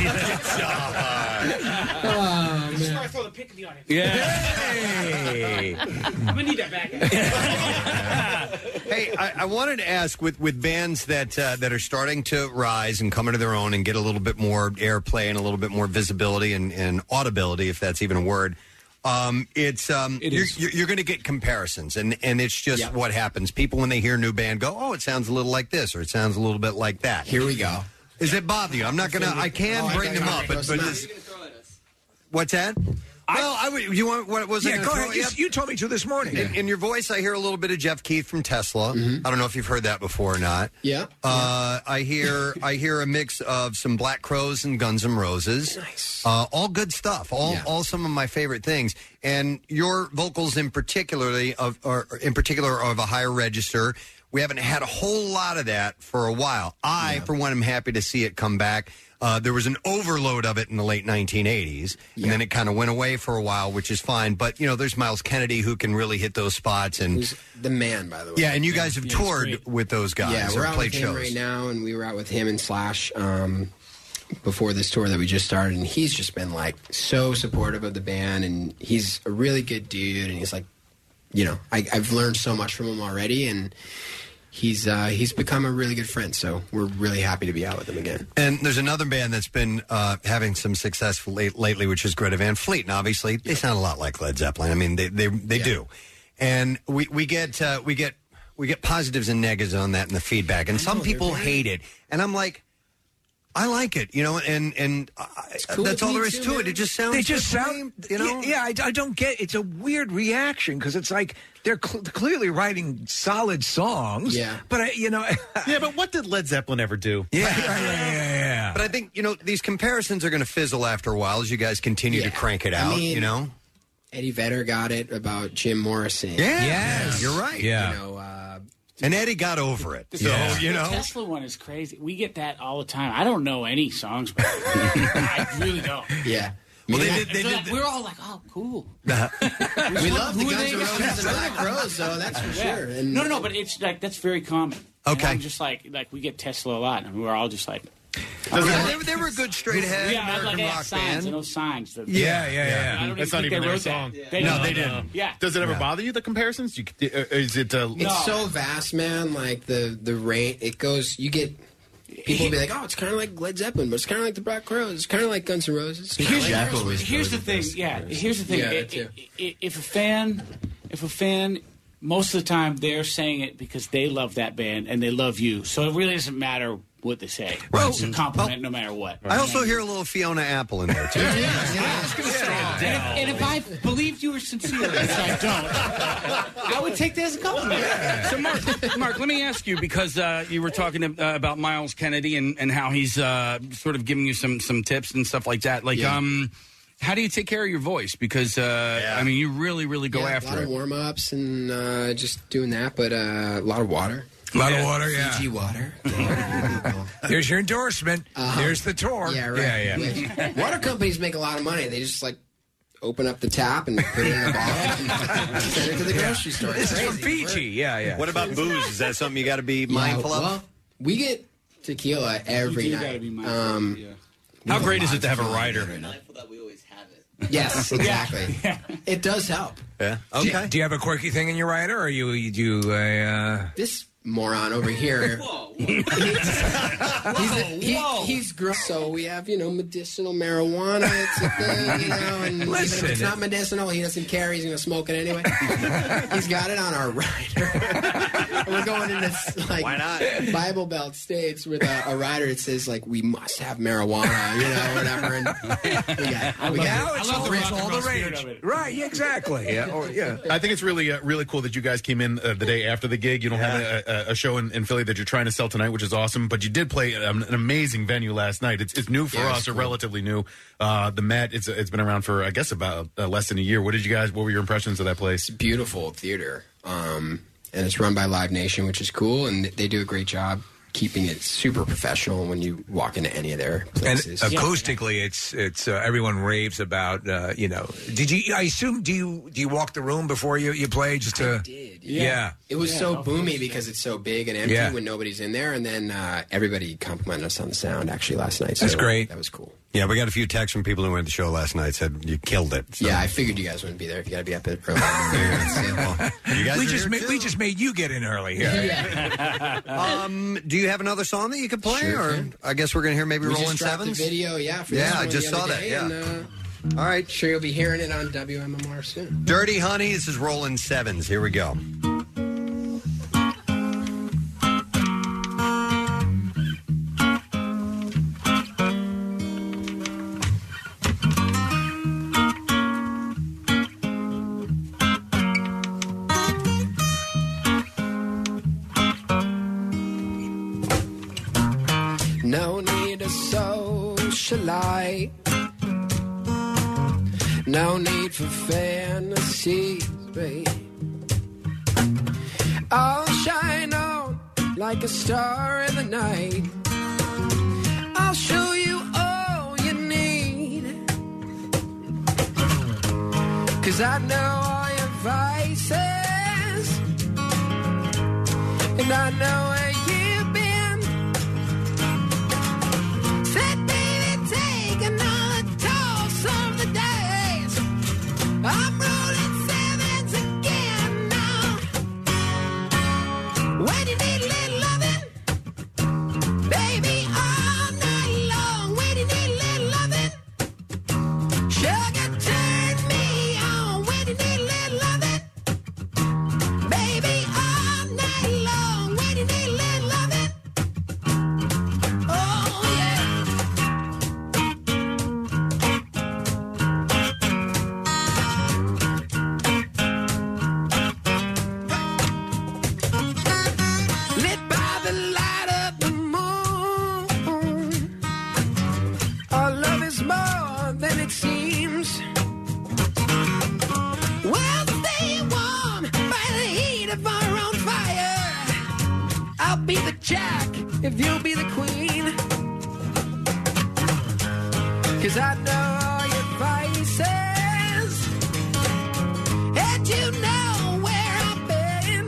is where I throw the pick in the audience.
Hey.
I'm gonna need that back.
Hey, I, I wanted to ask with with bands that uh, that are starting to rise and come into their own and get a little bit more airplay and a little bit more visibility and, and audibility, if that's even a word. Um, it's um,
It
you're,
is.
you're, you're going to get comparisons, and and it's just what happens. People when they hear a new band go, oh, it sounds a little like this or it sounds a little bit like that. Here we go. Is it bother you? I'm not gonna. I can
Oh, I
bring
thought
them
you were
up, but,
gonna
but
throw
this, what's that? well, I would. You want what was? I
Yeah,
gonna
go
throw
ahead.
you
You,
up?
you told me to this morning.
In, in your voice, I hear a little bit of Jeff Keith from Tesla. I don't know if you've heard that before or not.
Yeah.
Uh, I hear I hear a mix of some Black Crows and Guns N' Roses. Nice. Uh, all good stuff. All all some of my favorite things. And your vocals in particularly of are in particular are of a higher register. We haven't had a whole lot of that for a while. I, for one, am happy to see it come back. Uh, there was an overload of it in the late 1980s, and then it kind of went away for a while, which is fine. But you know, there's Miles Kennedy who can really hit those spots, and
the man, by the way.
yeah, and you guys have
Yeah, he's
toured
great.
with those guys.
Yeah,
or
we're out
played
with him
shows.
right now, and we were out with him and Slash um, before this tour that we just started, and he's just been like so supportive of the band, and he's a really good dude, and he's like, you know, I, I've learned so much from him already, and he's uh, he's become a really good friend, so we're really happy to be out with him again.
And there's another band that's been uh, having some success late, lately, which is Greta Van Fleet. And obviously, they sound a lot like Led Zeppelin. I mean, they they, they do. And we we get uh, we get we get positives and negatives on that in the feedback. And some people hate it. And I'm like, I like it, you know. And and uh, that's all there is to it. It just sounds.
They just
the
sound.
same, you know.
Yeah, I, I don't get. It's a weird reaction because it's like they're cl- clearly writing solid songs.
Yeah.
but I, you know.
yeah, but what did Led Zeppelin ever do?
Yeah, yeah, yeah, yeah.
But I think you know these comparisons are going to fizzle after a while as you guys continue to crank it
I
out.
mean,
you know.
Eddie Vedder got it about Jim Morrison.
Yeah. Yes. You're right. Yeah.
You know, uh,
and Eddie got over it.
So
you
The
know.
Tesla one is crazy. We get that all the time. I don't know any songs, but I really don't.
Yeah.
Well,
they
did. we're all like, oh, cool.
we love the
Who are
Guns
they?
N' Roses and Black Rose, so that's for
Yeah.
sure. And
No, no, no, but it's like that's very common. And
Okay.
I'm just like like we get Tesla a lot, and we're all just like.
Yeah, they, were, they were a good straight ahead
yeah,
American
like, they had
rock
signs
band.
and those signs. that-
Yeah, yeah, yeah.
I don't
That's
even
not
think
even
they
their
wrote
song.
That.
no, they didn't.
Yeah.
Does it ever
No.
bother you the comparisons? You, uh, is it? Uh,
It's so vast, man. Like the the rain, it goes. You get people be like, "Oh, it's kind of like Led Zeppelin, but it's kind of like the Black Crows. It's kind of like Guns N' Roses." It's kinda
Here's,
like
here's-
Aerosmith."
here's the thing. Yeah, here's the thing.
Yeah,
I-
that too.
I- I- if a fan, if a fan, most of the time they're saying it because they love that band and they love you, so it really doesn't matter what they say.
Right.
It's a compliment, no matter what.
I also hear a little Fiona Apple in there too.
And if I believed you were sincere, which I don't, I would take that as a compliment.
So, Mark, Mark, let me ask you because uh, you were talking uh, about Miles Kennedy and, and how he's uh, sort of giving you some some tips and stuff like that. Like,
Yeah.
um, how do you take care of your voice? Because uh, I mean, you really, really go
Yeah, a lot
after
of
it.
warm ups and uh, just doing that, but uh, a lot of water.
A lot of water, yeah.
Fiji water.
There's your endorsement.
Uh-huh.
There's the tour.
Yeah, right.
Yeah, yeah.
water companies make a lot of money. They just like open up the tap and put it in a bottle and send it to the grocery store.
This is from
Fiji. Yeah, yeah.
What about booze? Is that something you got to be mindful
Yeah,
of?
well, we get tequila every
You do gotta
night.
be mindful,
um,
How great is it to have a rider?
Yes, exactly. It does help.
Yeah.
Okay. Do, you have a quirky thing in your writer, or you you do a? Uh...
This moron over here. he's, he- he's grown. So we have, you know, medicinal marijuana. It's a thing, you know. And even
Listen.
if it's not medicinal, he doesn't care. He's going to smoke it anyway. he's got it on our rider. We're going in this, like,
Why not?
Bible Belt states with a, a rider that says, like, we must have marijuana, you know, whatever. And we got, we got
now it's all, it's all the rage. Right. Yeah, exactly. Yeah. Or, yeah.
I think it's really, uh, really cool that you guys came in uh, the day after the gig. You don't have a, a, a show in, in Philly that you're trying to sell tonight, which is awesome. But you did play um, an amazing venue last night. It's, it's new for
Yeah, it's
us, or
cool.
relatively new. Uh, the Met. It's it's been around for I guess about uh, less than a year. What did you guys? What were your impressions of that place?
beautiful theater, um, and it's run by Live Nation, which is cool, and they do a great job keeping it super professional when you walk into any of their
And
places.
acoustically, it's it's uh, everyone raves about. Uh, you know, did you? I assume do you do you walk the room before you you play just to? yeah.
It was so boomy because it's so big and empty
Yeah.
when nobody's in there. And then uh, everybody complimented us on the sound actually last night. So
That's great.
That was cool.
Yeah, we got a few texts from people who were at the show last night said you killed it.
Yeah, I figured you guys wouldn't be there if you got to be up at early. you
guys
we
are
just
here
ma- we just made you get in early. Here.
um, do you have another song that you could play,
Sure
or I guess we're gonna hear maybe
we
Rolling
just dropped
Sevens
The video, yeah. For
yeah,
this
I
one
just
the
saw
other
that.
day,
yeah.
and, uh,
All right,
sure you'll be hearing it on WMMR soon.
Dirty Honey. This is Rolling Sevens. Here we go.
No need to socialite. No need for fantasies, babe. I'll shine on like a star in the night. I'll show you all you need. Cause I know all your vices. And I know where you've been. Said, baby, take another toss of the days. I'm rolling sevens again now. When you need a little loving, baby, all night long. When you need a little loving, sugar, turn me on. When you need a little loving, baby, all night long. When you need a little loving, oh yeah. lit by the light of the moon. Our love is more than it seems. We'll stay warm by the heat of our own fire. I'll be the jack if you'll be the queen. Cause I know all your vices. And you know where I've been.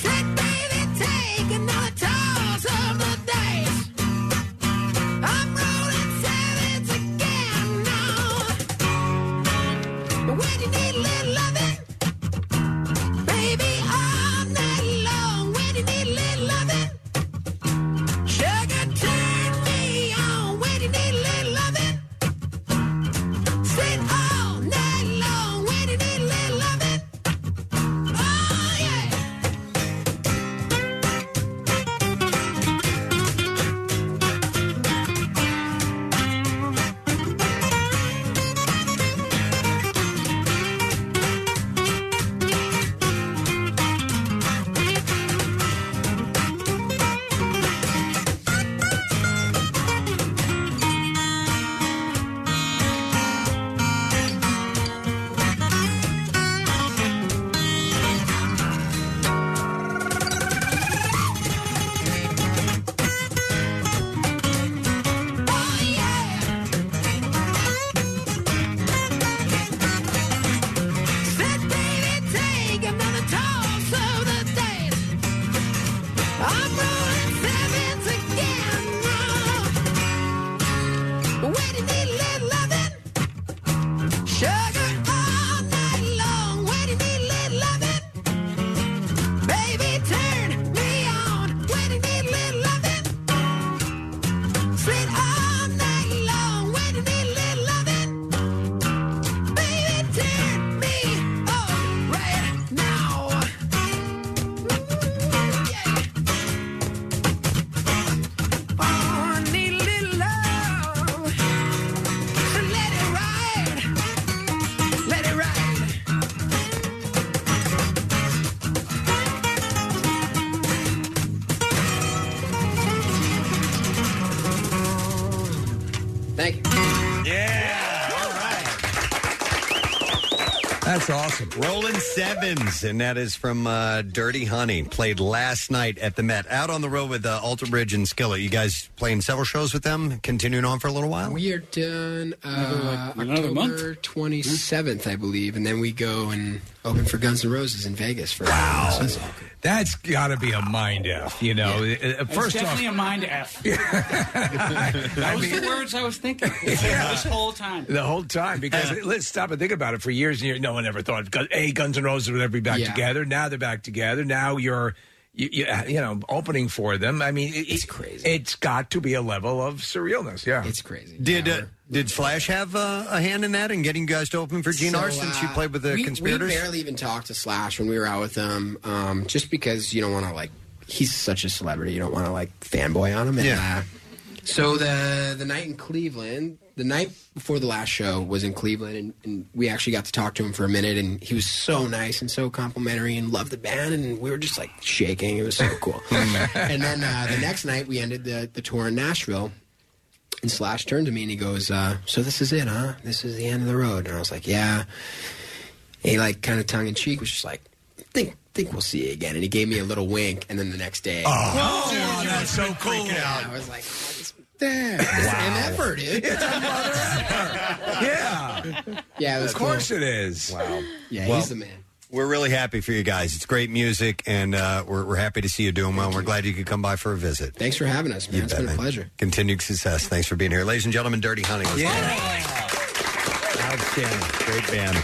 Said, baby, take another toss of the days. I'm rolling sevens again now. When you need a little loving, baby, all night long. When you need a little loving, sugar, turn me on. When you need a little loving, sit all night long. When you need a little loving, oh yeah. Said, baby, take another toss of the days. I'm rolling sevens again now. When you need a little loving, sugar all night long. When you need a little loving, baby, turn me on. When you need a little loving, sweet all night long. When you need a little loving, baby, turn me on right now.
That's awesome. Rolling Sevens, and that is from uh, Dirty Honey, played last night at the Met. Out on the road with uh, Alter Bridge and Skillet. You guys playing several shows with them, continuing on for a little while?
We are done uh,
like another month?
October twenty seventh, I believe, and then we go and open for Guns N' Roses in Vegas for wow.
That's got to be a mind f, you know. Uh, First off,
it's definitely a mind f. that was the words I was thinking this whole time.
the whole time because let's stop and think about it. For years and years, no one ever thought Gu- hey, Guns N' Roses would ever be back
Yeah.
together. Now they're back together. Now you're. You, you, you know, opening for them. I mean, it's crazy. It's got to be a level of surrealness. Yeah, it's
crazy.
Did uh, did Flash have uh, a hand in that in getting you guys to open for GNR since you
uh,
played with the
we-
Conspirators?
We barely even talked to Slash when we were out with them, um, just because you don't want to like. He's such a celebrity, you don't want to like fanboy on him. And,
Yeah.
uh, so the the night in Cleveland, the night before the last show was in Cleveland, and, and we actually got to talk to him for a minute, and he was so nice and so complimentary and loved the band, and we were just like shaking. It was so cool. and then uh, the next night, we ended the the tour in Nashville. And Slash turned to me and he goes, uh, "So this is it, huh? This is the end of the road." And I was like, "Yeah." he like kind of tongue in cheek was just like, think think we'll see you again. And he gave me a little wink, and then the next day,
Oh, dude, you
that's so cool.
I was like, damn, an effort, dude.
yeah,
yeah, it was
Of course
cool.
it is. Wow.
Yeah,
Well,
he's the man.
We're really happy for you guys. It's great music, and uh, we're, we're happy to see you doing well. We're glad you could come by for a visit.
Thanks for having us, man.
You
it's
bet,
been a
man.
pleasure.
Continued success. Thanks for being here. Ladies and gentlemen, Dirty Honey. was- Outstanding. Great band.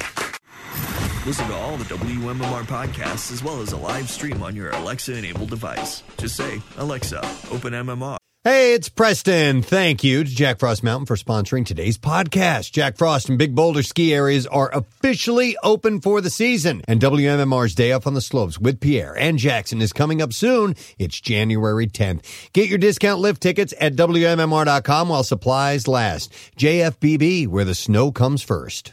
Listen to all the WMMR podcasts as well as a live stream on your Alexa enabled device. Just say, Alexa, open MMR.
Hey, it's Preston. Thank you to Jack Frost Mountain for sponsoring today's podcast. Jack Frost and Big Boulder ski areas are officially open for the season, and WMMR's Day Off on the Slopes with Pierre and Jackson is coming up soon. It's January 10th. Get your discount lift tickets at WMMR.com while supplies last. JFBB, where the snow comes first.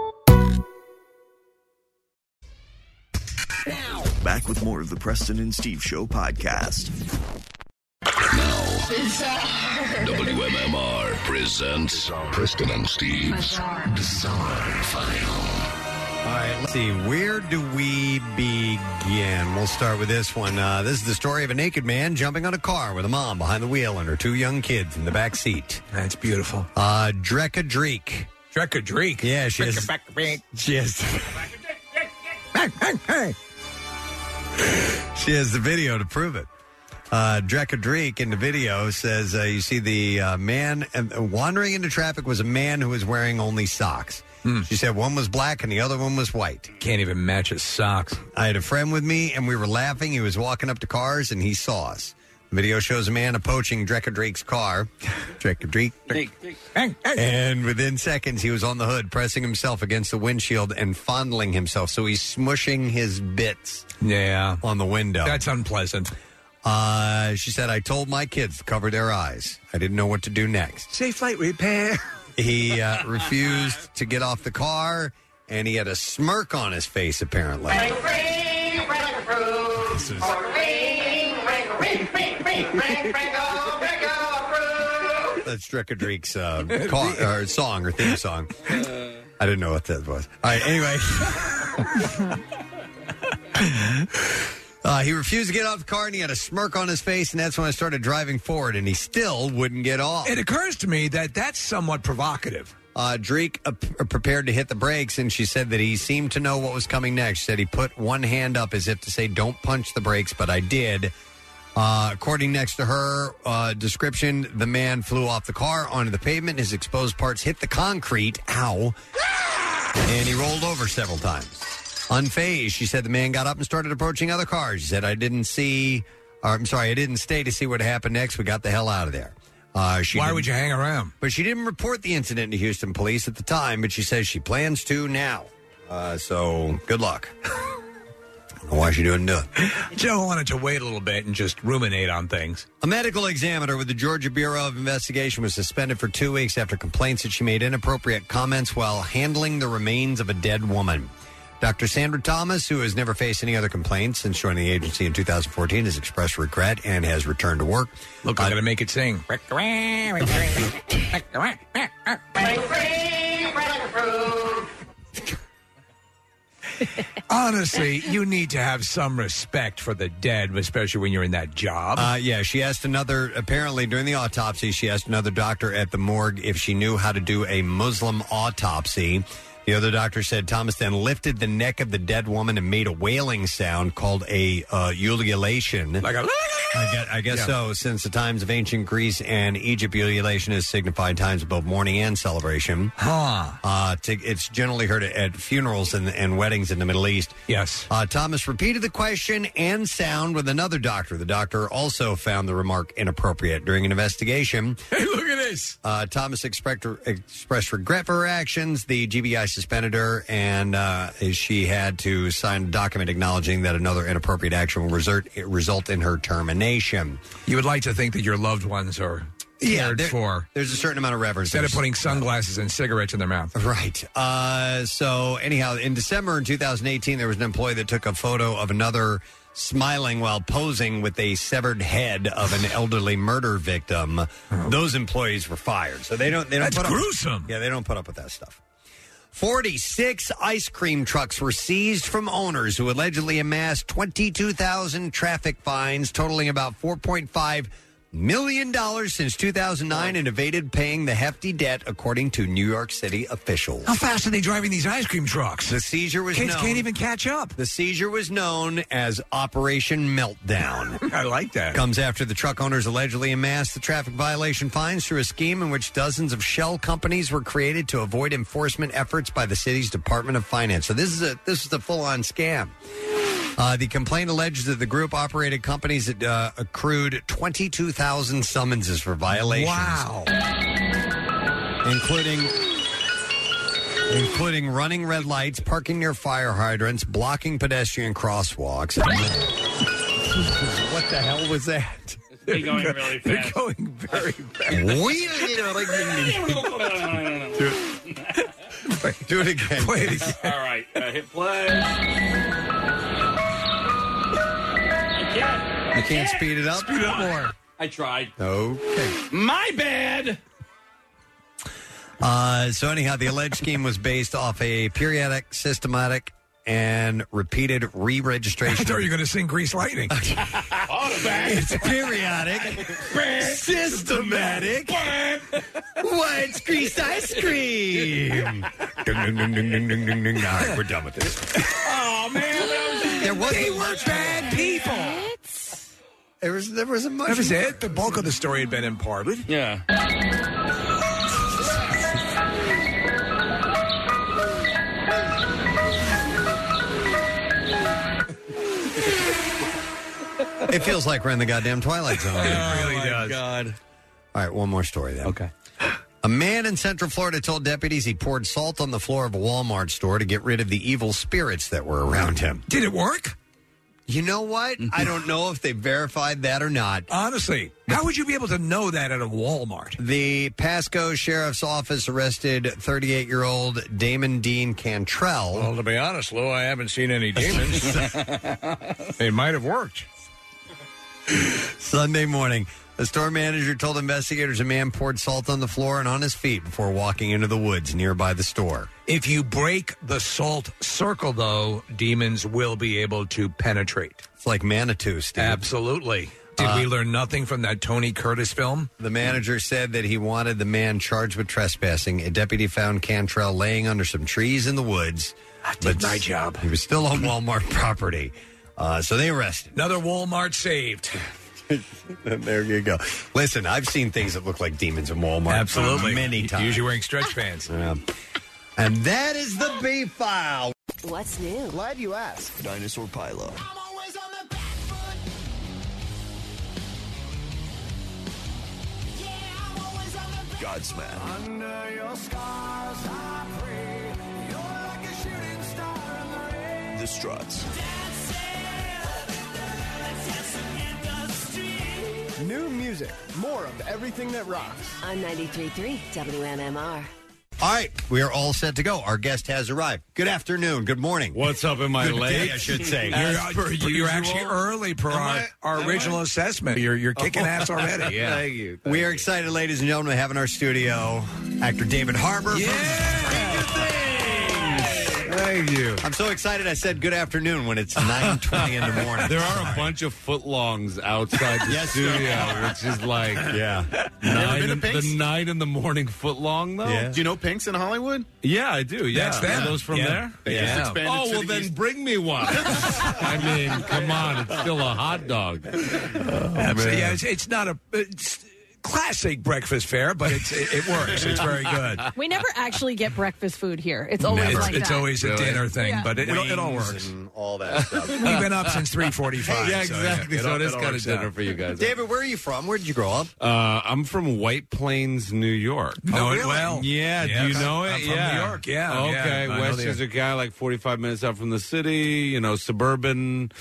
Back with more of the Preston and Steve Show podcast.
WMMR presents Preston and Steve's Bizarre File.
All right, let's see. Where do we begin? We'll start with this one. Uh, this is the story of a naked man jumping on a car with a mom behind the wheel and her two young kids in the back seat.
That's beautiful.
Uh, Drekka Dreek.
Drekka Dreek.
Yeah, she has. She has. she has the video to prove it. Uh, Drekka Dreek in the video says, uh, "You see the uh, man uh, wandering into traffic was a man who was wearing only socks." She said one was black and the other one was white.
Hmm. Can't even match his socks.
I had a friend with me, and we were laughing. He was walking up to cars, and he saw us. The video shows a man approaching Drecker Drake's car. Drecker Drake. And within seconds, he was on the hood, pressing himself against the windshield and fondling himself. So he's smushing his bits
yeah.
on the window.
That's unpleasant.
Uh, she said, I told my kids to cover their eyes. I didn't know what to do next.
Safe flight repair.
He uh, refused to get off the car, and he had a smirk on his face, apparently. That's Drecker Dreek's uh, car, or song or theme song. I didn't know what that was. All right, anyway. Uh, he refused to get off the car and he had a smirk on his face, and that's when I started driving forward, and he still wouldn't get off.
It occurs to me that that's somewhat provocative.
Uh, Drake uh, p- uh, prepared to hit the brakes, and she said that he seemed to know what was coming next. She said he put one hand up as if to say, "Don't punch the brakes," but I did. Uh, according next to her uh, description, the man flew off the car onto the pavement. His exposed parts hit the concrete. Ow! And he rolled over several times. Unfazed, she said the man got up and started approaching other cars. She said, "I didn't see, or I'm sorry, I didn't stay to see what happened next. We got the hell out of there." Uh, she
Why
didn't-
would you hang around?
but she didn't report the incident to Houston police at the time, but she says she plans to now. Uh, so good luck. I don't know why she didn't do it.
Joe wanted to wait a little bit and just ruminate on things.
A medical examiner with the Georgia Bureau of Investigation was suspended for two weeks after complaints that she made inappropriate comments while handling the remains of a dead woman. Dr. Sandra Thomas, who has never faced any other complaints since joining the agency in 2014, has expressed regret and has returned to work. Uh,
Look, I'm going to make it sing. Honestly, you need to have some respect for the dead, especially when you're in that job.
Uh, yeah, she asked another, apparently during the autopsy, she asked another doctor at the morgue if she knew how to do a Muslim autopsy. The other doctor said Thomas then lifted the neck of the dead woman and made a wailing sound called a uh, ululation. Like
a.
I guess, I guess
Yeah.
so. Since the times of ancient Greece and Egypt, ululation is signified times of both mourning and celebration.
Huh.
Uh, to, it's generally heard at, at funerals and, and weddings in the Middle East.
Yes.
Uh, Thomas repeated the question and sound with another doctor. The doctor also found the remark inappropriate during an investigation.
Hey, look at this.
Uh, Thomas expect, expressed regret for her actions. The GBI suspended her, and uh, she had to sign a document acknowledging that another inappropriate action will result, result in her termination.
You would like to think that your loved ones are cared
there-
for.
There's a certain amount of reverence.
Instead of
There's-
putting sunglasses and cigarettes in their mouth.
Right. Uh, so, anyhow, in December in 2018, there was an employee that took a photo of another smiling while posing with a severed head of an elderly murder victim. Those employees were fired, so they don't. They don't.
Oh. That's
put
gruesome.
Up, yeah, they don't put up with that stuff. 46 ice cream trucks were seized from owners who allegedly amassed 22,000 traffic fines totaling about 4.5 million dollars since 2009 and evaded paying the hefty debt according to New York City officials.
How fast are they driving these ice cream trucks?
The seizure was
Kids
known-
can't even catch up.
The seizure was known as Operation Meltdown.
I like that.
Comes after the truck owners allegedly amassed the traffic violation fines through a scheme in which dozens of shell companies were created to avoid enforcement efforts by the city's Department of Finance. So this is a this is a full on scam. Uh, the complaint alleges that the group operated companies that uh, accrued 22,000 summonses for violations.
Wow.
Including including running red lights, parking near fire hydrants, blocking pedestrian crosswalks. what the hell was that?
They're going really
They're
fast.
going very
fast.
Do it again.
Play it again.
All right, uh, hit play. I
You can't speed it up? Speed it up more.
I tried.
Okay.
My bad.
Uh, so anyhow, the alleged scheme was based off a periodic, systematic, and repeated re-registration.
I thought you were going to sing Grease Lightning.
It's periodic, systematic. What's greased ice cream? ding, ding, ding, ding, ding, ding, ding. All right, we're done with this.
Oh man,
There was
they
were
bad people.
There was there wasn't much.
That was it. The bulk of the story had been imparted.
Yeah.
It feels like we're in the goddamn Twilight Zone.
it really does.
God.
All right, one more story then. Okay. A man in Central Florida told deputies he poured salt on the floor of a Walmart store to get rid of the evil spirits that were around him.
Did it work?
You know what? I don't know if they verified that or not.
Honestly, how would you be able to know that at a Walmart?
The Pasco Sheriff's Office arrested 38 year old Damon Dean Cantrell.
Well, to be honest, Lou, I haven't seen any demons. it might have worked.
Sunday morning, the store manager told investigators a man poured salt on the floor and on his feet before walking into the woods nearby the store.
If you break the salt circle, though, demons will be able to penetrate.
It's like Manitou, Steve. Uh,
Absolutely. Did we learn nothing from that Tony Curtis film?
The manager said that he wanted the man charged with trespassing. A deputy found Cantrell laying under some trees in the woods. I
did my job.
He was still on Walmart property, uh, so they arrested.
Another Walmart saved.
him. there you go. Listen, I've seen things that look like demons in Walmart.
Absolutely.
Oh, many times.
Usually wearing stretch pants.
Yeah. And that is the B file.
What's new?
Glad you asked.
Dinosaur pileup. Godsmack.
Under your scars, I pray. You're like a shooting star.
the struts.
New music, more of everything that rocks.
On 93.3 WNMR.
All right, we are all set to go. Our guest has arrived. Good afternoon. Good morning. What's
up in my
Good
legs?
Day, I should say.
You're, you're actually early per
Am
our,
I-
our
am
original
I? Oh.
assessment. You're, you're kicking ass already.
we are excited, ladies and gentlemen, to have in our studio actor David Harbour. Yeah. Thank you. I'm so excited. I said good afternoon when it's 9:20 in the morning.
There are a bunch of footlongs outside the
Yes,
studio,
there are.
which is like
Yeah.
nine
been to
in-
Pink's?
the nine in the morning footlong though.
Do you know Pink's in Hollywood?
Yeah, I do. Yeah,
That's them.
Are those from
Yeah.
there?
They just Yeah. expanded
oh
to
well,
the
then bring me one. I mean, come on, it's still a hot dog.
Oh,
Absolutely.
man.
Yeah, it's, it's not a it's classic breakfast fare, but it's, it, it works. It's very good.
We never actually get breakfast food here. It's always
it's,
like
it's
that.
always a dinner thing,
Yeah.
but it, it, all- it all
Wings
works.
and all that stuff.
We've been up since three forty-five.
Yeah, exactly. So it is kinda dinner for you guys.
David, where are you from? Where did you grow up?
Uh, I'm from White Plains, New York.
Know it really? well.
Yeah.
Yes.
Do you know it?
I'm from New
yeah.
York, yeah,
Okay.
yeah, I know
West
the-
is a guy like 45 minutes out from the city. You know, suburban,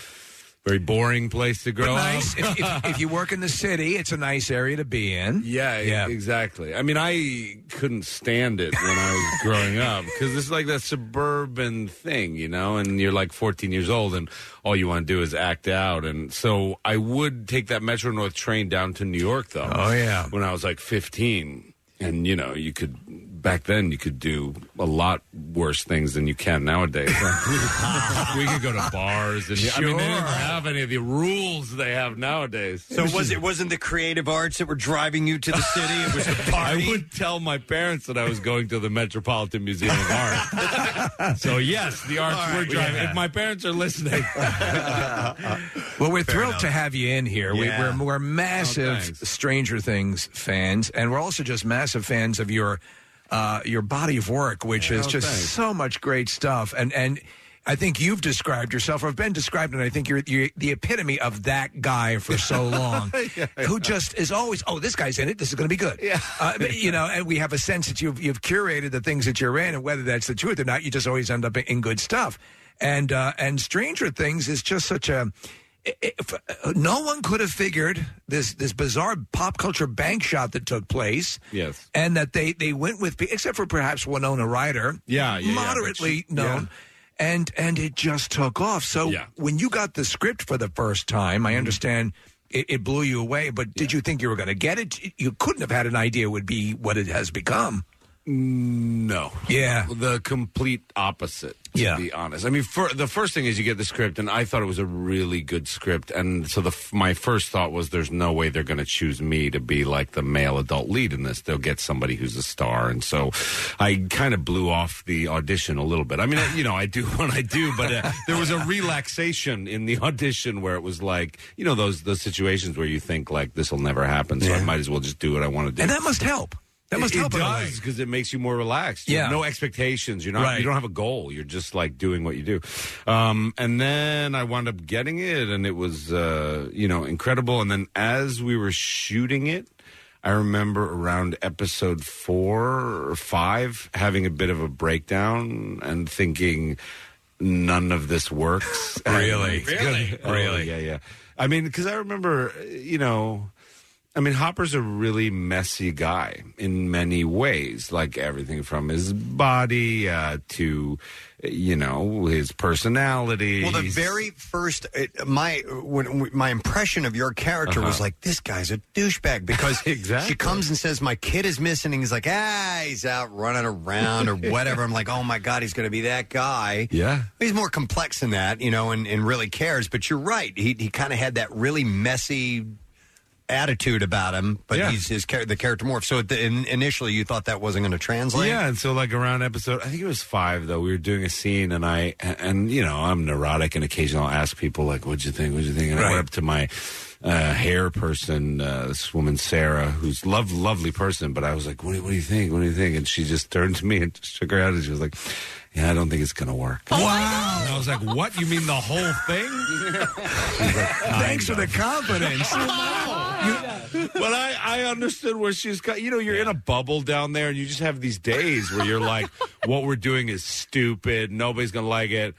very boring place to
But
grow
nice.
up.
if, if, if you work in the city, it's a nice area to be in.
Yeah,
Yeah.
exactly. I mean, I couldn't stand it when I was growing up because it's like that suburban thing, you know. And you're like 14 years old, and all you want to do is act out. And so I would take that Metro North train down to New York, though.
Oh, yeah.
when I was like 15, and you know, you could back then you could do a lot worse things than you can nowadays. we could go to bars, and I mean, they didn't have any of the rules they have nowadays.
So was it wasn't the creative arts that were driving you to the city? It was the party.
I would tell my parents that I was going to the Metropolitan Museum of Art. so yes, the arts were driving. If my parents are listening,
Well, we're thrilled to have you in here.
Yeah. Oh,
We, we're, we're massive Stranger Things fans, and we're also just massive fans of your uh, your body of work, which is
Oh,
just
thanks.
so much great stuff. And and I think you've described yourself, or have been described, and I think you're, you're the epitome of that guy for so long, who just is always, oh, this guy's in it. This is going to be good. Yeah. Uh, but, you know, and we have a sense that you've you've curated the things that you're in, and whether that's the truth or not, you just always end up in, in good stuff. And uh, and Stranger Things is just such a if, uh, no one could have figured this this bizarre pop culture bank shot that took place,
yes.
and that they they went with except for perhaps Winona Ryder,
Yeah, yeah, yeah,
moderately
but she-
known. And and it just took off. So when you got the script for the first time,
Mm-hmm.
I understand it, it blew you away. But did you think you were going to get it? You couldn't have had an idea it would be what it has become.
Mm,
No.
Yeah.
Uh, The complete opposite, to
Yeah.
be honest. I mean, fir- the first thing is you get the script, and I thought it was a really good script. And so the f- my first thought was there's no way they're going to choose me to be like the male adult lead in this. They'll get somebody who's a star. And so I kind of blew off the audition a little bit. I mean, I- you know, I do what I do, but uh, there was a relaxation in the audition where it was like, you know, those, those situations where you think, like, this will never happen, so I might as well just do what I want to do.
And that must help. That must
It-
help.
It
in a way.
does because it makes you more relaxed. You
Yeah.
have no expectations. You're not.
Right.
You don't have a goal. You're just like doing what you do. Um, and then I wound up getting it, and it was uh, you know incredible. And then as we were shooting it. I remember around episode four or five having a bit of a breakdown and thinking, none of this works.
Really?
really, really, yeah, yeah. I mean, because I remember, you know, I mean, Hopper's a really messy guy in many ways, like everything from his body uh, to, you know, his personality.
Well, the
He's-
very first it, my when, when- my impression of your character was
Uh-huh.
like this guy's a douchebag because she comes and says my kid is missing. And he's like ah he's out running around or whatever. I'm like oh my god he's going to be that guy.
Yeah,
he's more complex than that, you know, and, and really cares. But you're right. He he kind of had that really messy attitude about him, but he's his char- the character morph. So at the, in, initially you thought that wasn't going to translate.
Yeah, and so like around episode, I think it was five though. We were doing a scene, and I and you know I'm neurotic, and occasionally I'll ask people like, "What'd you think? What'd you think?" And I went up to my uh, hair person, uh, this woman Sarah, who's love lovely person, but I was like, what, do- "What do you think? What do you think?" And she just turned to me and just shook her head, and she was like, "Yeah, I don't think it's gonna work."
Oh,
wow! And I was like, "What? You mean the whole thing?"
Thanks for the confidence.
but I, I understood where she's got. You know, you're in a bubble down there, and you just have these days where you're like, "What we're doing is stupid. Nobody's gonna like it."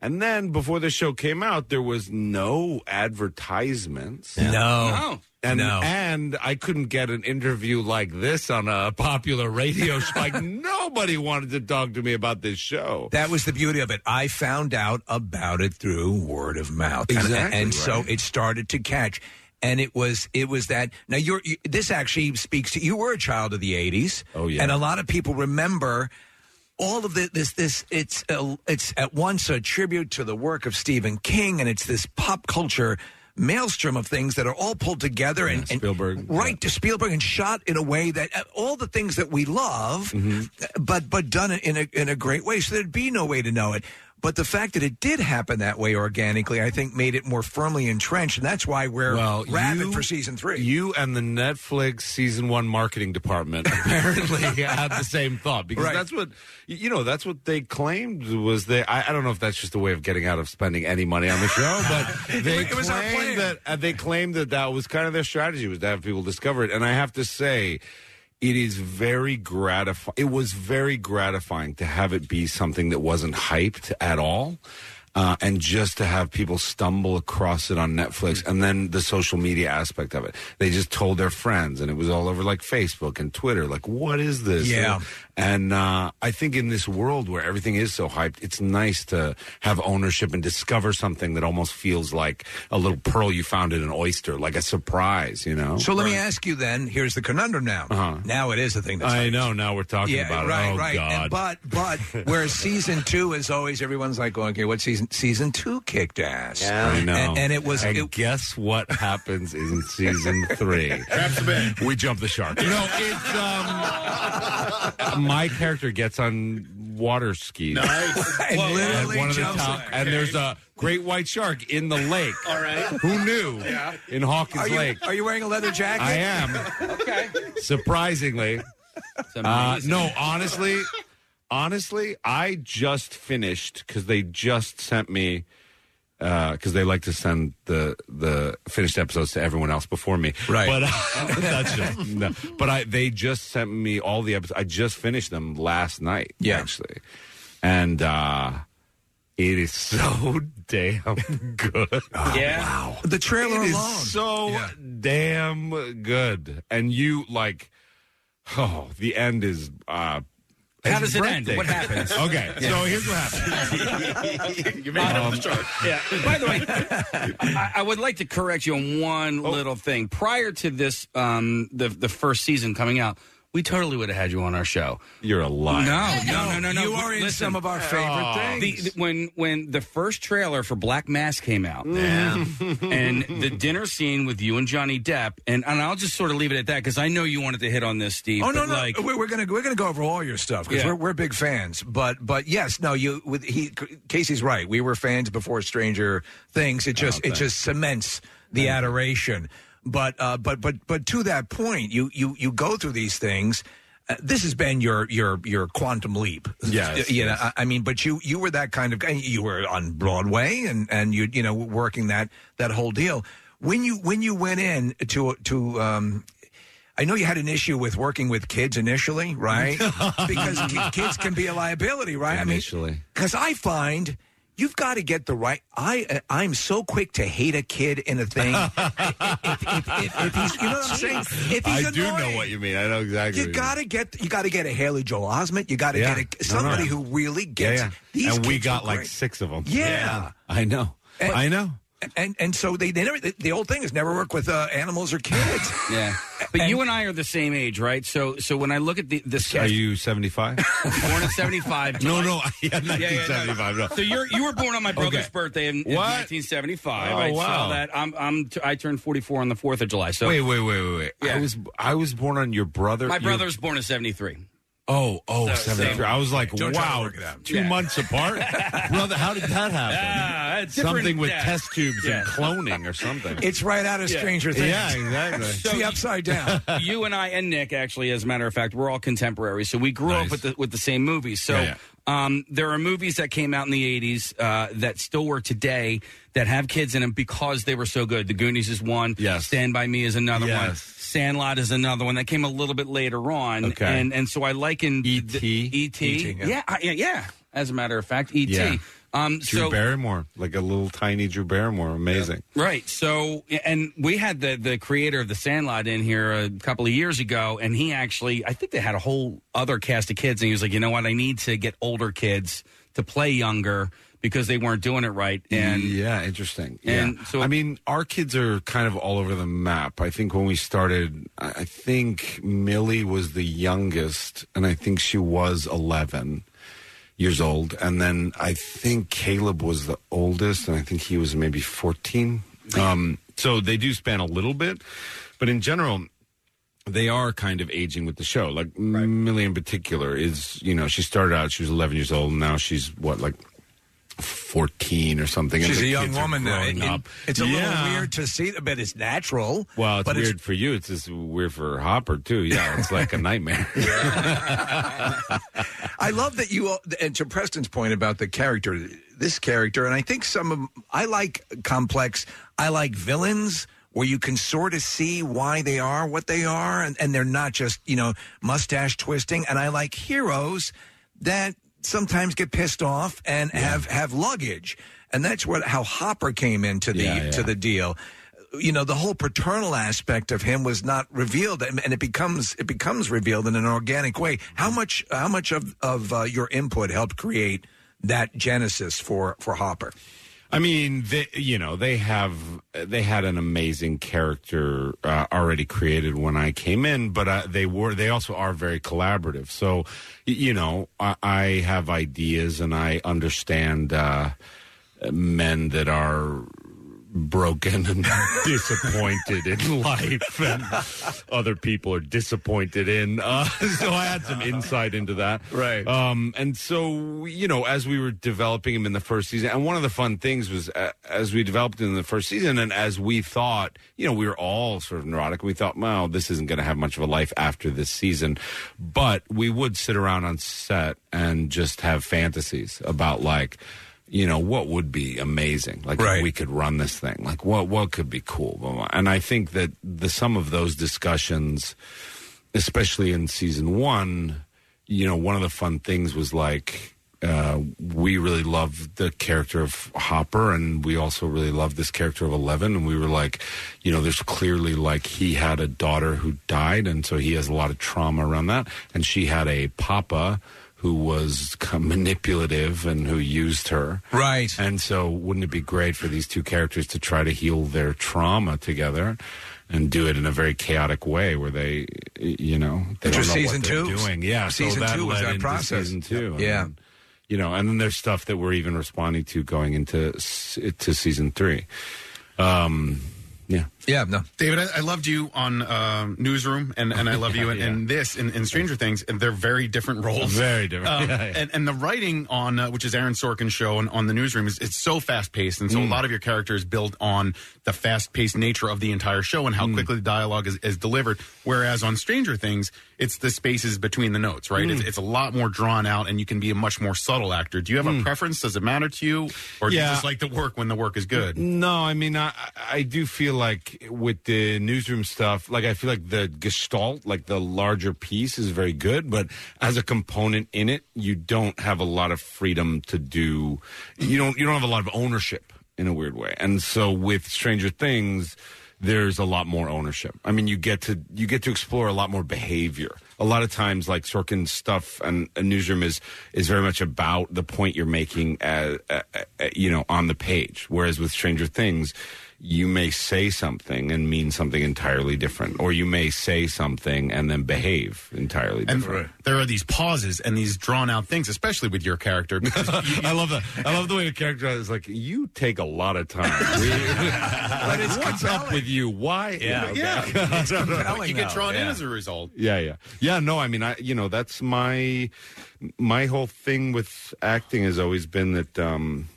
And then before the show came out, there was no advertisements.
No. No.
And,
No.
and I couldn't get an interview like this on a popular radio show. like nobody wanted to talk to me about this show.
That was the beauty of it. I found out about it through word of mouth, and,
Exactly
and so
right.
it started to catch. And it was it was that now you're you, this actually speaks to you were a child of the eighties, oh yeah, and a lot of people remember all of this this this it's a, it's at once a tribute to the work of Stephen King, and it's this pop culture maelstrom of things that are all pulled together and, Spielberg right to Spielberg and shot in a way that uh, all the things that we love
Mm-hmm.
but but done it in a in a great way, so there'd be no way to know it. But the fact that it did happen that way organically, I think, made it more firmly entrenched, and that's why we're
Well,
rabid
you-
for season three.
You and the Netflix season one marketing department apparently had the same thought because
Right.
that's what you know. That's what they claimed was they. I, I don't know if that's just a way of getting out of spending any money on the show, but they
It was our plan.
claimed that uh, they claimed that that was kind of their strategy was to have people discover it. And I have to say. It is very gratifying. It was very gratifying to have it be something that wasn't hyped at all uh, and just to have people stumble across it on
Mm-hmm.
Netflix, and then the social media aspect of it. They just told their friends, and it was all over like Facebook and Twitter. Like, what is this?
Yeah.
And uh, I think in this world where everything is so hyped, it's nice to have ownership and discover something that almost feels like a little pearl you found in an oyster, like a surprise. You know. Uh-huh.
So let me ask you then. Here's the conundrum now. Now it is a thing. That's
I
hyped.
know. Now we're talking
yeah,
about
right,
it. Oh
right.
God.
And- but but whereas season two is always everyone's like going, okay, what season season two kicked ass?
I know.
And, and it was
And
it-
guess what happens in season three? We jump the shark. No, it's um. My character gets on water skis.
Nice.
And
Whoa.
literally one of the
Jumps
top,
on-
and there's a great white shark in the lake. All right. Who knew? Yeah. In Hawkins
are you,
Lake.
Are you wearing a leather jacket?
I am. Surprisingly. Uh, no, honestly, honestly, I just finished because they just sent me because they like to send the the finished episodes to everyone else before me. Right. But uh, that's just, no. But I they just sent me all the episodes. I just finished them last night. Yeah. Actually, and uh, it is so damn good.
Oh,
Yeah.
Wow. The trailer
It is
alone.
so damn good. And you like, oh, the end is. Uh,
How
it's
does it end?
breathtaking.
What happens?
okay, so here's what happens.
happens.
Um,
Yeah. By the way, I, I would like to correct you on
Oh.
one little thing. Prior to this, um, the the first season coming out, we totally would have had you on our show.
You're a liar.
No, no, no, no, no.
You are in
Listen.
some of our favorite
The-
things.
the- when when the first trailer for Black Mass came out,
Yeah.
and the dinner scene with you and Johnny Depp, and, and I'll just sort of leave it at that because I know you wanted to hit on this, Steve.
Oh no,
but,
no,
Like,
we're, we're gonna we're gonna go over all your stuff because
Yeah.
we're, we're big fans. But but yes, no, you with he Casey's right. We were fans before Stranger Things. It
Oh,
just it
thanks.
just cements the adoration. But uh, but but but to that point, you you you go through these things. Uh, this has been your your your quantum leap.
Yes,
you know.
yes.
I, I mean, but you you were that kind of guy. You were on Broadway and and you you know working that that whole deal. When you when you went in to to um, I know you had an issue with working with kids initially, right? because ki- kids can be a liability, right? I mean, because I find you've got to get the right. I uh, I'm so quick to hate a kid in a thing. if, if, if, if he's, you know what I'm saying? If he's
I do
annoying,
know what you mean. I know exactly.
You gotta get you gotta get a Haley Joel Osment. You gotta
Yeah.
get a,
No, no.
somebody who really gets
Yeah, yeah.
these.
And we
kids
got
are
like
great.
six of 'em.
Yeah,
Yeah. I know. I know.
And and so they, they never the, the old thing is never work with uh, animals or kids.
yeah. But you and I are the same age, right? So so when I look at the this
Are
cast,
you 75?
born in '75.
No, no, yeah, 1975, no.
So you're you were born on my brother's
Okay.
birthday in, in
What?
1975.
Oh,
I
wow.
saw that. Um, I'm I'm t- I turned 44 on the 4th of July. So
wait, wait, wait, wait, wait.
Yeah.
I was I was born on your brother.
my
your-
brother's born in 73.
Oh, oh,
So,
73.
same.
I was like,
Don't try to
wow,
work it out.
two
Yeah.
months apart? Brother, how did that happen?
Ah, it's different-
something with
yeah.
test tubes
Yeah.
and cloning or something.
It's right out of
Yeah.
Stranger Things.
Yeah, exactly.
It's the upside down.
you and I and Nick, actually, as a matter of fact, we're all contemporaries, so we grew up with the with the same movies. So
Yeah,
Um, there are movies that came out in the '80s uh, that still work today that have kids in them because they were so good. The Goonies is one. Yes. Stand by Me is another one.
Yes.
Sandlot is another one that came a little bit later on.
Okay. E
And and so I liken E E.T. E.T.
E.T., yeah.
Yeah, I- yeah, yeah. As a matter of fact, E.T.
Yeah.
Um,
Drew
so
Barrymore, like a little tiny Drew Barrymore, amazing.
Right. So, and we had the the creator of The Sandlot in here a couple of years ago, and he actually, I think they had a whole other cast of kids, and he was like, you know what, I need to get older kids to play younger because they weren't doing it right. And
yeah, interesting.
And
yeah. so, I mean, our kids are kind of all over the map. I think when we started, I I think Millie was the youngest, and I think she was 11 years old. And then I think Caleb was the oldest, and I think he was maybe 14. Um, so they do span a little bit, but in general, they are kind of aging with the show. Like Millie in particular is, you know, she started out, she was 11 years old, and now she's what, like 14 or something. and
She's
the
a young
kids are
woman now.
growing
It- it-
up.
It's a
Yeah.
little weird to see, but it's natural.
Well, it's
but
weird for you. It's just weird for Hopper too. Yeah, it's like a nightmare.
I love that you all, and to Preston's point about the character, this character, and I think some of, I like complex, I like villains where you can sort of see why they are what they are, and, and they're not just, you know, mustache twisting. And I like heroes that sometimes get pissed off and have, have luggage. And that's what, how Hopper came into the,
Yeah, yeah.
to the deal. You know, the whole paternal aspect of him was not revealed, and and it becomes it becomes revealed in an organic way. How much how much of of uh, your input helped create that genesis for for Hopper?
I mean, they, you know, they have they had an amazing character uh, already created when I came in, but uh, they were they also are very collaborative. So, y- you know, I, I have ideas and I understand uh, men that are broken and disappointed in life and other people are disappointed in uh, so i had some insight into that right um, and so you know as we were developing him in the first season and one of the fun things was uh, as we developed him in the first season and as we thought you know we were all sort of neurotic we thought well this isn't going to have much of a life after this season but we would sit around on set and just have fantasies about like you know what would be amazing like if we could run this thing like what what could be cool blah, blah. and i think that the sum of those discussions especially in season 1 you know one of the fun things was like uh, we really love the character of Hopper, and we also really love this character of Eleven. And we were like, you know, there's clearly like he had a daughter who died, and so he has a lot of trauma around that. And she had a papa who was kind of manipulative and who used her.
Right.
And so, wouldn't it be great for these two characters to try to heal their trauma together? And do it in a very chaotic way, where they, you know, they
Which
don't
was
know what
season
they're
two.
doing. Yeah, so
Season
that
two was
led
that
into
process.
Season two,
Yeah.
And, you know, and then there's stuff that we're even responding to going into s- to season three. Um, yeah,
yeah, no.
David, I, I loved you on um, Newsroom, and, and I love you in, in this, in, in Stranger Things, and they're very different roles.
Very different.
Um,
Yeah, yeah.
And, and the writing on, uh, which is Aaron Sorkin's show on, on the Newsroom, is it's so fast paced, and so a
Mm.
lot of your character is built on the fast paced nature of the entire show and how
Mm.
quickly the dialogue is, is delivered. Whereas on Stranger Things, it's the spaces between the notes, right? It's,
Mm.
it's a lot more drawn out, and you can be a much more subtle actor. Do you have a preference? Does it matter to you, or do you
Mm. Yeah.
just like the work when the work is good?
No, I mean, I, I do feel like with the newsroom stuff, like I feel like the gestalt, like the larger piece is very good, but as a component in it, you don't have a lot of freedom to do, you don't, you don't have a lot of ownership in a weird way. And so with Stranger Things, there's a lot more ownership. I mean, you get to you get to explore a lot more behavior. A lot of times, like Sorkin's stuff and, and Newsroom is is very much about the point you're making, uh uh uh you know, on the page. Whereas with Stranger Things, you may say something and mean something entirely different, or you may say something and then behave entirely
And
different.
there are these pauses and these drawn out things, especially with your character. because you-
I love that. I love the way you characterize. It's like you take a lot of time. We- like, what's up with you? Why?
Yeah, okay. It's
I don't know.
compelling, You get though. drawn in Yeah. as a result.
Yeah, yeah, yeah. No, I mean, I you know that's my my whole thing with acting has always been that um,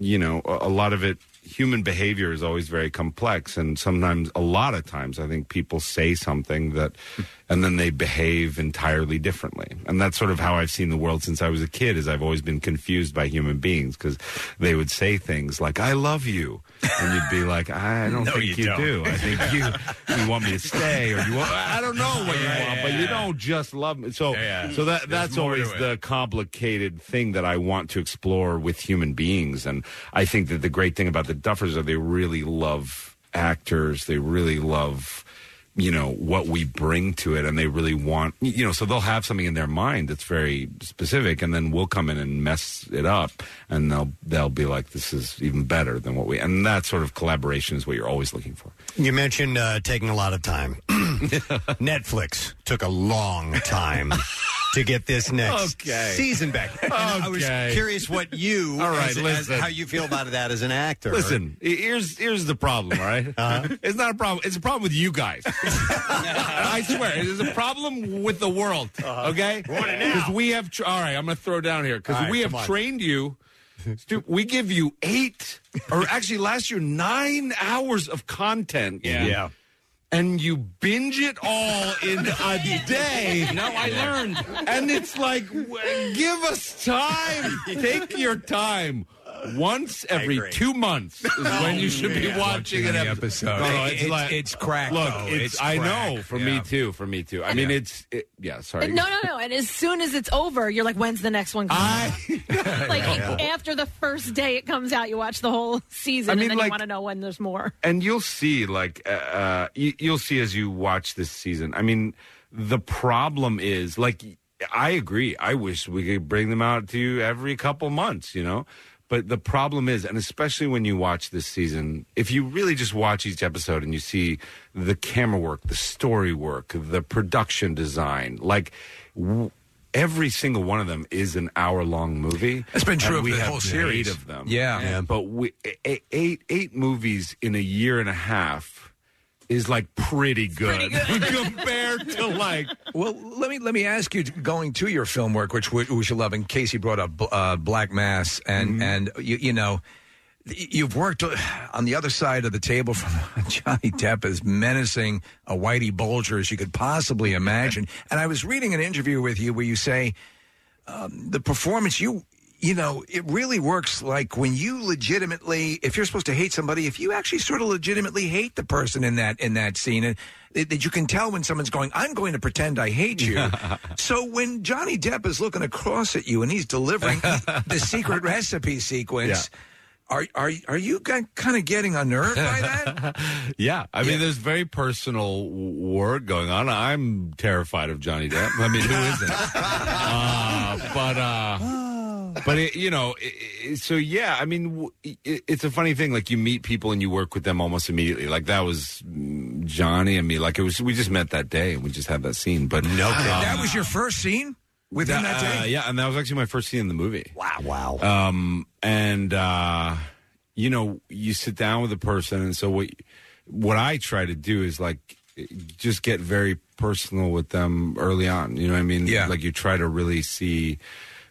you know a, a lot of it human behavior is always very complex, and sometimes, a lot of times, I think people say something that, and then they behave entirely differently. And that's sort of how I've seen the world since I was a kid. Is I've always been confused by human beings because they would say things like "I love you," and you'd be like, "I don't
No,
think
you
you,
don't.
do. I think you you want me to stay, or you want I don't know what you
Yeah,
want,
yeah,
but
yeah.
you don't just love me." So
Yeah.
so that
There's
that's
more to
always
it.
the complicated thing that I want to explore with human beings, and I think that the great thing about the Duffers are they really love actors. They really love you know what we bring to it and they really want you know so they'll have something in their mind that's very specific and then we'll come in and mess it up and they'll they'll be like this is even better than what we and that sort of collaboration is what you're always looking for
You mentioned uh, taking a lot of time. Netflix took a long time to get this next
Okay.
season back. And I was
Okay.
curious what you,
All right,
as- as-
listen.
how you feel about that as an actor. Uh-huh.
Listen, he- here's here's the problem, all right? It's not a problem. It's a problem with you guys. I swear, it is a problem with the world.
Uh-huh.
Okay, because we have. Tr- all right, I'm going to throw down here because
All right,
we
come
have
on.
trained you. Stu- we give you eight, or actually last year nine hours of content.
Yeah. Yeah.
And you binge it all in a day.
No, I learned.
And it's like, w- give us time. Take your time. Once every
agree.
two months is when you should be
Yeah.
watching,
Watching
an
the
episode.
episode. It's- it's crack,
Look,
though.
it's,
It's
I
crack.
know for
Yeah.
me too. For me too. I mean,
Yeah.
it's it, yeah. Sorry.
No, no, no. And as soon as it's over, you're like, when's the next one coming out? Like
Yeah.
after the first day it comes out, you watch the whole season
I mean,
and then you
like-
want to know when there's more.
and you'll see like uh, uh, you, you'll see as you watch this season i mean the problem is like i agree i wish we could bring them out to you every couple months you know but the problem is and especially when you watch this season if you really just watch each episode and you see the camera work the story work the production design like w- Every single one of them is an hour-long movie.
That's been
And
true of
we
the
have
whole
eight
series.
of them.
Yeah. Yeah.
But we, eight, eight, eight movies in a year and a half is like pretty good. compared to like.
Well, let me let me ask you, going to your film work, which we- which you love, and Casey brought up uh, Black Mass, and
Mm-hmm.
and you, you know. y- You've worked uh, on the other side of the table from Johnny Depp as menacing a Whitey Bulger as you could possibly imagine. And I was reading an interview with you where you say um, the performance you you know it really works like when you legitimately if you're supposed to hate somebody if you actually sort of legitimately hate the person in that in that scene and that that you can tell when someone's going i'm going to pretend i hate you so when johnny depp is looking across at you and he's delivering the secret recipe sequence are are are you kind of getting unnerved by that
Yeah, I mean, there's very personal w- war going on. I'm terrified of Johnny Depp. I mean, who isn't? uh, but uh, but it, you know, i i so yeah. I mean, w- i it's a funny thing. Like you meet people and you work with them almost immediately. Like that was mm, Johnny and me. Like it was. We just met that day and we just had that scene. But no,
that was your first scene within that,
uh,
day
yeah, and that was actually my first scene in the movie.
Wow, wow.
Um, and uh, you know, you sit down with a person, and so what? What I try to do is like just get very personal with them early on. You know what I mean? Yeah. Like you try to really see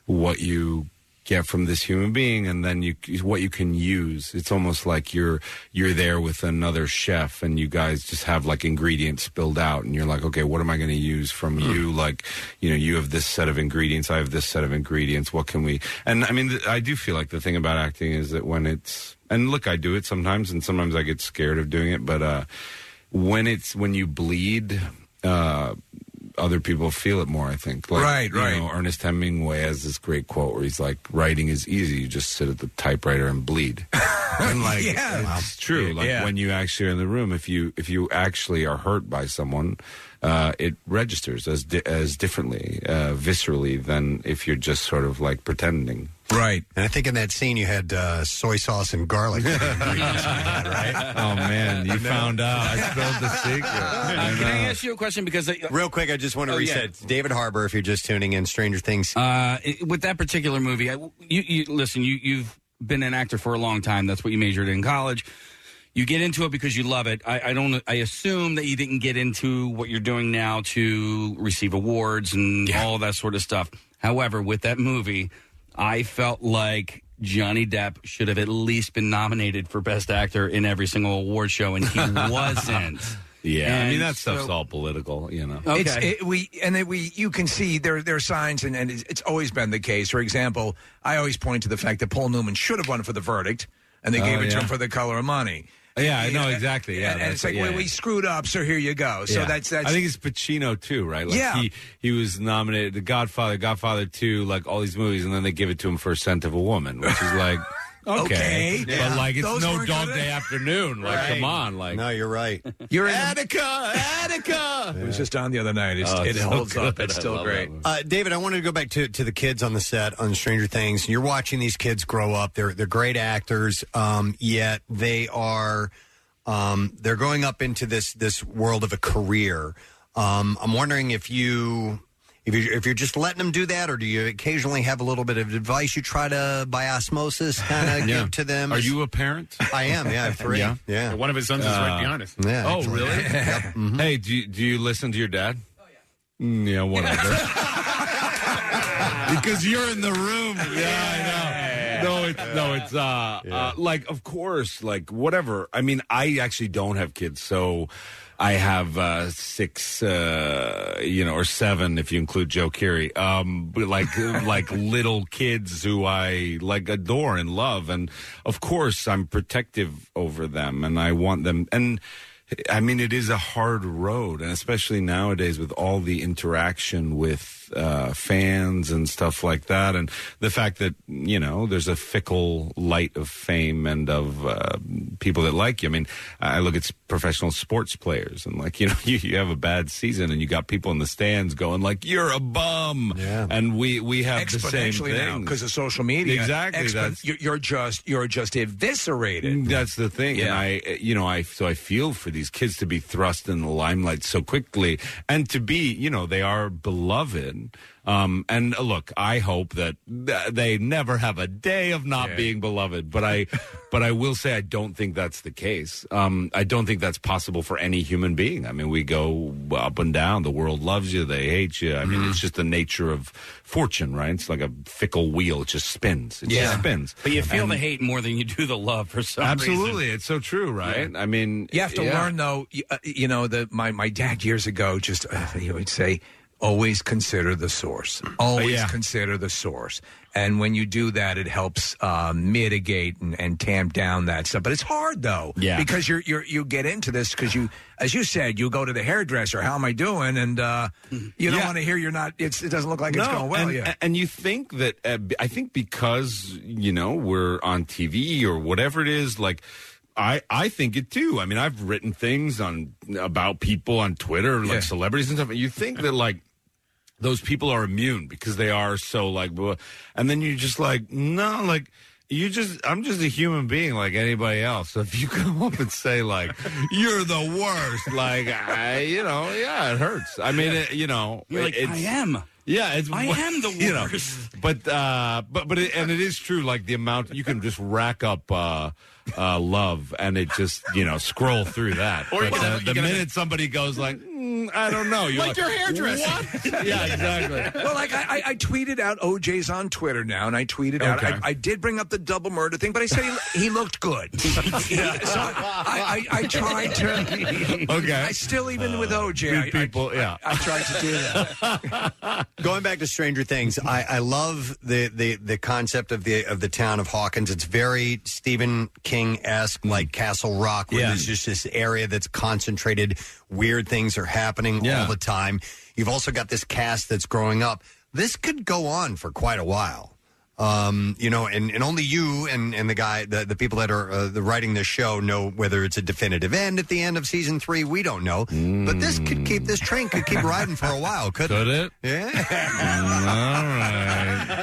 what you get from this human being and then you what you can use it's almost like you're you're there with another chef and you guys just have like ingredients spilled out and you're like okay what am i going to use from you like you know you have this set of ingredients i have this set of ingredients what can we and i mean th- i do feel like the thing about acting is that when it's and look i do it sometimes and sometimes i get scared of doing it but uh when it's when you bleed uh other people feel it more i think
Right,
you
right.
know, Ernest Hemingway has this great quote where he's like, "Writing is easy. You just sit at the typewriter and bleed." and like,
Yeah.
it's true. Like
Yeah.
when you actually are in the room, if you if you actually are hurt by someone, uh, it registers as di- as differently, uh, viscerally than if you're just sort of like pretending.
Right.
And I think in that scene you had uh, soy sauce and garlic.
Oh man, you found out. I spilled the secret.
Uh, can I ask you a question? Because uh, I,
Real quick, I just want to
Oh, yeah.
reset. David Harbour, if you're just tuning in, Stranger Things.
Uh, it- with that particular movie, I, you, you listen. You you've been an actor for a long time. That's what you majored in college. You get into it because you love it. I, I don't. I assume that you didn't get into what you're doing now to receive awards and all that sort of stuff. However, with that movie, I felt like Johnny Depp should have at least been nominated for Best Actor in every single award show, and he wasn't.
Yeah, I
And
mean that stuff's
so-
all political, you know.
It's, it, we and then we you can see there there are signs and, and it's, it's always been the case. For example, I always point to the fact that Paul Newman should have won for the verdict, and they
Oh,
gave it to
yeah. Oh,
him for the color of money.
Yeah, I
And-
know exactly. Yeah,
and, and it's
that's-
like
yeah,
well, we
yeah.
screwed up, so here you go. So
Yeah.
that's that's.
I think it's Pacino too, right? Like
Yeah.
he he was nominated The Godfather, Godfather Two, like all these movies, and then they give it to him for Scent of a Woman, which is like okay,
Okay. Yeah.
but like it's
Those
no
weren't
Dog
good.
Day Afternoon. Like come on, like
no, you're right.
You're in
Attica, Attica.
It was just on the other night. It's,
Oh,
it
it's so
holds up.
good.
It's
I
still
love
great.
Uh, David, I wanted to go back to, to the kids on the set on Stranger Things. You're watching these kids grow up. They're they're great actors, um, yet they are um, they're growing up into this this world of a career. Um, I'm wondering if you if you if you're just letting them do that, or do you occasionally have a little bit of advice you try to by osmosis kind of
Yeah.
give to them?
Are you a parent?
I am. Yeah, I have three. Yeah,
One of his sons is right behind us.
Yeah,
oh,
actually.
really?
Mm-hmm.
Hey, do you, do you listen to your dad? Oh, yeah. yeah, whatever. because you're in the room. Yeah, I know. No, it's no, it's uh, uh like of course, like whatever. I mean, I actually don't have kids, so I have uh six uh you know, or seven if you include Joe Carey. Um but like like little kids who I like adore and love and of course I'm protective over them and I want them and I mean, it is a hard road, and especially nowadays with all the interaction with uh, fans and stuff like that, and the fact that you know there's a fickle light of fame and of uh, people that like you. I mean, I look at s- professional sports players, and like you know, you, you have a bad season, and you got people in the stands going like, "You're a bum," and we we have the same
Exponentially now
thing
because of social media.
Exactly,
Expo-
that's-
you're, you're just you're just eviscerated.
Mm, That's the thing, and I, eh, you know, I so I feel for these kids to be thrust in the limelight so quickly, and to be, you know, they are beloved. Um, and uh, look, I hope that th- they never have a day of not being beloved. But I, but I will say, I don't think that's the case. Um, I don't think that's possible for any human being. I mean, we go up and down. The world loves you, they hate you. I mean,
Mm.
it's just the nature of fortune, right? It's like a fickle wheel; it just spins. It just spins.
But you feel
And-
the hate more than you do the love for some
Absolutely,
reason.
it's so true, right? I mean,
You have to
yeah.
learn, though. You, uh, you know, the, my my dad years ago just uh, he would say, always consider the source. Always
Oh, yeah.
consider the source. And when you do that, it helps uh, mitigate and, and tamp down that stuff. But it's hard though,
Yeah.
because you're you are you get into this because you, as you said, you go to the hairdresser. How am I doing? And uh, you don't
Mm-hmm. Yeah.
want to hear you're not. It's, it doesn't look like it's going well.
and,
yeah.
and you think that uh, b- I think because you know we're on TV or whatever it is, like I I think it too. I mean, I've written things on about people on Twitter, like celebrities and stuff. And you think that like those people are immune because they are so like, blah. and then you're just like, no, like. You just, I'm just a human being like anybody else. So if you come up and say like, you're the worst, like, I, you know, yeah, it hurts. I mean, it, you know,
You're like,
it's-
I am.
yeah, it's
I am the
you know,
worst.
but uh, but but it, and it is true. Like the amount you can just rack up uh, uh, love, and it just you know scroll through that.
Or you
But,
can
uh,
have- you
the
can have-
minute somebody goes like, mm, I don't know, you're
Like your hairdresser.
What? yeah, exactly.
well, like I, I, I tweeted out OJ's on Twitter now, and I tweeted out.
Okay.
I, I did bring up the double murder thing, but I said he, he looked good.
Yeah.
So I, I, I tried to.
Okay.
I still, even with
good
OJ, I, I,
people, yeah.
I tried to do that.
Going back to Stranger Things, I, I love the, the the concept of the of the town of Hawkins. It's very Stephen King esque, like Castle Rock, where
Yeah.
there's just this area that's concentrated. Weird things are happening all the time. You've also got this cast that's growing up. This could go on for quite a while. Um, you know, and, and only you and, and the guy, the, the people that are uh, the writing this show know whether it's a definitive end at the end of season three. We don't know, but this could keep this train could keep riding for a while, couldn't
Could it? Yeah. All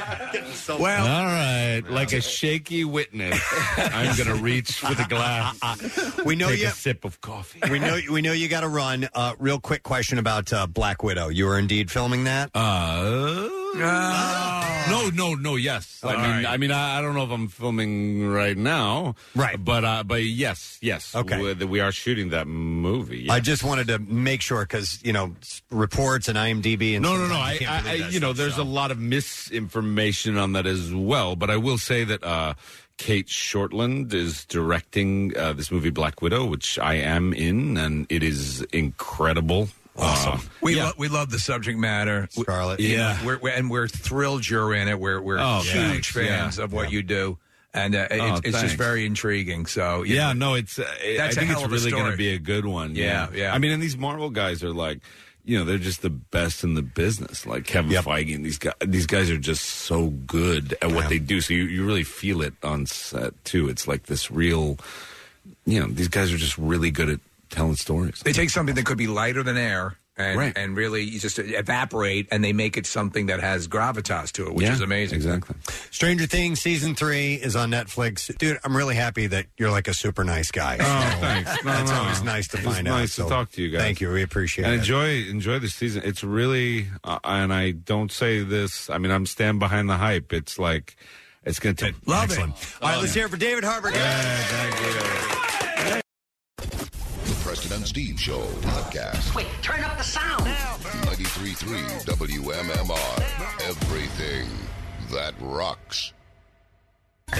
right.
Well-
all right. Like a shaky witness, I'm gonna reach for the glass.
We know
Take
you-
a sip of coffee.
we know we know you got to run. Uh, real quick question about uh, Black Widow. You were indeed filming that.
Uh, No, "Oh, no, no. Yes, I mean, I mean, I I don't know if I'm filming right now, right? But, uh, but yes, yes. Okay, we, we are shooting that movie.
I just wanted to make sure because you know s- reports and IMDb and
no, no,
sometimes
no.
you
I,
can't
I, I
believe that
you know,
stuff,
there's
so.
a lot of misinformation on that as well. But I will say that uh, Kate Shortland is directing uh, this movie Black Widow, which I am in, and it is incredible. Um, Awesome.
We lo- we love the subject matter, Scarlett.
Yeah.
we're, we're- and we're thrilled you're in it. We're we're
Oh,
huge
thanks.
fans
Yeah.
of what you do, and uh,
Oh,
it's, it's
thanks.
just very intriguing. So you
yeah,
know,
no, it's. Uh,
that's
I think
a
it's
hell of
really
a
going
story.
to be a good one.
Yeah, yeah.
I mean, and these Marvel guys are like, you know, they're just the best in the business. Like Kevin Feige and these guys. These guys are just so good at what they do. So you, you really feel it on set too. It's like this real. You know, these guys are just really good at telling stories.
They take something that could be lighter than air and,
Right.
and really you just evaporate, and they make it something that has gravitas to it, which
Yeah,
is amazing.
Exactly.
Stranger Things season three is on Netflix, dude. I'm really happy that you're like a super nice guy.
Oh, thanks. No,
That's
no.
always nice to
It's
find out.
Nice
so
to talk to you guys.
Thank you. We appreciate
and
it.
enjoy enjoy the season. It's really, uh, and I don't say this. I mean, I'm stand behind the hype. It's like, it's going to take.
Love it. All right, let's hear it for David Harbour.
The Preston and Steve Show podcast.
Wait, turn up the sound.
93.3 WMMR. Everything that rocks.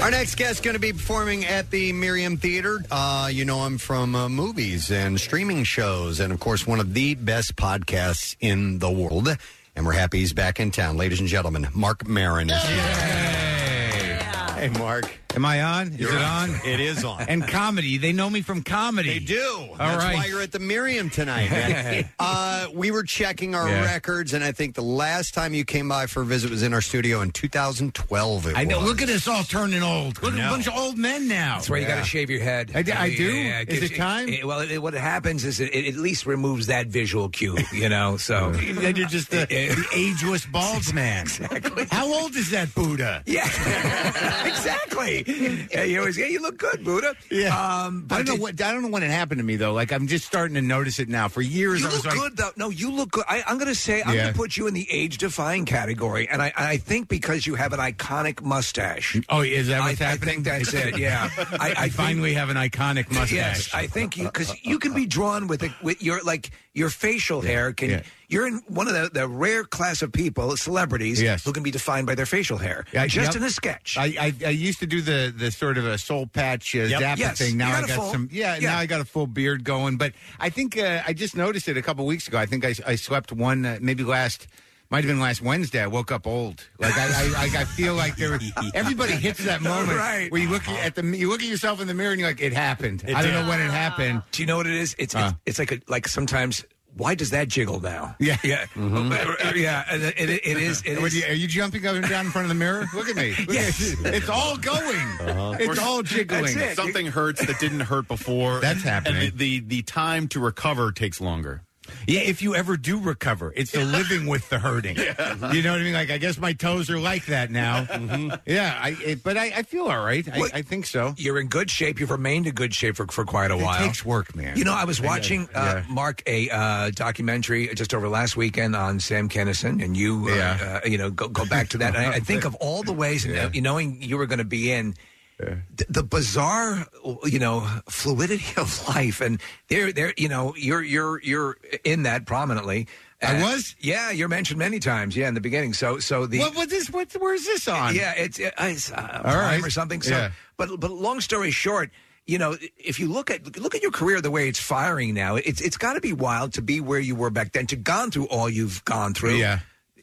Our next guest is going to be performing at the Miriam Theater. Uh, you know him from uh, movies and streaming shows, and of course, one of the best podcasts in the world. And we're happy he's back in town, ladies and gentlemen. Mark Maron is here. Hey, Mark.
Am I on?
You're
is it
on.
on?
It is on.
And comedy. They know me from comedy. They
do. All right.
That's
That's why you're at the Miriam tonight. man. uh, we were checking our
Yeah.
records, and I think the last time you came by for a visit was in our studio in 2012. It
I know.
was.
Look at us all turning old. Look at
know.
a bunch of old men now.
That's why you got to shave your head.
I d- I do? Is
gives-
it time?
well, it, what happens is it, it at least removes that visual cue, you know. So
Then you're just the, the ageless bald man. Exactly. How old is that Buddha?
Yeah, exactly. Yeah, you always, yeah, you look good, Buddha.
Yeah.
Um,
I
but
don't know what I don't know when it happened to me though. Like I'm just starting to notice it now. For years,
You
I was
look
like,
good though. No, you look good. I, I'm going to say I'm
Yeah.
going to put you in the age-defying category, and I, I think because you have an iconic mustache.
"Oh, is that what's
I, I
happening?"
think that's it. Yeah,
I,
I, I
finally
think,
have an iconic mustache.
Yes, I think you because you can be drawn with it with your like your facial hair can.
yeah.
You're in one of the, the rare class of people, celebrities, who can be defined by their facial hair.
I-
just
yep.
in a sketch.
I, I I used to do the the sort of a soul patch uh,
Yep.
zappa
Yes.
thing. Now
You
I
got a
got
full-
some. Yeah,
yeah.
Now I got a full beard going. But I think uh, I just noticed it a couple weeks ago. I think I I swept one uh, maybe last. Might have been last Wednesday. I woke up old. Like I, I, like I feel like there. Everybody hits that moment
Right.
where you look at the you look at yourself in the mirror and you're like, it happened.
It
I don't
did.
know when it happened.
Do you know what it is? It's
Uh.
it's, it's like a, like sometimes. Why does that jiggle now?
Yeah, Mm-hmm.
yeah, Uh, yeah. and It, it, it is. It
What
is.
do you- are you jumping up and down in front of the mirror? Look at me. Look
Yes.
at, it's all going. It's
Or
all jiggling.
Uh-huh. Something hurts that didn't hurt before.
That's happening.
And the, the the time to recover takes longer.
Yeah, if you ever do recover, it's the living with the hurting. You know what I mean? Like, I guess my toes are like that now.
Mm-hmm.
Yeah, I, it, but I, I feel all right. I, I think so.
You're in good shape. You've remained in good shape for, for quite a
It
while.
takes work, man.
You know, I was
I know.
watching uh, Mark a uh, documentary just over last weekend on Sam Kennison, and you, uh, uh, you know, go, go back to that. And I, I think of all the ways, and, uh, knowing you were going to be in. th- The bizarre, you know, fluidity of life, and there, there, you know, you're you're you're in that prominently.
I
Uh,
was?
yeah, you're mentioned many times, yeah, in the beginning. So, so the
what was this? What, where's this on?
yeah, it's, uh, it's uh,
All
Prime
right.
or something. So,
Yeah.
but but long story short, you know, if you look at look at your career the way it's firing now, it's it's got to be wild to be where you were back then, to gone through all you've gone through.
Yeah.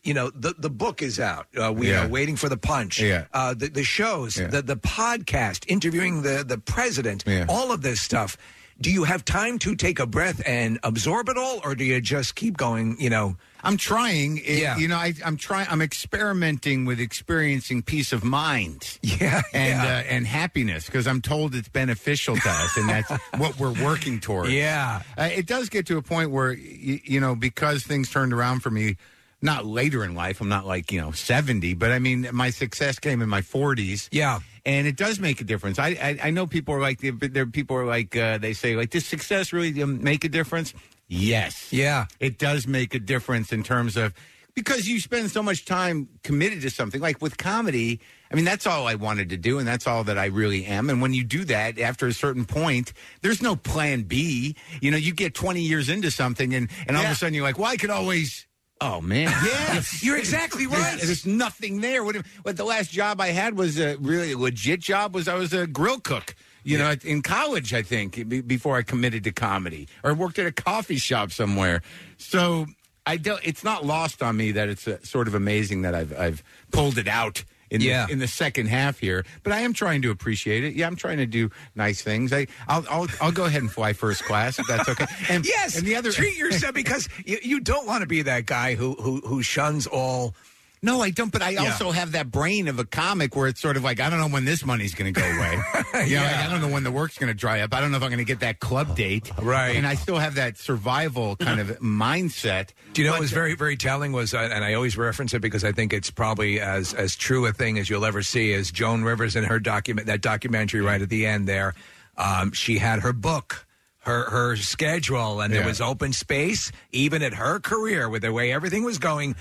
You know, the the book is out. Uh, we
Yeah.
are waiting for the punch.
Yeah.
Uh, the the shows,
Yeah.
the the podcast, interviewing the the president,
Yeah.
all of this stuff. Do you have time to take a breath and absorb it all, or do you just keep going? You know,
I'm trying. It-
Yeah.
You know, I, I'm trying. I'm experimenting with experiencing peace of mind.
Yeah.
And
yeah.
Uh, and happiness because I'm told it's beneficial to us, and that's what we're working towards.
Yeah.
Uh, it does get to a point where you, you know because things turned around for me. Not later in life. I'm not like you know 70, but I mean my success came in my 40s.
Yeah.
And it does make a difference. I I, I know people are like there. are People are like uh, they say like does success really um, make a difference? Yes.
Yeah.
It does make a difference in terms of because you spend so much time committed to something. Like with comedy, I mean, that's all I wanted to do, and that's all that I really am. And when you do that, after a certain point, there's no plan B. You know, you get 20 years into something, and, and all of a sudden you're like, well, I could always. Oh man! Yeah, you're exactly right. There's, there's nothing there. What, if- what the last job I had was a really legit job was I was a grill cook. You know, in college, I think be- before I committed to comedy, or I worked at a coffee shop somewhere. So I don't. It's not lost on me that it's uh sort of amazing that I've I've pulled it out in
Yeah.
the, in the second half here. But I am trying to appreciate it. Yeah, I'm trying to do nice things. I I'll I'll, I'll go ahead and fly first class if that's okay. And
yes, and the other treat yourself because you, you don't want to be that guy who who who shuns all.
No, I don't. But I also have that brain of a comic where it's sort of like I don't know when this money's going to go away. You know, like, I don't know when the work's going to dry up. I don't know if I'm going to get that club
Oh,
date. Right. And I still have that survival kind of mindset.
Do you know what was very, very telling was, uh, and I always reference it because I think it's probably as as true a thing as you'll ever see is Joan Rivers in her document that documentary right at the end there. Um, she had her book, her her schedule, and there
Yeah.
was open space even at her career with the way everything was going.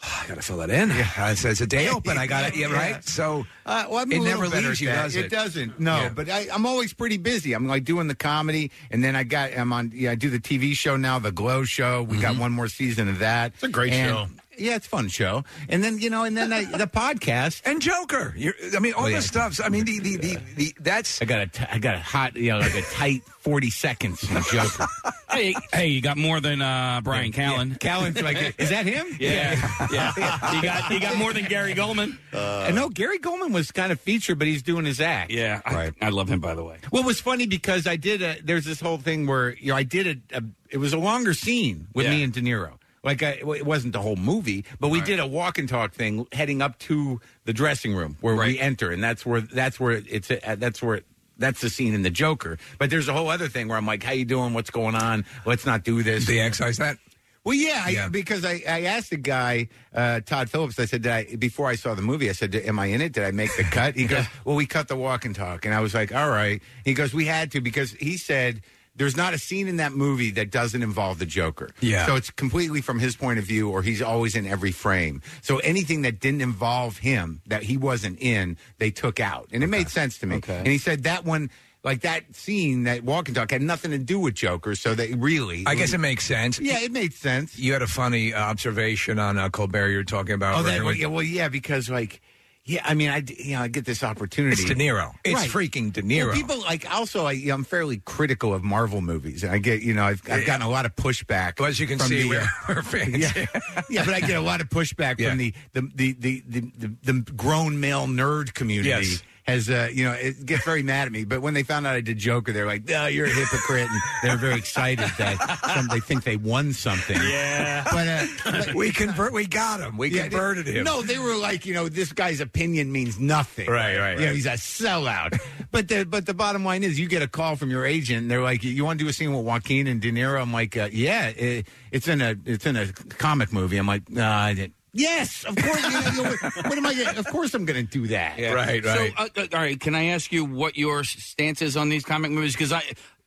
I got to fill it in. Yeah. It says a day open. I got it. Yeah,
Yeah.
right. So
Uh, well, I'm a
it
little
never
better
leaves
at
you,
that.
does it?
it? doesn't. No,
Yeah.
but I, I'm always pretty busy. I'm like doing the comedy, and then I got I'm on. Yeah, I do the TV show now, the Glow Show. We
Mm-hmm.
got one more season of that. It's a
great show.
Yeah, it's a fun show. And then you know, and then I, the podcast Oh,
and Joker. You're, I mean, all this stuff. I mean, the the, the the that's.
I got a t- I got a hot you know like a tight forty seconds from Joker.
hey, hey, you got more than uh, Brian Callen.
Callen's like, is that him?
Yeah, yeah. He got he got more than Gary Goldman.
Uh, no, Gary Goldman was kind of featured, but he's doing his act.
Yeah, right. I, love him by the way.
Well, it was funny because I did. A, there's this whole thing where you know I did a, a it was a longer scene with me and De Niro. Like I, well, it wasn't the whole movie, but we did a walk and talk thing heading up to the dressing room where we enter, and that's where that's where it's uh, that's where. that's the scene in the Joker, but there's a whole other thing where I'm like, "How you doing? What's going on? Let's not do this."
They excise that.
Well, yeah, I, because I, I asked the guy, uh, Todd Phillips, I said, Did I, before I saw the movie, I said, Am I in it? Did I make the cut? He goes, Well, we cut the walk and talk. And I was like, All right. He goes, We had to because he said, There's not a scene in that movie that doesn't involve the Joker.
Yeah.
So it's completely from his point of view, or he's always in every frame. So anything that didn't involve him, that he wasn't in, they took out. And it made sense to me.
Okay.
And he said, That one. Like that scene, that walk and talk had nothing to do with Joker, so they really.
I guess it makes sense.
Yeah, it made sense.
You had a funny uh, observation on uh, Colbert. You were talking about.
Oh,
where
that,
it
well,
was-
yeah, well, yeah, because like, yeah, I mean, I d- you know, I get this opportunity.
It's De Niro. It's
Right.
freaking De
Well,
Niro.
people like also, I, you know, I'm fairly critical of Marvel movies, and I get, you know, I've, I've gotten a lot of pushback.
Well, as you can
from
see,
the,
we're,
uh,
we're fans.
yeah, yeah, but I get a lot of pushback
Yeah.
from the the the, the the the the grown male nerd community.
Yes.
Has uh, you know, it gets very mad at me. But when they found out I did Joker, they're like, "No, you're a hypocrite," and they're very excited that some, they think they won something. Yeah, but, uh, but
we convert. We got him. We
Yeah, they-
converted him.
No, they were like, you know, this guy's opinion means nothing.
Right, right,
You know,
right.
he's a sellout. but the but the bottom line is, you get a call from your agent. and They're like, you want to do a scene with Joaquin and De Niro? I'm like, uh, yeah, it, it's in a it's in a comic movie. I'm like, no, I didn't. Yes, of course. You know, you know, what, what am I? Gonna, of course, I'm going to do that.
So, uh, uh, all right, can I ask you what your s- stance is on these comic movies? Because I,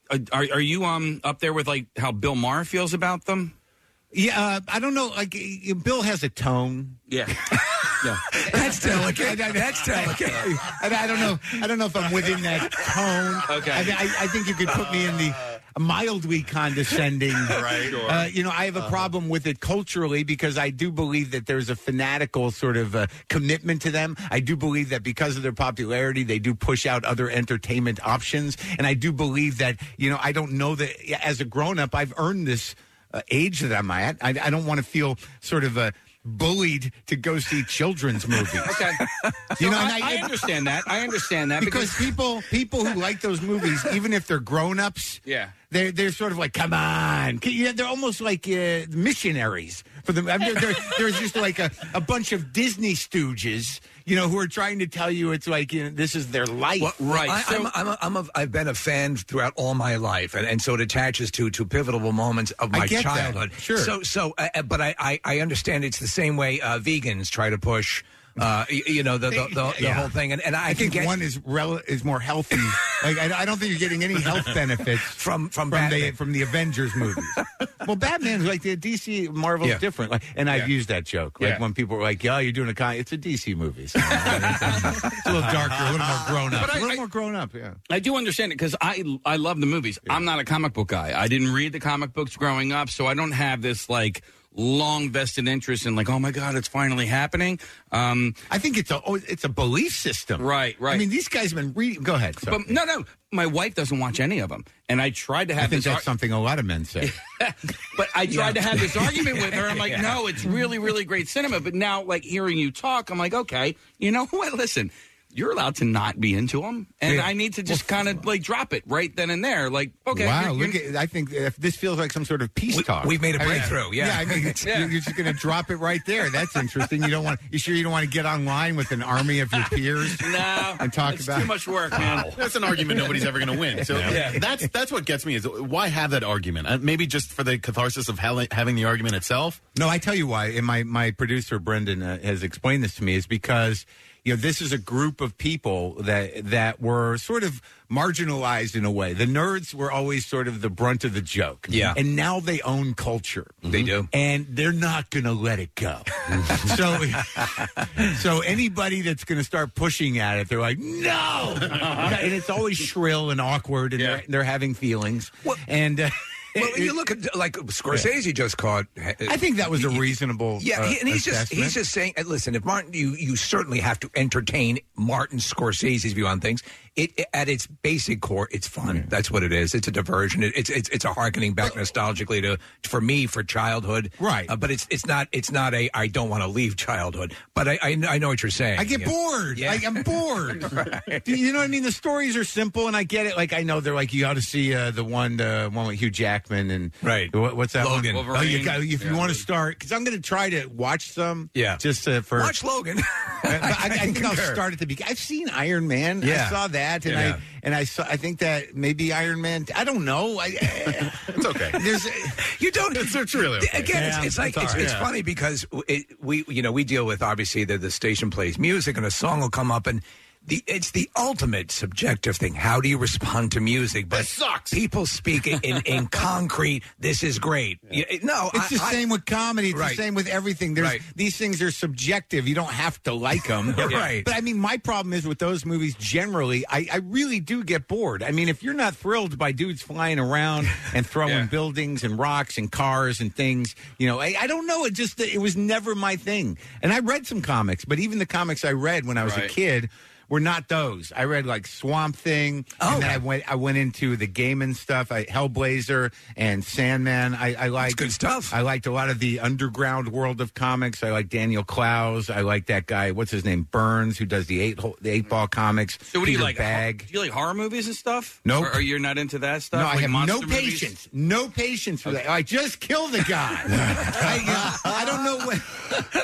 uh, are, are you um up there with like how Bill Maher feels about them?
Yeah, uh, I don't know. Like, uh, Bill has a tone.
Yeah.
That's delicate. That's delicate.
And I don't know. I don't know if I'm within that tone.
Okay.
I, mean, I, I think you could put me in the mildly condescending.
Right.
Uh, you know, I have a problem with it culturally because I do believe that there's a fanatical sort of uh, commitment to them. I do believe that because of their popularity, they do push out other entertainment options, and I do believe that you know I don't know that as a grown up I've earned this uh, age that I'm at. I, I don't want to feel sort of Uh, bullied to go see children's movies.
Okay.
You know, and
I, I understand that. I understand that
because people people who like those movies, even if they're grown ups,
Yeah.
they're they're sort of like, come on, Can- you know, they're almost like uh, missionaries for them. I mean, they're- there's just like a, a bunch of Disney stooges, you know, who are trying to tell you it's like you know, this is their life,
Well, I, I'm, I'm a, I'm a, I've been a fan throughout all my life, and, and so it attaches to to pivotal moments of
I
my
get that.
childhood.
Sure.
So so, uh, uh, but I, I I understand it's the same way uh, vegans try to push. Uh, y- you know the the, the, the
Yeah.
whole thing, and, and I,
I
can
think
get,
one is rel- is more healthy. like I, I don't think you're getting any health benefits
from from
the
Batman.
from the Avengers movies. well, Batman's like the DC Marvel's
Yeah.
different. Like, and
Yeah.
I've used that joke. Like
Yeah.
when people were like, "Yeah, you're doing a con," it's a DC movie. So, it's a little darker, a little more grown up,
But I-
a little
I-
more grown up. Yeah.
I do understand it because I I love the movies. I'm not a comic book guy. I didn't read the comic books growing up, so I don't have this like long vested interest in like, oh my god, it's finally happening. Um,
I think it's a oh, it's a belief system,
right? Right. I mean,
these guys have been reading. Go ahead. sorry.
But no, no, my wife doesn't watch any of them, and I tried to have
I think
this.
that's
ar-
something a lot of men say.
But I tried to
Yeah.
have this argument with her. I'm like,
Yeah.
no, it's really, really great cinema. But now, like hearing you talk, I'm like, okay, you know what? Listen, you're allowed to not be into them, and
Yeah.
I need to just kind of like drop it right then and there. Like, okay,
wow,
you're-
look
you're-
at, I think if this feels like some sort of peace talk.
we've made a
I mean,
breakthrough, yeah.
yeah, I mean,
Yeah.
You're, you're just going to drop it right there. That's interesting. You don't want. You sure you don't want to get online with an army of your peers?
no,
and talk
it's
about
too much work, man. Wow. That's an argument nobody's ever going to win. So
Yeah.
that's that's what gets me is why have that argument? Uh, maybe just for the catharsis of ha- having the argument itself.
No, I tell you why. And my, my producer Brendan uh, has explained this to me is because you know this is a group of people that that were sort of marginalized in a way. The nerds were always sort of the brunt of the joke.
Yeah.
and now they own culture. Mm-hmm.
They do.
and they're not going to let it go. so, so anybody that's going to start pushing at it, they're like, no,
Uh-huh.
and it's always shrill and awkward, and they're, they're having feelings. and uh,
Well, you look at like Scorsese just caught. uh,
I think that was a reasonable.
Yeah,
uh,
he, and he's just
assessment.
he's just saying. and Listen, if Martin, you you certainly have to entertain Martin Scorsese's view on things. It, it- at its basic core, it's fun. That's what it is. It's a diversion. It, it's it's it's a harkening back nostalgically to for me for childhood. Right. Uh, but it's it's not it's not a I don't want to leave childhood. But I I, I know what you're saying.
I get
Yeah.
bored.
Yeah.
I, I'm bored. Do you know what I mean? The stories are simple, and I get it. Like I know they're like you ought to see uh, the one uh, one with Hugh Jackman and
right.
What, what's that
Logan.
one? Oh,
Wolverine.
you got, if
Yeah,
you want to start, because I'm going to try to watch some.
Yeah.
just uh, for
Watch Logan.
But I, I,
can
think I'll
concur.
start at the beginning. I've seen Iron Man.
Yeah.
I saw that, and
Yeah.
I and I saw. I think that maybe Iron Man. I don't know. I, it's
okay.
There's
you don't. It's
really okay.
Again,
Yeah,
it's, it's like
it's all
it's,
right.
it's
Yeah.
funny because it, we you know we deal with obviously that the station plays music and a song will come up and. The, it's the ultimate subjective thing. How do you respond to music? But sucks. People speak in, in, in concrete. This is great. You- No,
It's the same with comedy. It's
Right.
the same with everything. There's
Right.
these things are subjective. You don't have to like them,
Yeah. Right.
But I mean, my problem is with those movies generally. I, I really do get bored. I mean, if you're not thrilled by dudes flying around and throwing buildings and rocks and cars and things, you know, I, I don't know. It just it was never my thing. And I read some comics, but even the comics I read when I was a
Right.
kid. Were not those. I read like Swamp Thing, oh, and then I went. I went into the Gaiman stuff, I, Hellblazer and Sandman. I, I liked good
stuff.
I liked a lot of the underground world of comics. I like Daniel Klaus. I like that guy. What's his name? Burns, who does the eight hole, the eight ball comics.
so what do you
Peter
like? hor-
Bag.
Do you like horror movies and stuff?
Nope.
Or, or you're not into that stuff?
No, I
Like
have no
monster movies?
patience. No patience for that. I just kill the guy. I, uh, I don't know what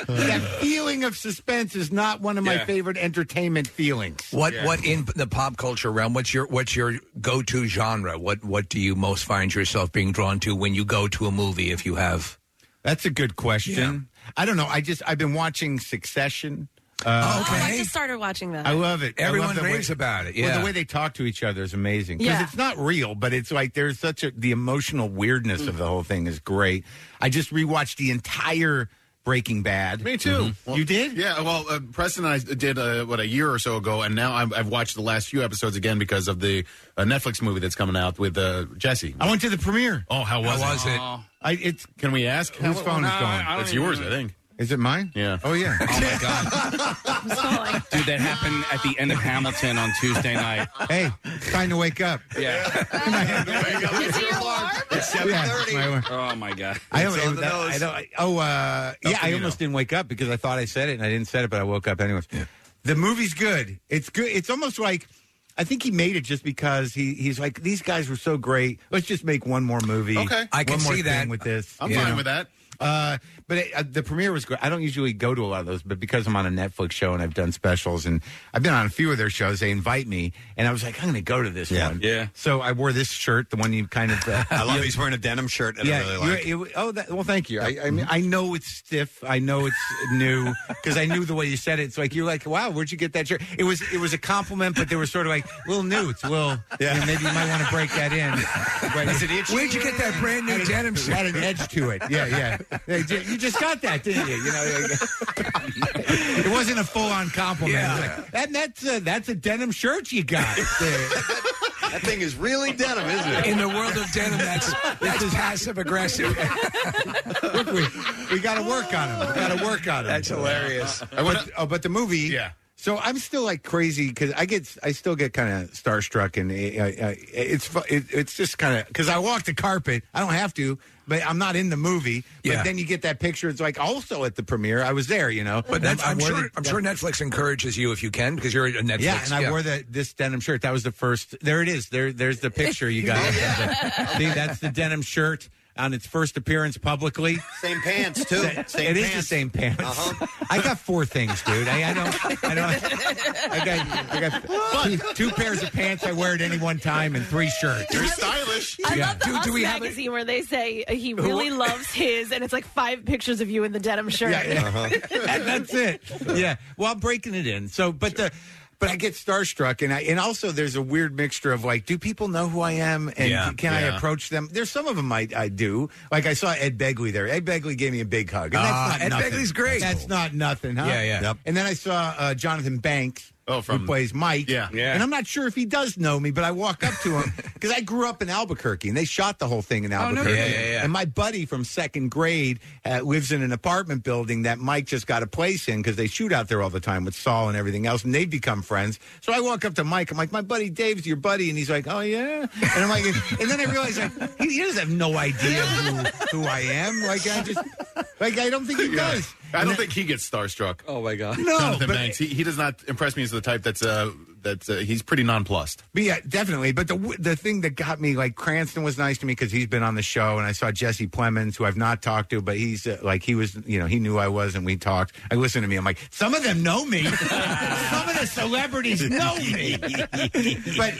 that feeling of suspense is. Not one of my
Yeah.
favorite entertainment feelings.
What what in the pop culture realm? What's your what's your go to genre? What what do you most find yourself being drawn to when you go to a movie? If you have,
that's a good question. I don't know. I just I've been watching Succession.
Oh,
Uh,
I just started watching that.
I love it. I love
Everyone
the
raves about it,
Well,
yeah.
the way they talk to each other is amazing because
Yeah.
it's not real, but it's like there's such a the emotional weirdness
Mm.
of the whole thing is great. I just rewatched the entire Breaking Bad.
Me too. you did? Yeah. Well, uh, Preston and I did uh, what a year or so ago, and now I'm, I've watched the last few episodes again because of the uh, Netflix movie that's coming out with uh, Jesse.
I went to the premiere.
Oh, how was
How
it?
was it? Oh.
I, it's
can we ask
Whose phone is going?
it's yours, I think.
Is it mine?
Yeah.
Oh yeah.
Dude, that happened at the end of Hamilton on Tuesday night.
hey, time to wake up.
Yeah.
It's 7:30. Yeah,
oh my god.
I don't know. That, I don't. I- oh, uh, yeah. I almost didn't wake up because I thought I said it and I didn't say it, but I woke up anyways. The movie's good. It's good. It's almost like I think he made it just because he he's like these guys were so great. Let's just make one more movie.
I can
one more
see
thing
that
with this.
Yeah.
You know? Uh, but it, uh, the premiere was great. I don't usually go to a lot of those, but because I'm on a Netflix show and I've done specials and I've been on a few of their shows, they invite me, and I was like, I'm going to go to this one.
Yeah.
So I wore this shirt, the one you kind of. Uh,
I love
you-
he's wearing a denim shirt that I really
you-
like.
it- oh, that, well, thank you. I, I mean, I know it's stiff. I know it's new because I knew the way you said it. It's like you're like, wow, where'd you get that shirt? It was it was a compliment, but they were sort of like, a little new. It's a little, yeah. maybe you might want to break that in. Right.
Is it itchy? Where'd you get that brand new
Had a-
denim shirt?
Had an edge to it. Yeah, yeah. They ju- You just got that, didn't you? You know, like- it wasn't a full on compliment.
Yeah.
Like, that, that's a, that's a denim shirt you got.
that thing is really denim, isn't
In the world of denim, that's that's passive aggressive.
Look, we, we got to work on him. We got to work on him. That's
hilarious.
but, oh, but the movie. Yeah. So I'm still like crazy because I get I still get kind of starstruck and uh, uh, it's fu- it, it's just kind of because I walk the carpet. I don't have to, but I'm not in the movie. But
Yeah.
then you get that picture. It's like also at the premiere. I was there, you know.
But that's,
I
I'm,
wore
sure
the-
I'm sure Netflix encourages you if you can because you're a Netflix.
yeah, and I wore the, this denim shirt. That was the first. There it is. There, there's the picture you got. See, that's the denim shirt on its first appearance publically.
Same pants, too.
Sa-
Same
it is the
pants. Uh-huh.
same pants. I got four things, dude. I, I don't. I don't. I got. I got two, two pairs of pants I wear at any one time and three shirts.
You're stylish.
I
Yeah.
love the
Do-
Us
do we have
magazine where they say uh, he really loves his, and it's like five pictures of you in the denim shirt.
Yeah, Uh-huh. yeah. And that's it. Yeah. Well, I'm breaking it in. So, but the. But I get starstruck, and I and also there's a weird mixture of like, do people know who I am, and
Yeah.
can I
Yeah.
approach them? There's some of them I, I do. Like I saw Ed Begley there. Ed Begley gave me a big hug. And that's
Ah,
not
Ed
nothing.
Begley's great.
That's not nothing, huh?
Yeah, yeah. Yep.
And then I saw uh, Jonathan Banks. Oh,
from-
who plays Mike?
Yeah. Yeah.
And I'm not sure if he does know me, but I walk up to him because I grew up in Albuquerque, and they shot the whole thing in
Oh, no
Albuquerque.
kidding. Yeah, yeah, yeah.
And my buddy from second grade uh, lives in an apartment building that Mike just got a place in because they shoot out there all the time with Saul and everything else, and they become friends. So I walk up to Mike. I'm like, "My buddy Dave's your buddy," and he's like, "Oh yeah." And I'm like, and then I realize like, he, he doesn't have no idea who, who I am. Like I just, like I don't think he
Yeah.
does.
I
And
don't
then-
think he gets starstruck.
Oh my god,
No,
Jonathan
but-
Banks. He, he does not impress me as the type that's uh that's uh, he's pretty nonplussed.
But yeah, definitely. But the w- the thing that got me like Cranston was nice to me because he's been on the show, and I saw Jesse Plemons, who I've not talked to, but he's uh, like he was, you know, he knew I was, and we talked. I listened to me. I'm like, some of them know me. some of the celebrities know me. but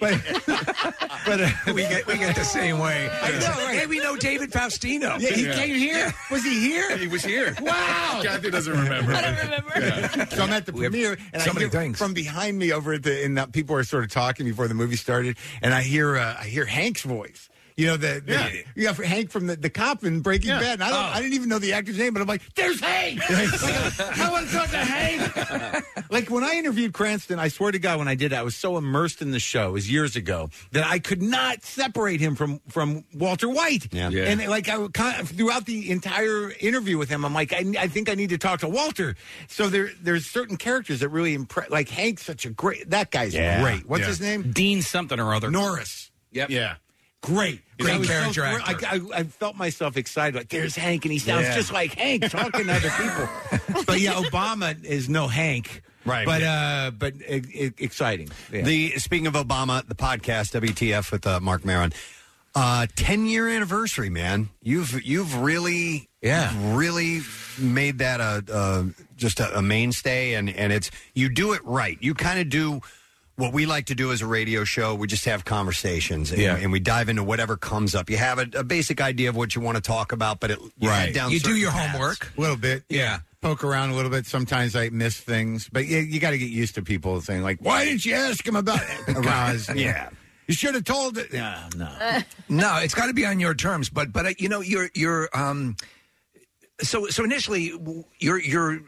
but but uh,
we get we get the same way. I know. Hey, we know David Faustino.
Yeah, he came here. Was he here?
He was here.
Wow. Kathy doesn't
remember.
I don't remember. So I'm at the premiere, and I hear from behind me over at the, and uh, people are sort of talking before the movie started, and I hear, uh, I hear Hank's voice. You know the, the yeah.
Yeah.
Hank from the, the cop in Breaking
Yeah.
Bad. And I don't,
Oh.
I didn't even know the actor's name, but I'm like, there's Hank. Like, I want to talk to Hank. like when I interviewed Cranston, I swear to God, when I did, I was so immersed in the show, it was years ago, that I could not separate him from from Walter White.
Yeah. Yeah.
And like I would kind of- throughout the entire interview with him, I'm like, I, I think I need to talk to Walter. So there, there's certain characters that really impress. Like Hank's such a great. That guy's
Yeah.
great. What's
Yeah.
his name?
Dean something or other.
Norris.
Yep.
Yeah.
Great,
He's
great
a character
I, was so thrilled. I, I, I felt myself excited. Like, there's Hank, and he sounds
Yeah.
just like Hank talking to other people. But yeah, Obama is no Hank,
Right.
But uh, but e- e- exciting. Yeah.
The speaking of Obama, the podcast WTF with uh, Mark Maron, uh, ten year anniversary, man. You've you've really yeah really made that a, a just a, a mainstay, and and it's you do it right. You kind of do. What we like to do as a radio show, we just have conversations and,
Yeah.
and we dive into whatever comes up. You have a, a basic idea of what you want to talk about, but it you head down
You do
certain
your
paths.
homework.
A little bit.
Yeah.
Poke around a little bit. Sometimes I miss things, but you, you got to get used to people saying like, "Why didn't you ask him about it?" Because yeah, you should have told it. Yeah, no.
no, it's got to be on your terms. But but uh, you know you're you're um, so so initially w- your your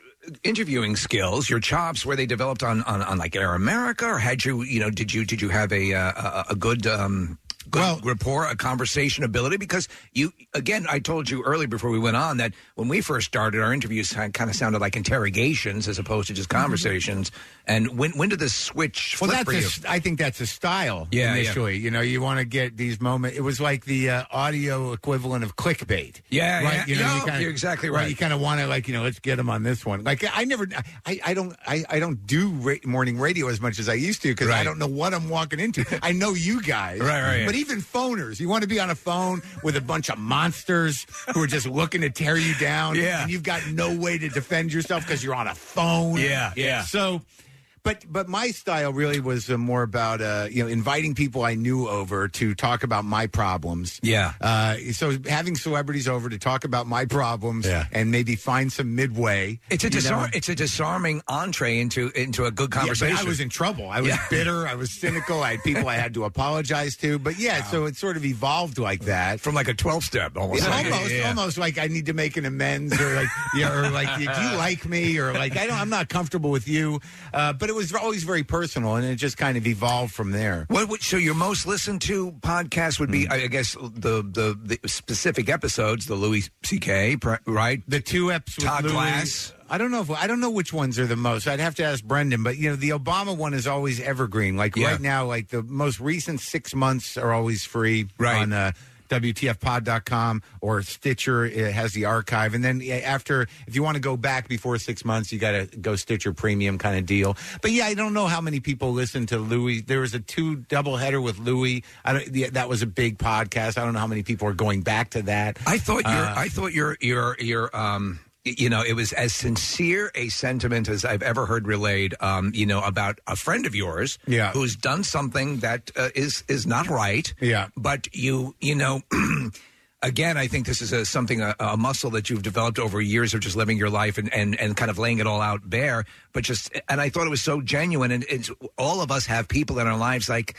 interviewing skills, your chops, were they developed on on, on like Air America, or had you you know did you did you have a uh, a, a good um, good rapport, a conversation ability? Because you again, I told you earlier before we went on that when we first started, our interviews kind of sounded like interrogations as opposed to just conversations. And when when did this switch
Mm-hmm. Well,
flip for
that's a,
you?
s- I think that's a style
Yeah, yeah.
initially. You know, you want to get these moments. It was like the uh, audio equivalent of clickbait.
Yeah,
right.
yeah.
You know,
No,
you kinda,
you're exactly right.
You kind of want to like you know, let's get them on this one. Like I never, I, I don't, I, I don't do ra- morning radio as much as I used to because I don't know what I'm walking into. I know you guys,
Right, right,
But even phoners. You want to be on a phone with a bunch of monsters who are just looking to tear you down.
Yeah.
And you've got no way to defend yourself because you're on a phone.
Yeah, yeah.
So, but but my style really was uh, more about uh, you know inviting people I knew over to talk about my problems.
Yeah.
Uh, so having celebrities over to talk about my problems and maybe find some midway.
It's a
you know?
disar- it's a disarming entree into into a good
Yeah, but
conversation.
I was in trouble. I was
Yeah.
bitter. I was cynical. I had people I had to apologize to. But yeah, so it sort of evolved like that
from like a twelve step almost.
Yeah,
Like-
almost,
yeah.
almost like I need to make an amends or like yeah, or like do you like me or like I don't I'm not comfortable with you. Uh, but it was always very personal, and it just kind of evolved from there.
What would, so your most listened to podcast would
Mm.
be, I I guess, the, the the specific episodes, the Louis C.K. pr- right,
the two eps
Todd
Louis-
Glass.
I don't know if I don't know which ones are the most. I'd have to ask Brendan, but you know the Obama one is always evergreen. Like
Yeah.
right now, like the most recent six months are always free
Right.
on uh, WTFPod.com or Stitcher. It has the archive, and then yeah, after, if you want to go back before six months, you got to go Stitcher Premium kind of deal. But yeah, I don't know how many people listen to Louis. There was a two double header with Louis. I don't, yeah, that was a big podcast. I don't know how many people are going back to that.
I thought your
Uh,
I thought your your your um y- you know it was as sincere a sentiment as I've ever heard relayed um you know about a friend of yours
Yeah.
who's done something that uh, is is not right
Yeah.
but you you know again I think this is a, something a, a muscle that you've developed over years of just living your life and, and and kind of laying it all out bare but just and I thought it was so genuine and it's all of us have people in our lives like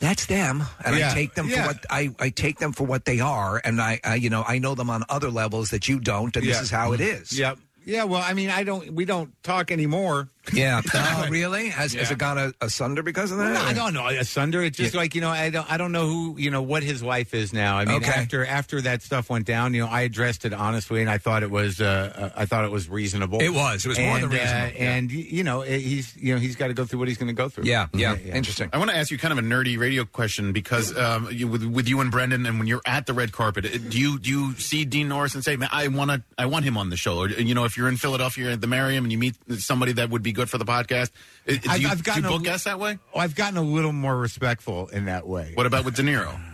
that's them and I
Yeah.
take them
Yeah.
for what I, I take them for what they are and I, I you know I know them on other levels that you don't and this
Yeah. Mm-hmm.
is how it is.
Yep. Yeah. Well, I mean, I don't. We don't talk anymore.
Yeah. Oh, really? Has, has
Yeah.
it gone a- asunder because of that?
No, I don't know. Asunder. It's just like you know. I don't. I don't know who you know what his life is now. I mean,
Okay.
after after that stuff went down, you know, I addressed it honestly, and I thought it was. Uh, I thought it was reasonable.
It was. It was more than
And, uh,
reasonable. Yeah.
And y- you know, it- he's you know he's got to go through what he's going to go through.
I want to ask you kind of a nerdy radio question because um, you, with with you and Brendan, and when you're at the red carpet, it- do you do you see Dean Norris and say, "Man, I want to, I want him on the show"? Or you know, if you're in Philadelphia you're at the Merriam and you meet somebody that would be good for the podcast, i- do
I've-
you,
I've
do
gotten
you
a
book
l-
guests that way?
Well, I've gotten a little more respectful in that way.
What about with De Niro?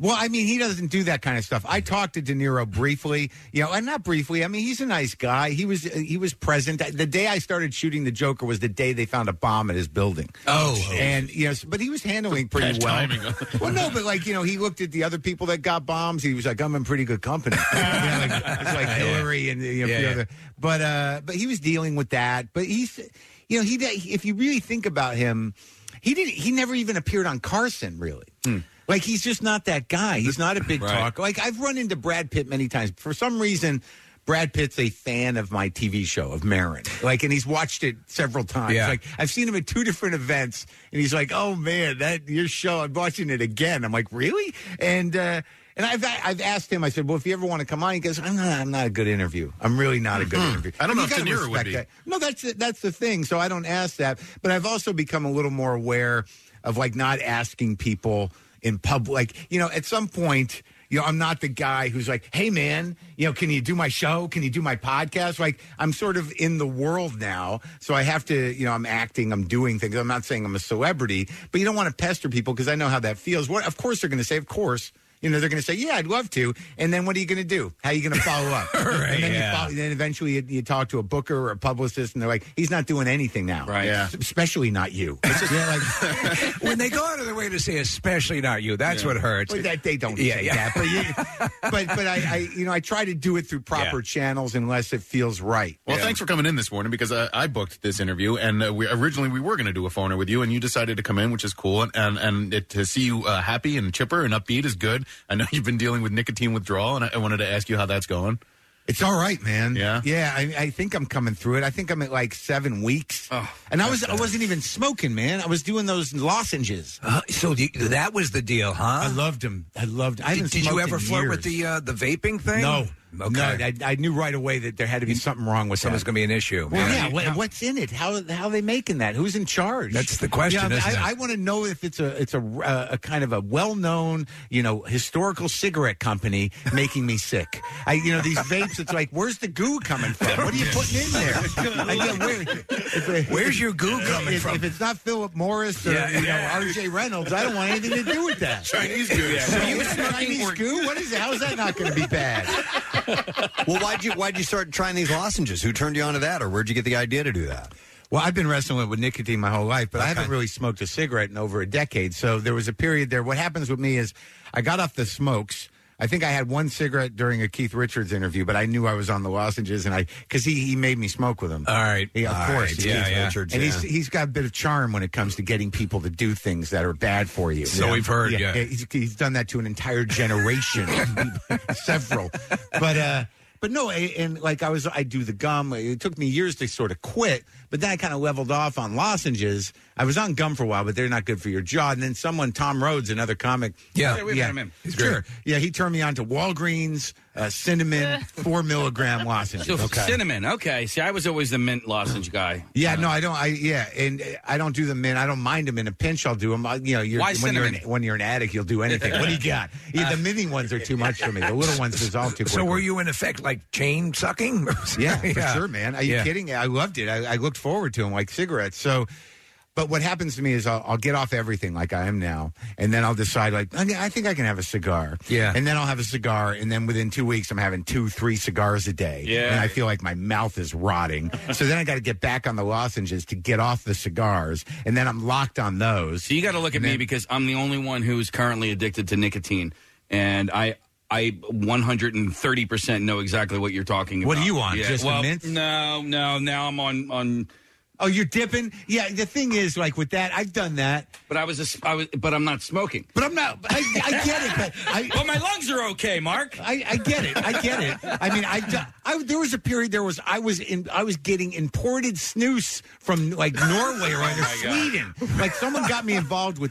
Well, I mean, he doesn't do that kind of stuff. I talked to De Niro briefly, you know, and not briefly. I mean, he's a nice guy. He was he was present. The day I started shooting the Joker was the day they found a bomb at his building.
Oh,
and you know, but he was handling pretty
Bad
well.
timing.
well, no, but like you know, he looked at the other people that got bombs. He was like, I'm in pretty good company. You know, like, it's like Hillary and you know,
Yeah,
the
yeah.
other. But uh, but he was dealing with that. But he's, you know, he if you really think about him, he didn't. He never even appeared on Carson really.
Hmm.
Like he's just not that guy. He's not a big
Right.
talker. Like I've run into Brad Pitt many times. For some reason, Brad Pitt's a fan of my TV show of Marin. Like, and he's watched it several times.
Yeah.
Like I've seen him at two different events, and he's like, "Oh man, that your show. I'm watching it again." I'm like, "Really?" And uh, and I've I've asked him. I said, "Well, if you ever want to come on," he goes, "I'm not. I'm not a good interview. I'm really not a good
Hmm.
interview."
I
And
don't know
you
if De
gotta
Niro
respect
would be.
that. No, that's the, that's the thing. So I don't ask that, but I've also become a little more aware of like not asking people in public. Like, you know, at some point, you know, I'm not the guy who's like, "Hey, man, you know, can you do my show? Can you do my podcast?" Like, I'm sort of in the world now, so I have to, you know, I'm acting, I'm doing things. I'm not saying I'm a celebrity, but you don't want to pester people because I know how that feels. What, of course, they're going to say, "Of course." You know, they're going to say, "Yeah, I'd love to," and then what are you going to do? How are you going to follow up? and then
yeah.
you follow, then eventually you, you talk to a booker or a publicist, and they're like, "He's not doing anything now,
Right. Yeah.
Especially not you."
when they go out of their way to say, especially not you, that's what hurts.
Well, that, they don't
Yeah,
say
yeah.
that, but you, but but I, I you know I try to do it through proper channels unless it feels right.
Well, thanks for coming in this morning because I, I booked this interview, and uh, we, originally we were going to do a phoner with you, and you decided to come in, which is cool, and and, and it, to see you uh, happy and chipper and upbeat is good. I know you've been dealing with nicotine withdrawal, and I, I wanted to ask you how that's going.
It's all right, man.
Yeah,
Yeah, I, I think I'm coming through it. I think I'm at like seven weeks,
Oh,
and I was I wasn't even smoking, man. I was doing those lozenges.
Uh, so the, that was the deal, huh? I
loved them. I loved. I
did
haven't
did you
smoked
ever
in
flirt with
years.
the uh, the vaping thing?
No,
No, I, I knew right away that there had to be something wrong with something's going to be an issue.
Well, yeah. what, what's in it? How how are they making that? Who's in charge?
That's the question,
You know,
isn't
I,
it?
I want to know if it's a it's a, uh, a kind of a well known you know historical cigarette company making me sick. I you know these vapes. It's like where's the goo coming from? What are you putting in there? I know, where- if it-
Where's your goo coming
if,
from?
If it's not Philip Morris or
Yeah,
you know
yeah.
R.J. Reynolds, I don't want anything to do with that.
Chinese goo, yeah.
So you
It's
Chinese
fucking-
goo? What is it? How is that not going to be bad?
well, why'd you why'd you start trying these lozenges? Who turned you on to that, or where'd you get the idea to do that?
Well, I've been wrestling with nicotine my whole life, but I haven't really smoked a cigarette in over a decade. So there was a period there. What happens with me is I got off the smokes. I think I had one cigarette during a Keith Richards interview, but I knew I was on the lozenges, and I because he, he made me smoke with him. All
right,
yeah, of
All
course,
right, yeah,
Keith
yeah.
Richards, and he's
Yeah.
he's got a bit of charm when it comes to getting people to do things that are bad for you.
So we've heard, yeah.
he's, he's done that to an entire generation, several, but. uh but no, a- and like I was, I do the gum. It took me years to sort of quit, but then I kind of leveled off on lozenges. I was on gum for a while, but they're not good for your jaw. And then someone, Tom Rhodes, another comic,
Yeah. Yeah, we've had him in. He's great.
sure, yeah, he turned me on to Walgreens uh, cinnamon four milligram lozenges.
So cinnamon. Okay. See, I was always the mint lozenge guy.
Yeah, no, I don't. I yeah, and uh, I don't do them in. I don't mind them in a pinch. I'll do them. I, you know, you're,
Why
when you're an,
cinnamon?
when you're an addict, you'll do anything. What do you got? Yeah, the mini ones are too much for me. The little ones dissolve too.
So
quickly.
were you in effect like chain sucking?
Yeah, for sure, man. Are you
Yeah.
kidding? I loved it. I, I looked forward to them like cigarettes. So, but what happens to me is I'll, I'll get off everything like I am now, and then I'll decide like I I think I can have a cigar.
Yeah.
and then I'll have a cigar, and then within two weeks I'm having two, three cigars a day.
Yeah.
and I feel like my mouth is rotting. so then I got to get back on the lozenges to get off the cigars, and then I'm locked on those.
So you got to look at me because I'm the only one who is currently addicted to nicotine, and I I 130 percent know exactly what you're talking about.
What are you on?
Yeah,
Just the
well,
mints?
No, no. Now I'm on on.
Oh, you're dipping. Yeah, the thing is, like with that, I've done that.
But I was a, s- I was, but I'm not smoking.
But I'm not. I, I get it. But I,
well, my lungs are okay, Mark.
I, I get it. I get it. I mean, I, do- I there was a period there was I was in I was getting imported snus from like Norway or
Oh, my God.
Sweden. Like someone got me involved with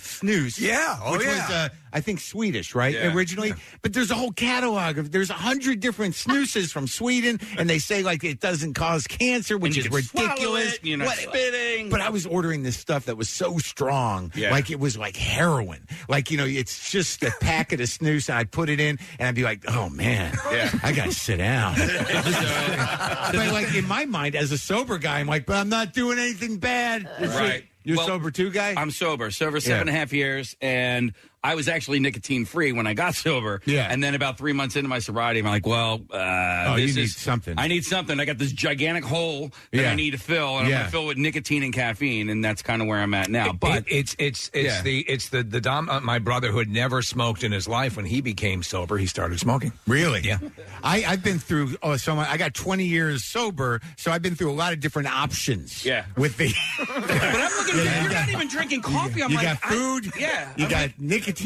snus.
Yeah. Oh,
which
yeah.
was uh, I think Swedish, right?
Yeah.
Originally, but there's a whole catalog of there's a hundred different snuses from Sweden, and they say like it doesn't cause cancer, which
you
is
can swallow
ridiculous.
it, you're not spitting.
But I was ordering this stuff that was so strong,
Yeah.
like it was like heroin. Like you know, it's just a packet of snus, and I'd put it in, and I'd be like, oh man,
Yeah.
I gotta sit down. but like in my mind, as a sober guy, I'm like, but I'm not doing anything bad. It's like,
Right.
You're
Well,
sober too, guy.
I'm sober. Sober seven and
Yeah.
a half years, and I was actually nicotine free when I got sober.
Yeah.
And then about three months into my sobriety, I'm like, well, uh,
Oh,
this
you need
is-
something.
I need something. I got this gigantic hole that
Yeah.
I need to fill, and I'm
Yeah.
gonna fill it with nicotine and caffeine, and that's kind of where I'm at now. But
It- it's it's it's
Yeah.
the it's the the dom. Uh, my brother who had never smoked in his life when he became sober, he started smoking.
Really? Yeah. I, I've been through oh so much. I got 20 years sober, so I've been through a lot of different options.
Yeah.
With the
but I'm looking.
Yeah, you
you're
got-
not even drinking coffee. I'm
you
like,
got
I-
food.
yeah.
You
I'm
got
like,
nicotine.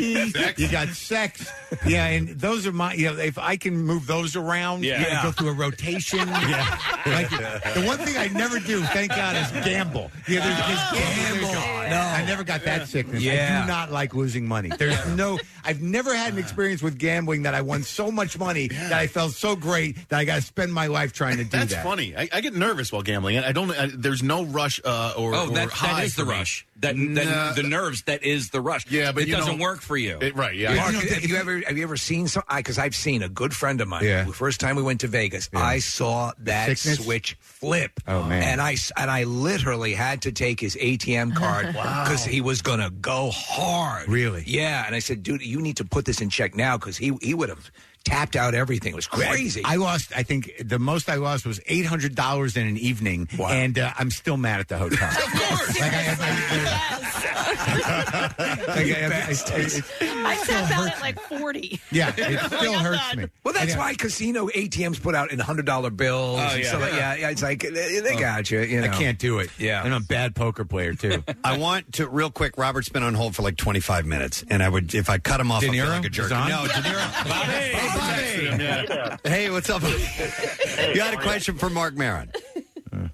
You got sex. Yeah, and those are my. You know, if I can move those around,
Yeah.
you know,
Yeah.
go through a rotation. yeah. Like, the one thing I never do, thank God, is gamble. Yeah, there's, there's gamble. No. I never got that sickness. I
Yeah.
do not like losing money. There's no. I've never had an experience with gambling that I won so much money that I felt so great that I got to spend my life trying to do
That's
that.
funny. I, I get nervous while gambling. I don't. I, there's no rush uh, or
Oh,
or
that, that
high
is the
for me.
rush. That, that
Nah.
the nerves. That is the rush.
Yeah, but
it
you
doesn't
know-
work for you.
It- right, yeah.
Mark,
You know,
have you ever have you ever seen some? Because I've seen a good friend of mine. The first time we went to Vegas, I saw that
sickness?
switch flip.
Oh, man.
And I s- and I literally had to take his ATM card because he was gonna go hard.
Really?
Yeah. And I said, dude, you need to put this in check now because he he would have tapped out everything. It was crazy.
I lost. I think the most I lost was eight hundred dollars in an evening, and uh, I'm still mad at the hotel. Like, I- I- I- it's-
I tapped out at like 40.
yeah, it still
Like, I'm
hurts
done.
me.
Well, that's why casino ATMs put out in hundred dollar bills.
Oh,
and
yeah.
stuff like- yeah. yeah, It's like they, they got you. You know,
Oh. I can't do it.
Yeah.
and I'm a bad poker player too.
I want to real quick. Robert's been on hold for like 25 minutes, and I would if I cut him off,
De
I feel
Niro
like a jerk.
is on?
No, De Niro. Hey, what's up? you had a question for Mark Maron.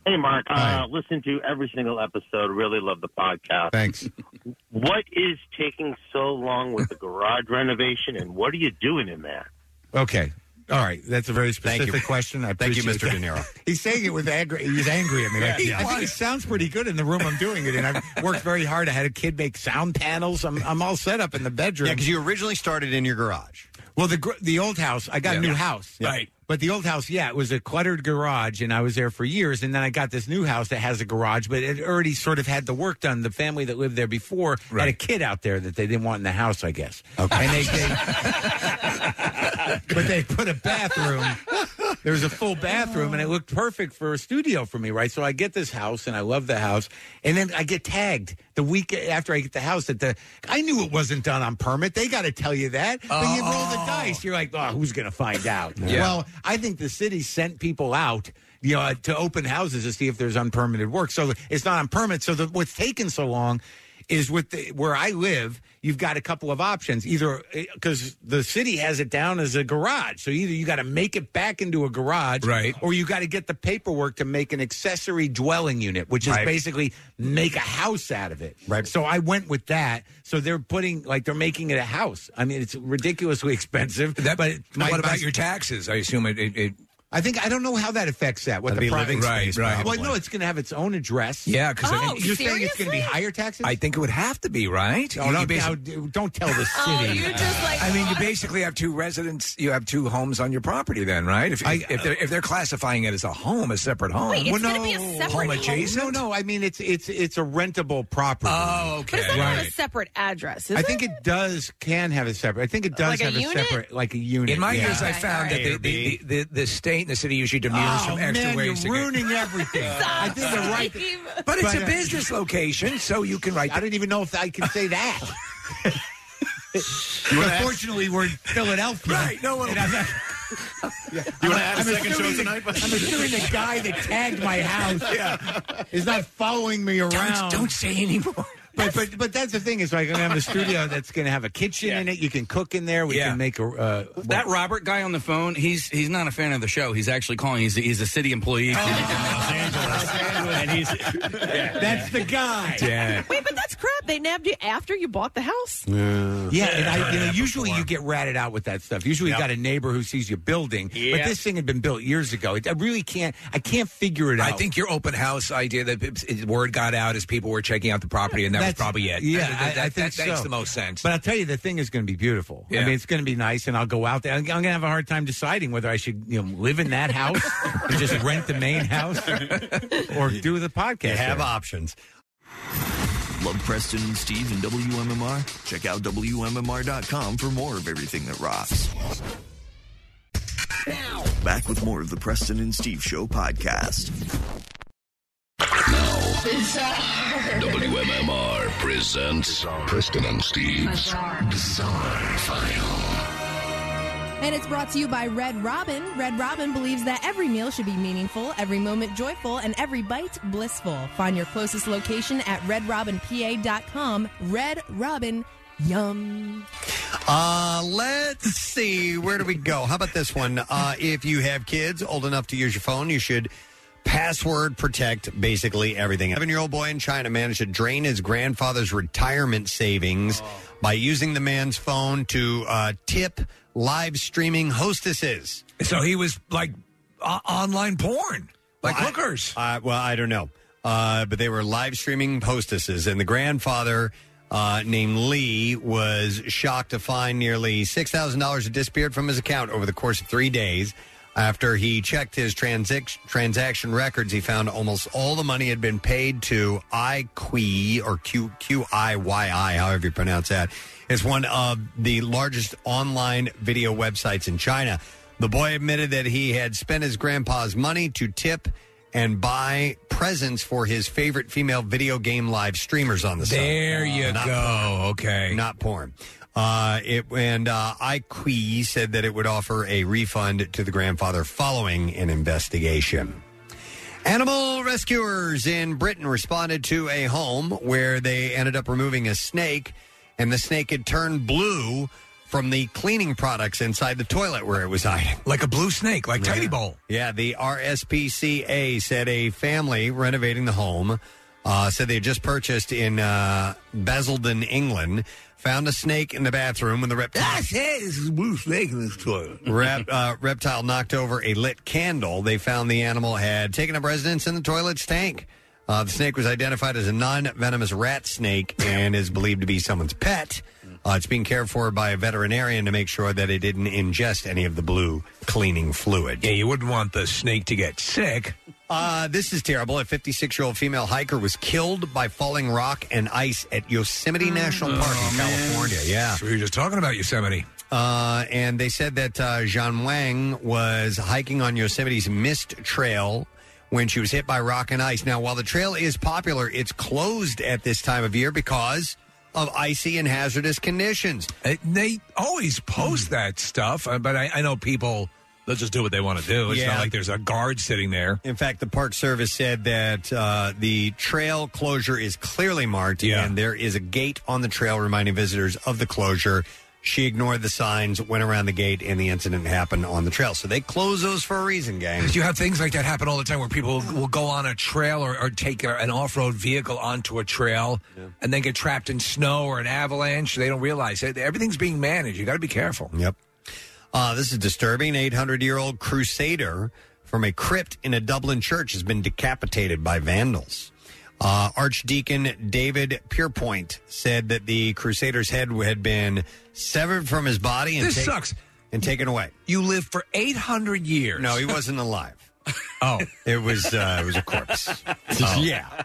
Hey, Mark. Uh, listen to every single episode. Really love the podcast.
Thanks.
What is taking so long with the garage renovation, and what are you doing in there?
Okay. All right, that's a very
Thank you.
specific question. I
Thank you,
appreciate
Mr.
that.
De Niro.
He's saying it with angry. He's angry at me.
Yeah,
Like,
yeah.
I think it sounds pretty good in the room I'm doing it in. I've worked very hard. I had a kid make sound panels. I'm I'm all set up in the bedroom.
Yeah, because you originally started in your garage.
Well, the gr- the old house. I got
Yeah.
a new
Yeah.
house.
Yeah. Right.
But the old house, yeah, it was a cluttered garage, and I was there for years. And then I got this new house that has a garage, but it already sort of had the work done. The family that lived there before had a kid out there that they didn't want in the house, I guess. Okay. And they, they but they put a bathroom. There was a full bathroom, and it looked perfect for a studio for me, right? So I get this house, and I love the house, and then I get tagged the week after I get the house that the I knew it wasn't done on permit. They got to tell you that, but you roll the dice. You're like, oh, who's going to find out?
Yeah.
Well, I think the city sent people out. You know, to open houses to see if there's unpermitted work. So it's not on permit. So the, what's taken so long is with the, where I live, you've got a couple of options. Either because the city has it down as a garage, so either you got to make it back into a garage, right, or you got to get the paperwork to make an accessory dwelling unit, which is
Right.
basically make a house out of it. Right. So I went with that. So they're putting like they're making it a house. I mean, it's ridiculously expensive. That, but my-
what about
my-
your taxes? I assume it. it, it
I think I don't know how that affects that. What
That'd
the
be living
pri-
space, Right, right.
Well, no, it's going to have its own address.
Yeah, 'cause I think- Oh,
you're saying it's going to be
seriously?
higher taxes. Oh,
I think it would have to be right.
No,
You
no,
basi- Oh, Uh,
no, d- don't tell the city.
I mean, you basically have two residents. You have two homes on your property, then, right? If if they're if they're classifying it as a home, a separate home,
Well, Oh, no,
home adjacent.
No, no. I mean, it's it's it's a rentable property.
Oh, okay.
But it's not gonna have a separate address. Is
I think it does can have a separate. I think it does
Like a
have a,
unit?
separate like a unit.
In my
yeah.
years, I found that the, the, the, the, the state and the city usually demurs some extra
Oh, man,
ways.
you're
to
ruining everything. I think the right.
get, but it's a business location, so you can write.
uh, I don't even know if I can say that. Unfortunately, we're in Philadelphia.
Right, no one.
You
wanna add a second show
tonight? I'm assuming the guy that tagged my house is not following me around.
don't
say anymore.
But, but but that's the thing is like I'm gonna have a studio that's gonna have a kitchen in it. You can cook in there. We
Yeah.
can make a uh,
That Robert guy on the phone, he's he's not a fan of the show. He's actually calling. He's a, he's a city
Oh,
employee. and he's
that's the guy.
Yeah.
Wait, but that's crap. They nabbed you after you bought the house.
Yeah, and I, you know, usually you get ratted out with that stuff. Usually
Yep.
you got a neighbor who sees you building,
Yeah.
but this thing had been built years ago. It, I really can't. I can't figure it out.
I think your open house idea that p- word got out as people were checking out the property, and that was
That's-
probably it.
Yeah,
that,
I-
that-
I think
that makes
so.
the most sense.
But I'll tell you, the thing is going to be beautiful.
Yeah.
I mean, it's going to be nice, and I'll go out there. I'm, going to have a hard time deciding whether I should you know, live in that house and just rent the main house or do the podcast.
You have
options.
Love Preston and Steve and WMMR? Check out WMMR.com for more of everything that rocks. Back with more of the Preston and Steve Show podcast.
WMMR presents Preston and Steve's Bizarre, File.
And it's brought to you by Red Robin. Red Robin believes that every meal should be meaningful, every moment joyful, and every bite blissful. Find your closest location at redrobinpa.com. Red Robin, yum.
Uh, let's see. Where do we go? How about this one? Uh, if you have kids old enough to use your phone, you should password protect basically everything. Seven year old boy in China managed to drain his grandfather's retirement savings
Oh.
by using the man's phone to uh, tip live streaming hostesses.
So he was like o- online porn, like hookers.
Uh, well, I don't know. Uh, but they were live streaming hostesses, and the grandfather uh, named Lee was shocked to find nearly $6,000 had disappeared from his account over the course of three days. After he checked his transac- transaction records, he found almost all the money had been paid to iQIYI, or Q- QIYI, however you pronounce that. It's one of the largest online video websites in China. The boy admitted that he had spent his grandpa's money to tip and buy presents for his favorite female video game live streamers on the site.
There you
Not
go. Okay.
Not porn. Uh, it and uh, IQE said that it would offer a refund to the grandfather following an investigation. Animal rescuers in Britain responded to a home where they ended up removing a snake, and the snake had turned blue from the cleaning products inside the toilet where it was hiding.
Like a blue snake, like Tidy Bowl.
Yeah, the RSPCA said a family renovating the home Uh, said they had just purchased in uh, Basildon, England. Found a snake in the bathroom when the reptile. That's it. This is blue snake in this toilet. Rep, uh, reptile knocked over a lit candle. They found the animal had taken up residence in the toilet's tank. Uh, the snake was identified as a non-venomous rat snake and is believed to be someone's pet. Uh, it's being cared for by a veterinarian to make sure that it didn't ingest any of the blue cleaning fluid. Yeah,
you wouldn't want the snake to get sick.
Uh, this is terrible. A 56 year old female hiker was killed by falling rock and ice at Yosemite National
Mm.
Park in California. Yeah.
Oh, So we were just talking about Yosemite.
Uh, and they said that uh, Zhan Wang was hiking on Yosemite's Mist Trail when she was hit by rock and ice. Now, while the trail is popular, it's closed at this time of year because of icy and hazardous conditions.
It, they always
Hmm.
post that stuff, uh, but I, I know people. They'll just do what they want to do. It's
Yeah.
not like there's a guard sitting there.
In fact, the Park Service said that uh, the trail closure is clearly marked, and there is a gate on the trail reminding visitors of the closure. She ignored the signs, went around the gate, and the incident happened on the trail. So they close those for a reason, gang.
You have things like that happen all the time where people will go on a trail or, or take a, an off road vehicle onto a trail and then get trapped in snow or an avalanche. They don't realize it. Everything's being managed. You got to be careful.
Yep. Uh, this is disturbing. 800 year old crusader from a crypt in a Dublin church has been decapitated by vandals. Uh, Archdeacon David Pierpoint said that the crusader's head had been severed from his body and,
This sucks.
and taken away.
You lived for 800 years.
No, he wasn't alive.
Oh,
it was uh, it was a corpse. Oh. Yeah,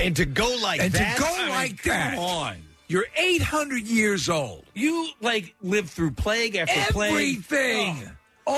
and to go like
and
that-
to go
I mean,
like that.
come on.
You're 800 years old.
You like lived through plague after plague.
Everything.
Oh.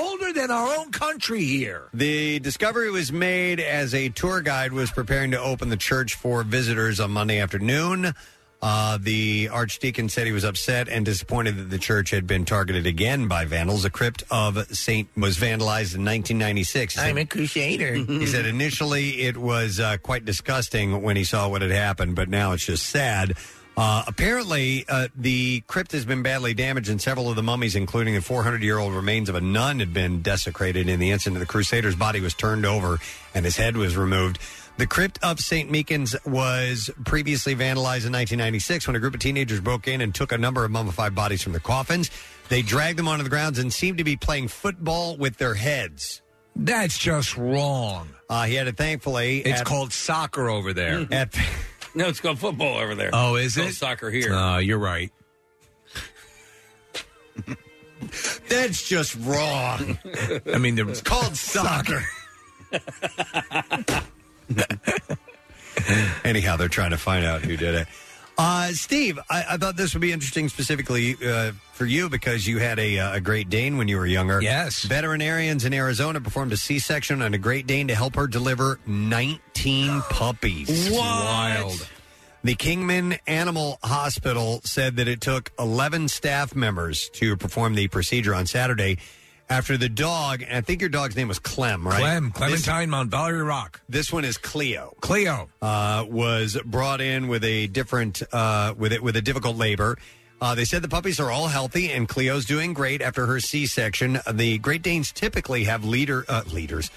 Older than our own country here.
The discovery was made as a tour guide was preparing to open the church for visitors on Monday afternoon. Uh, the archdeacon said he was upset and disappointed that the church had been targeted again by vandals. The crypt of Saint was vandalized in 1996. He said-
I'm a crusader.
he said initially it was uh, quite disgusting when he saw what had happened, but now it's just sad. Uh, apparently, uh, the crypt has been badly damaged, and several of the mummies, including the 400 year old remains of a nun, had been desecrated in the incident. The crusader's body was turned over and his head was removed. The crypt of St. Meekins was previously vandalized in 1996 when a group of teenagers broke in and took a number of mummified bodies from the coffins. They dragged them onto the grounds and seemed to be playing football with their heads.
That's just wrong.
Uh, he had it thankfully.
It's
at-
called soccer over there.
At,
No, it's called football over there.
Oh, is
It's
it?
called soccer here?
Uh, you're right.
That's just wrong.
I mean, the,
it's called soccer. Anyhow, they're trying to find out who did it. Uh, Steve, I, I thought this would be interesting specifically uh, for you because you had a, uh, a Great Dane when you were younger. Yes. Veterinarians in Arizona performed a C section on a Great Dane to help her deliver 19 puppies.
What?
Wild. The Kingman Animal Hospital said that it took 11 staff members to perform the procedure on Saturday after the dog, and I think your dog's name was Clem, right?
Clem,
This-
Clementine Mount Valerie Rock.
This one is Cleo.
Cleo
uh, was brought in with a different uh, with it with a difficult labor. Uh, they said the puppies are all healthy and Cleo's doing great after her C-section. The Great Danes typically have leader uh, leaders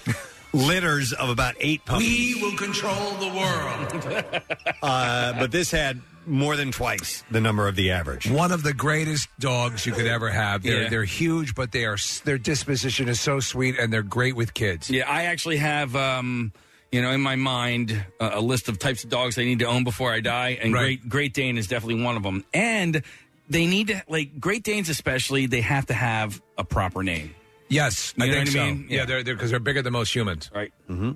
litters of about eight puppies,
will control the world.
uh, but this had more than twice the number of the average.
One of the greatest dogs you could ever have. They're
Yeah.
they're huge, but they are s- their disposition is so sweet, and they're great with kids.
Yeah, I actually have, um, you know, in my mind uh, a list of types of dogs I need to own before I die, and
Right.
Great Great Dane is definitely one of them. And they need to like Great Danes, especially. They have to have a proper name.
Yes,
You
I
know
think
what I
so.
mean?
Yeah, they're because they're bigger than most humans.
Right.
Mm-hmm.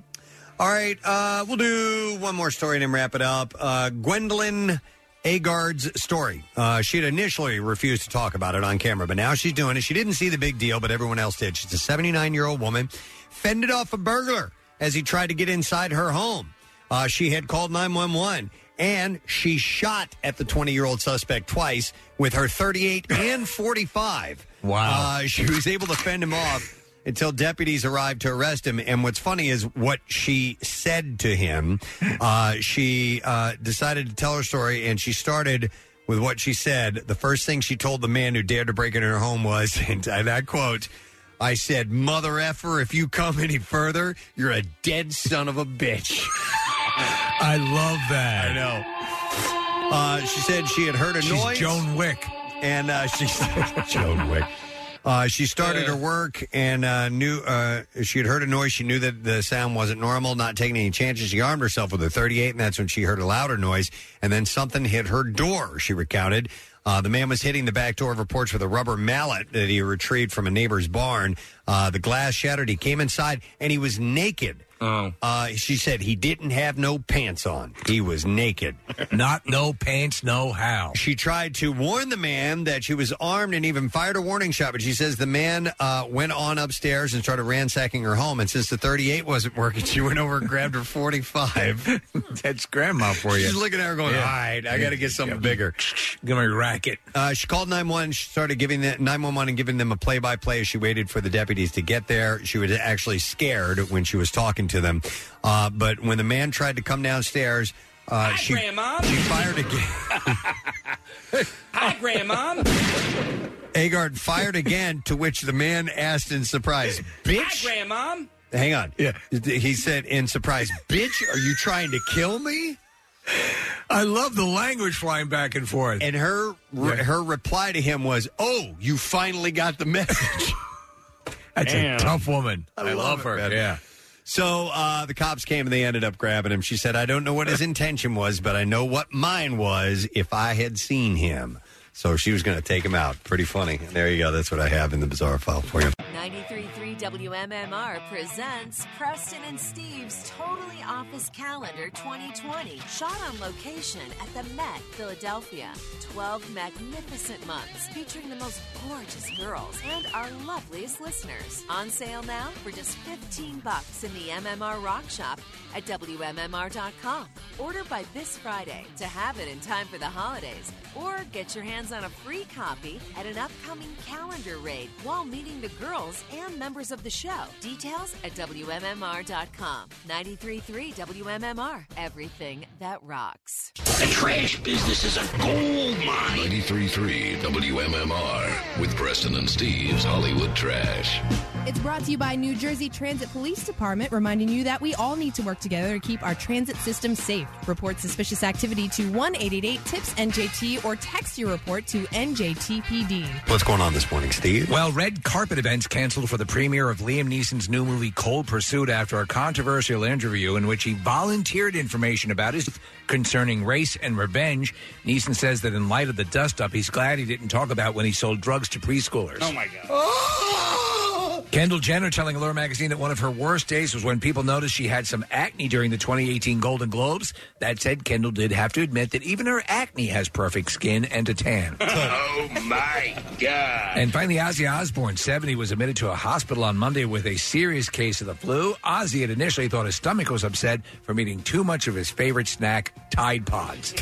All right, uh, we'll do one more story and then wrap it up. Uh, Gwendolyn Agard's story. Uh, she had initially refused to talk about it on camera, but now she's doing it. She didn't see the big deal, but everyone else did. She's a 79 year old woman, fended off a burglar as he tried to get inside her home. Uh, she had called 911 and she shot at the 20 year old suspect twice with her 38 and 45. Wow. Uh, she was able to fend him off until deputies arrived to arrest him. And what's funny is what she said to him. Uh, she uh, decided to tell her story and she started with what she said. The first thing she told the man who dared to break into her home was, and I quote, I said, Mother effer, if you come any further, you're a dead son of a bitch.
I love that.
I know. Uh, she said she had heard a
She's
noise.
Joan Wick.
And uh, she Joan
Wick.
Uh, she started her work and uh, knew uh, she had heard a noise. She knew that the sound wasn't normal. Not taking any chances, she armed herself with a 38, and that's when she heard a louder noise. And then something hit her door. She recounted. Uh, the man was hitting the back door of her porch with a rubber mallet that he retrieved from a neighbor's barn. Uh, the glass shattered. He came inside and he was naked.
Oh.
Uh, she said he didn't have no pants on. He was naked.
Not no pants, no how.
She tried to warn the man that she was armed and even fired a warning shot, but she says the man uh, went on upstairs and started ransacking her home. And since the 38 wasn't working, she went over and grabbed her 45.
That's grandma for
She's looking at her going, all right, I got to get something bigger.
Give me a racket.
Uh, she called 911. She started giving the 911 and giving them a play by play as she waited for the deputies to get there. She was actually scared when she was talking to them. Uh, but when the man tried to come downstairs, uh, she, she fired again.
Hi, Grandma.
Agard fired again, to which the man asked in surprise,
Hi,
Bitch,
Grandma.
hang on. Yeah. He said in surprise, Bitch, are you trying to kill me?
I love the language flying back and forth.
And her her reply to him was, "Oh, you finally got the message."
That's a tough woman. I, love, her. Yeah.
So uh, the cops came and they ended up grabbing him. She said, I don't know what his intention was, but I know what mine was if I had seen him. So she was going to take him out. Pretty funny. And there you go. That's what I have in the bizarre file for you.
93.3 WMMR presents Preston and Steve's Totally Office Calendar 2020, shot on location at the Met, Philadelphia. 12 magnificent months featuring the most gorgeous girls and our loveliest listeners. On sale now for just 15 bucks in the MMR Rock Shop at WMMR.com. Order by this Friday to have it in time for the holidays or get your hands on a free copy at an upcoming calendar raid while meeting the girls and members of the show. Details at WMMR.com. 93.3 WMMR. Everything that rocks.
The trash business is a gold mine.
93.3 WMMR with Preston and Steve's Hollywood Trash.
It's brought to you by New Jersey Transit Police Department, reminding you that we all need to work together to keep our transit system safe. Report suspicious activity to 1 TIPS NJT or text your report to NJTPD.
What's going on this morning, Steve?
Well, red carpet events canceled for the premiere of Liam Neeson's new movie Cold Pursuit after a controversial interview in which he volunteered information about his concerning race and revenge. Neeson says that in light of the dust up, he's glad he didn't talk about when he sold drugs to preschoolers.
Oh, my God.
Kendall Jenner telling Allure magazine that one of her worst days was when people noticed she had some acne during the 2018 Golden Globes. That said, Kendall did have to admit that even her acne has perfect skin and a tan.
oh my god.
And finally, Ozzy Osbourne, 70, was admitted to a hospital on Monday with a serious case of the flu. Ozzy had initially thought his stomach was upset from eating too much of his favorite snack, Tide Pods.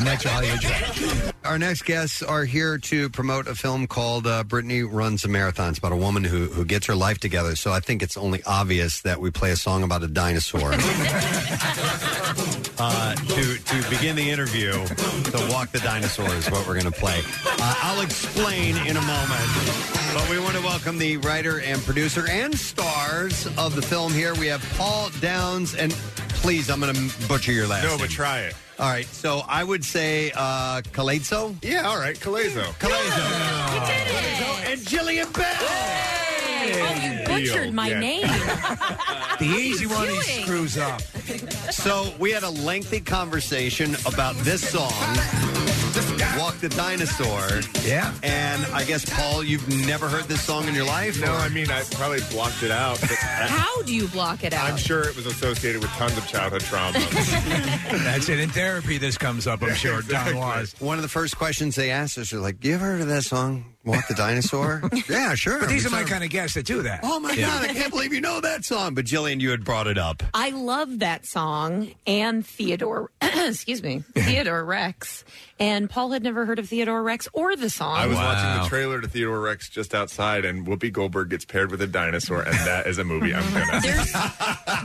Next Hollywood Trash. Our next guests are here to promote a film called uh, Brittany Runs a Marathon. It's about a woman who, who gets her life together. So I think it's only obvious that we play a song about a dinosaur. uh, to to begin the interview. The Walk the Dinosaur is what we're going to play. Uh, I'll explain in a moment, but we want to welcome the writer and producer and stars of the film. Here we have Paul Downs, and please, I'm going to butcher your last.
No,
name.
but try it.
All right, so I would say uh, Calazzo.
Yeah, all right, Calazo.
Calazo. And Jillian Bell.
Oh, you butchered my name.
The
easy
one he doing?
screws up.
So we had a lengthy conversation about this song, Walk the Dinosaur.
Yeah.
And I guess, Paul, you've never heard this song in your life?
No, I mean, I probably blocked it out. but I-
How do you block it out?
I'm sure it was associated with tons of childhood trauma.
That's it. In therapy, this comes up, I'm sure. Don was.
One of the first questions they asked us, they're like, you ever heard of that song, Walk the Dinosaur? yeah, sure.
But these
We
are my
started-
kind of guests that do that.
Oh, my God, I can't believe you know that song. But Jillian, you had brought it up.
I love that song and Theodore, excuse me, Theodore Rex. And Paul had never heard of Theodore Rex or the song.
I was watching the trailer to Theodore Rex just outside, and Whoopi Goldberg gets paired with a dinosaur, and that is a movie I'm gonna.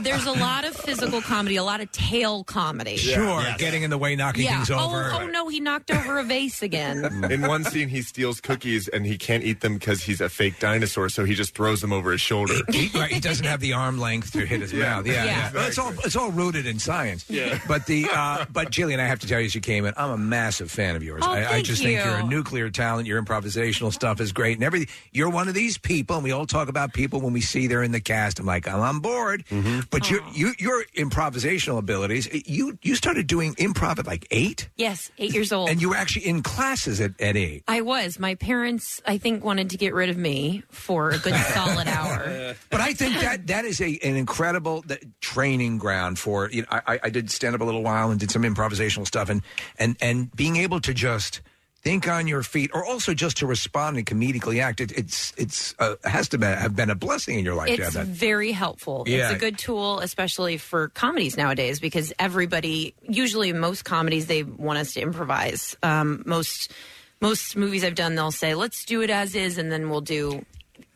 There's a lot of physical comedy, a lot of tail comedy.
Sure, getting in the way, knocking
Yeah.
things
Oh,
over.
oh no, he knocked over a vase again.
In one scene, he steals cookies and he can't eat them because he's a fake dinosaur, so he just throws them over his shoulder.
He, right, he doesn't have the arm length to hit his
Yeah.
mouth. Yeah,
Yeah.
yeah. Well, it's all it's all rooted in science. Yeah. But the uh, but Jillian, I have to tell you, as you came in, I'm a massive fan of yours.
Oh,
I, I
thank
just think you're a
you.
nuclear talent. Your improvisational stuff is great, and everything. You're one of these people, and we all talk about people when we see they're in the cast. I'm like, I'm on board. But your you, your improvisational abilities, you you started doing improv at like eight,
Yes, eight years
Oh.
old.
and you were actually in classes at at eight.
I was. My parents, I think, wanted to get rid of me for a good solid hour.
But I think that that is a an incredible th- training ground for. You know, I, I- I did stand up a little while and did some improvisational stuff, and and and being able to just think on your feet, or also just to respond and comedically act. It, it's it's uh, has to be, have been a blessing in your life to have
It's
that.
very helpful.
Yeah.
It's a good tool, especially for comedies nowadays, because everybody, usually most comedies, they want us to improvise. Um, most most movies I've done, they'll say, "Let's do it as is," and then we'll do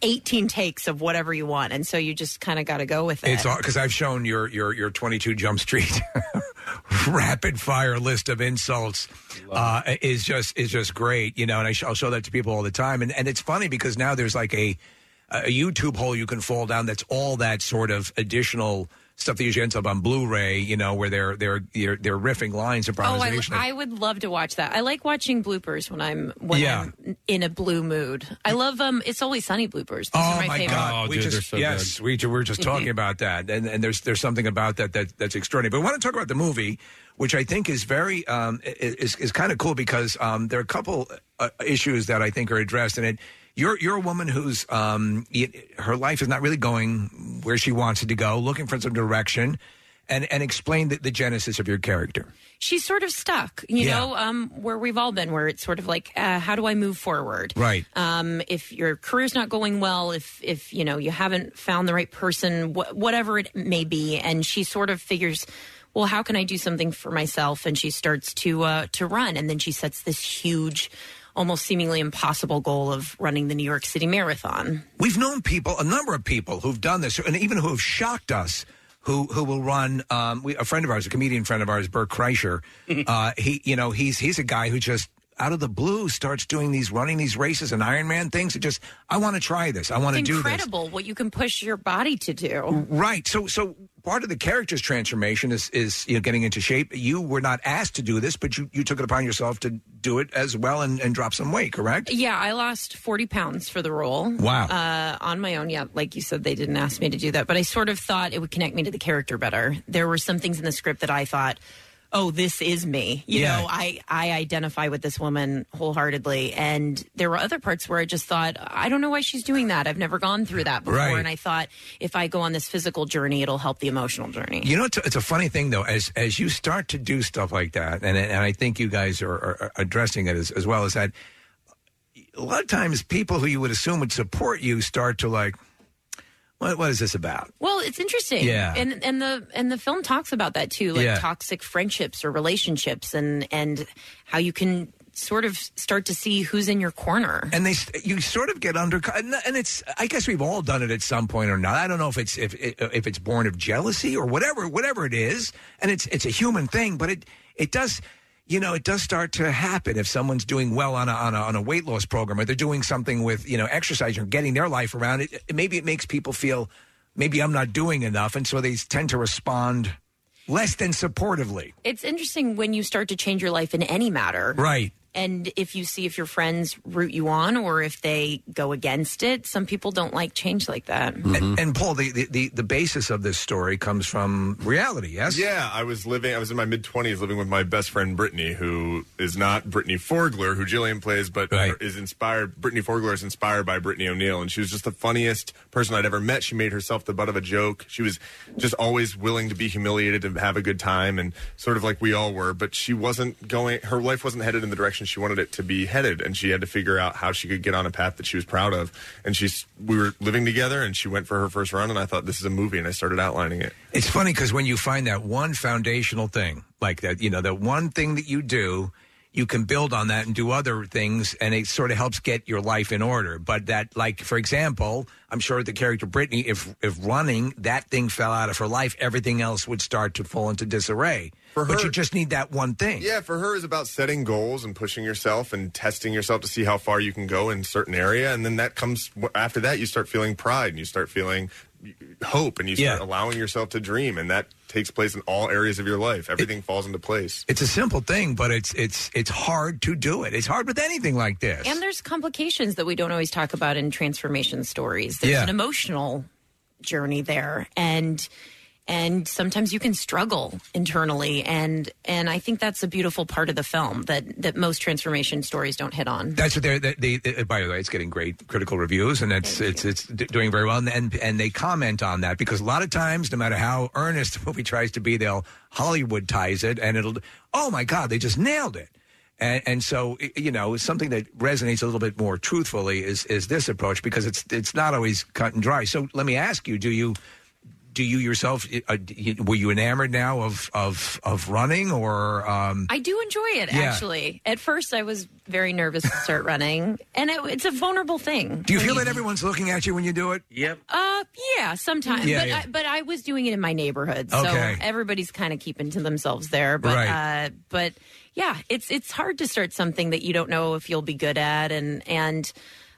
eighteen takes of whatever you want, and so you just kind of got to go with it.
It's because I've shown your your your 22 Jump Street rapid fire list of insults uh, is just is just great, you know. And I sh- I'll show that to people all the time, and and it's funny because now there's like a a YouTube hole you can fall down. That's all that sort of additional stuff that usually ends up on Blu-ray, you know, where they're they're they're, they're riffing lines
Oh, I,
improvisation.
I would love to watch that. I like watching bloopers when I'm when
Yeah.
I'm in a blue mood. I love um. It's always sunny bloopers. Those are my, favorite.
Oh God, we just, yes, we ju- we were just talking about that, and and there's there's something about that, that that's extraordinary. But we want to talk about the movie, which I think is very um, i- is is kind of cool because um, there are a couple uh, issues that I think are addressed in it. You're you're a woman who's um, y- her life is not really going where she wants it to go, looking for some direction, and and explain the, the genesis of your character.
She's sort of stuck, you
Yeah.
know, um, where we've all been, where it's sort of like, uh, how do I move forward?
Right.
Um, if your career's not going well, if if you know you haven't found the right person, wh- whatever it may be, and she sort of figures, well, how can I do something for myself? And she starts to uh, to run, and then she sets this huge, almost seemingly impossible goal of running the New York City Marathon.
We've known people, a number of people who've done this, and even who have shocked us. Who who will run? Um, we, a friend of ours, a comedian friend of ours, Bert Kreischer. Uh, he you know he's he's a guy who just out of the blue starts doing these running these races and Ironman things. It just I want to try this. I want to
it's
do this.
incredible what you can push your body to do.
Right. So so part of the character's transformation is is you know getting into shape. You were not asked to do this, but you you took it upon yourself to do it as well and and drop some weight. Correct.
Yeah, I lost 40 pounds for the role.
Wow.
Uh, on my own. Yeah, like you said, they didn't ask me to do that, but I sort of thought it would connect me to the character better. There were some things in the script that I thought, oh, this is me. You
Yeah.
know, I, I identify with this woman wholeheartedly. And there were other parts where I just thought, I don't know why she's doing that. I've never gone through that before.
Right.
And I thought, if I go on this physical journey, it'll help the emotional journey.
You know, it's a, it's a funny thing though. As as you start to do stuff like that, and and I think you guys are, are are addressing it as, as well as that. A lot of times, people who you would assume would support you start to like, what what is this about?
Well, it's interesting.
Yeah.
And and the and the film talks about that too, like
Yeah.
toxic friendships or relationships and and how you can sort of start to see who's in your corner.
And they st- you sort of get under, and and it's I guess we've all done it at some point or not. I don't know if it's if if it's born of jealousy or whatever whatever it is, and it's it's a human thing, but it it does. You know, it does start to happen if someone's doing well on a, on a on a weight loss program, or they're doing something with you know exercise or getting their life around it. it- Maybe it makes people feel maybe I'm not doing enough, and so they tend to respond less than supportively.
It's interesting when you start to change your life in any matter.
Right.
And if you see if your friends root you on or if they go against it, some people don't like change like that.
And, and Paul, the, the, the, the basis of this story comes from reality, yes?
Yeah, I was living. I was in my mid twenties, living with my best friend Brittany, who is not Brittany Forgler, who Jillian plays, but is inspired. Brittany Forgler is inspired by Brittany O'Neill, and she was just the funniest person I'd ever met. She made herself the butt of a joke. She was just always willing to be humiliated and have a good time, and sort of like we all were. But she wasn't going. Her life wasn't headed in the direction she wanted it to be headed, and she had to figure out how she could get on a path that she was proud of. And she's we were living together, and she went for her first run, and I thought this is a movie, and I started outlining it.
It's funny because when you find that one foundational thing, like that, you know, that one thing that you do, you can build on that and do other things, and it sort of helps get your life in order. But that, like for example, I'm sure the character Brittany, if if running that thing fell out of her life, everything else would start to fall into disarray.
For
but
her-
you just need that one thing.
Yeah, for her is about setting goals and pushing yourself and testing yourself to see how far you can go in certain area, and then that comes after that. You start feeling pride and you start feeling hope, and you start allowing yourself to dream, and that takes place in all areas of your life. Everything falls into place.
It's a simple thing, but it's it's it's hard to do it. It's hard with anything like this.
And there's complications that we don't always talk about in transformation stories. There's
Yeah.
an emotional journey there and and sometimes you can struggle internally and and I think that's a beautiful part of the film that that most transformation stories don't hit on.
That's what they're. They, they, they- by the way, it's getting great critical reviews, and it's it's it's d- doing very well. And, and and they comment on that because a lot of times, no matter how earnest the movie tries to be, they'll Hollywood ties it, and it'll. Oh my God, they just nailed it. And, and so i- you know something that resonates a little bit more truthfully is is this approach because it's it's not always cut and dry. So let me ask you: Do you do you yourself uh, d- you- were you enamored now of of of running or um,
I do enjoy it
Yeah.
actually. At first I was very nervous to start running and it, it's a vulnerable thing.
do you feel that everyone's looking at you when you do it?
Yep.
Uh, yeah, sometimes.
Yeah,
but
yeah.
I, but I was doing it in my neighborhood,
Okay.
so everybody's kind of keeping to themselves there. But
Right.
uh, but yeah, it's it's hard to start something that you don't know if you'll be good at, and and.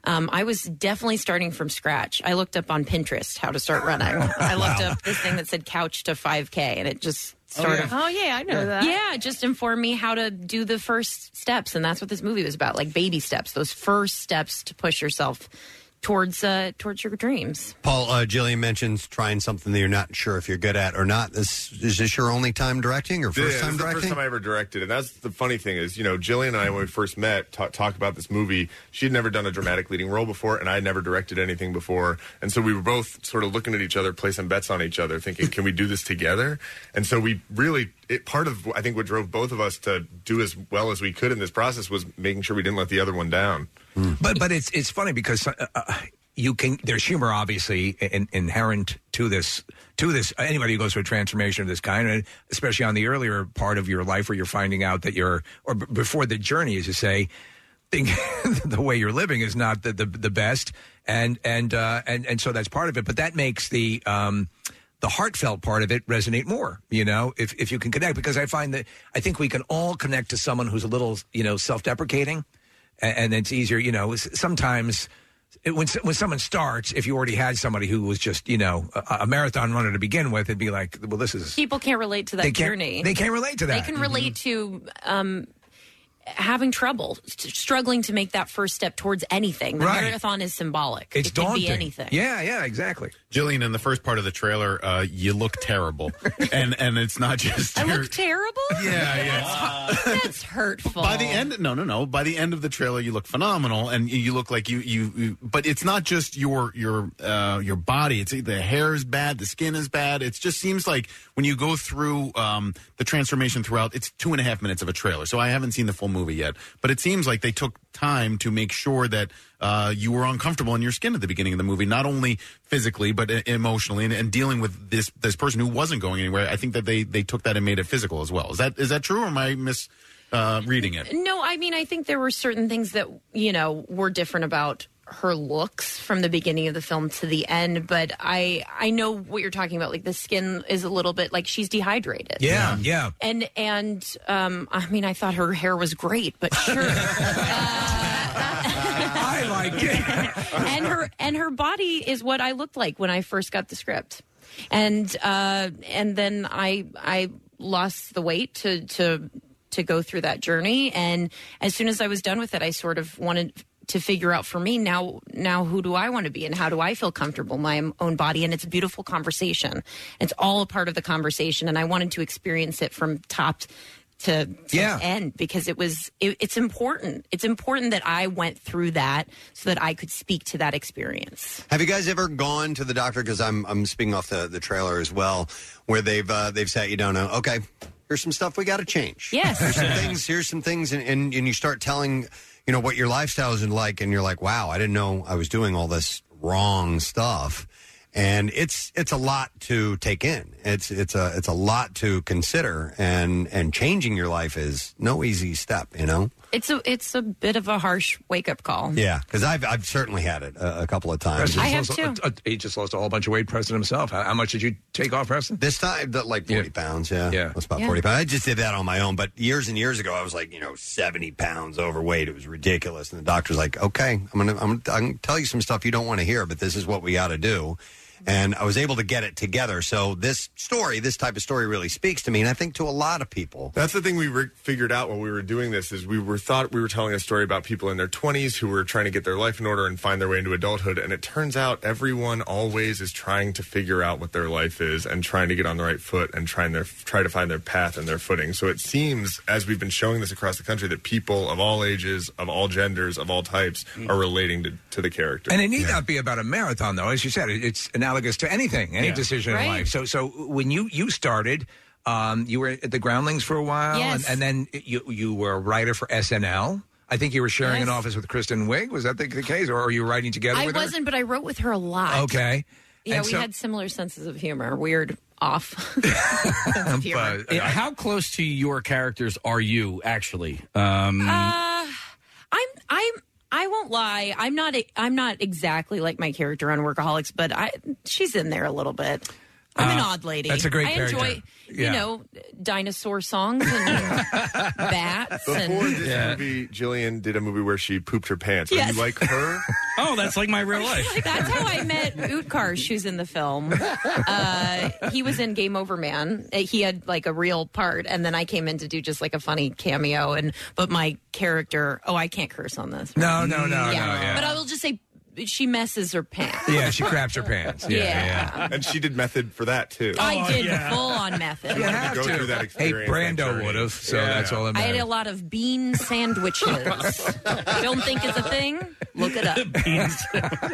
Um, I was definitely starting from scratch. I looked up on Pinterest how to start running. I looked up this thing that said couch to 5K, and it just sort of.
Oh yeah, I know
yeah.
that.
Yeah, just inform me how to do the first steps, and that's what this movie was about, like baby steps, those first steps to push yourself towards uh, towards your dreams.
Paul, uh, Jillian mentions trying something that you're not sure if you're good at or not. This is this your only time directing or
Yeah,
first
this
time
is the
directing?
first time I ever directed, and that's the funny thing is, you know, Jillian and I when we first met ta- talk about this movie. She had never done a dramatic leading role before, and I had never directed anything before, and so we were both sort of looking at each other, placing bets on each other, thinking, "Can we do this together?" And so we really, it, part of I think what drove both of us to do as well as we could in this process was making sure we didn't let the other one down.
But but it's it's funny because uh, uh, you can there's humor obviously in, inherent to this to this anybody who goes through a transformation of this kind, and especially on the earlier part of your life where you're finding out that you're or b- before the journey, as you say. Think the way you're living is not the the, the best, and and uh, and and so that's part of it. But that makes the um, the heartfelt part of it resonate more you know if, if you can connect because i find that i think we can all connect to someone who's a little you know self-deprecating a- and, it's easier you know s- sometimes it, when, s- when someone starts if you already had somebody who was just you know a, a marathon runner to begin with it'd be like well this is
People can't relate to that
They can't-
journey.
they can't relate to that. Mm-hmm.
They can relate to um, having trouble, st- struggling to make that first step towards anything. The
Right.
marathon is symbolic.
It's
it can be
daunting.
anything.
yeah, exactly.
Jillian, in the first part of the trailer, uh, you look terrible, and and it's not just
I
your-
look terrible.
Yeah, yeah.
That's, that's hurtful.
By the end, no, no, no. By the end of the trailer, you look phenomenal, and you- you look like you, you. you but it's not just your your uh, your body. It's the hair is bad, the skin is bad. It just seems like when you go through um, the transformation throughout, it's two and a half minutes of a trailer. So I haven't seen the full movie yet, but it seems like they took time to make sure that uh, you were uncomfortable in your skin at the beginning of the movie, not only physically but e- emotionally, and, and dealing with this this person who wasn't going anywhere. I think that they they took that and made it physical as well. Is that is that true, or am I mis uh, reading it?
No, I mean, I think there were certain things that, you know, were different about her looks from the beginning of the film to the end but i i know what you're talking about like the skin is a little bit like she's dehydrated
yeah yeah
and and um i mean i thought her hair was great but sure
i like it
and her and her body is what i looked like when i first got the script and uh and then i i lost the weight to to to go through that journey and as soon as i was done with it i sort of wanted to figure out for me now now who do i want to be and how do i feel comfortable in my own body and it's a beautiful conversation it's all a part of the conversation and i wanted to experience it from top to, to
Yeah.
end because it was it, it's important it's important that i went through that so that i could speak to that experience
Have you guys ever gone to the doctor? Because I'm I'm speaking off the, the trailer as well, where they've uh, they've sat you down. and, Okay, here's some stuff we got to change.
Yes.
here's some things. Here's some things, and, and and you start telling you know what your lifestyle is like, and you're like, wow, I didn't know I was doing all this wrong stuff. and it's it's a lot to take in. It's it's a it's a lot to consider, and and changing your life is no easy step. You know.
It's a it's a bit of a harsh wake up call.
Yeah, because I've I've certainly had it a, a couple of times.
I have too.
Uh, he just lost a whole bunch of weight, Preston himself. How, how much did you take off, Preston?
This time, that like forty pounds. Yeah, yeah, that's about
Yeah.
forty pounds. I just did that on my own, but years and years ago, I was like, you know, seventy pounds overweight. It was ridiculous, and the doctor's like, okay, I'm gonna I'm, gonna- I'm gonna tell you some stuff you don't want to hear, but this is what we got to do. And I was able to get it together. So this story, this type of story, really speaks to me, and I think to a lot of people.
That's the thing we re- figured out while we were doing this is we were thought we were telling a story about people in their 20s who were trying to get their life in order and find their way into adulthood and it turns out everyone always is trying to figure out what their life is and trying to get on the right foot and trying their try to find their path and their footing. So it seems as we've been showing this across the country that people of all ages, of all genders, of all types are relating to, to the character.
And it need not be about a marathon, though. As you said, it- it's analogous to anything, any
Yeah.
decision
Right.
in life. So, so when you you started, um, you were at the Groundlings for a while,
Yes.
and, and then you you were a writer for SNL. I think you were sharing an office with Kristen Wiig. Was that the, the case, or were you writing together
I
with
wasn't, but I wrote with her a lot.
her? Okay.
Yeah,
And
we
so-
had similar senses of humor. Weird off.
But, uh, how close to your characters are you actually? Um,
Uh, I'm I'm I won't lie. I'm not I'm not exactly like my character on Workaholics, but I she's in there a little bit. I'm an
Uh,
odd lady.
that's a great
I
character.
enjoy, you
Yeah.
know, dinosaur songs and bats
Before
and
this movie, Jillian did a movie where she pooped her pants. Are
Yes.
you like her?
oh, that's like my real life.
That's how I met Utkarsh, who's in the film. Uh, he was in Game Over Man. Uh, He had like a real part, and then I came in to do just like a funny cameo. And but my character, oh, I can't curse on this.
No, no, no, no, yeah.
But I will just say she messes her pants.
yeah, she craps her pants. Yeah,
Yeah.
yeah.
And she did method for that
Oh,
too.
Oh,
I did full on method.
You have to go through that experience.
Hey, Brando would have. So
Yeah.
that's all that
I had
matters.
a lot of bean sandwiches. Don't think it's a thing. Look it up.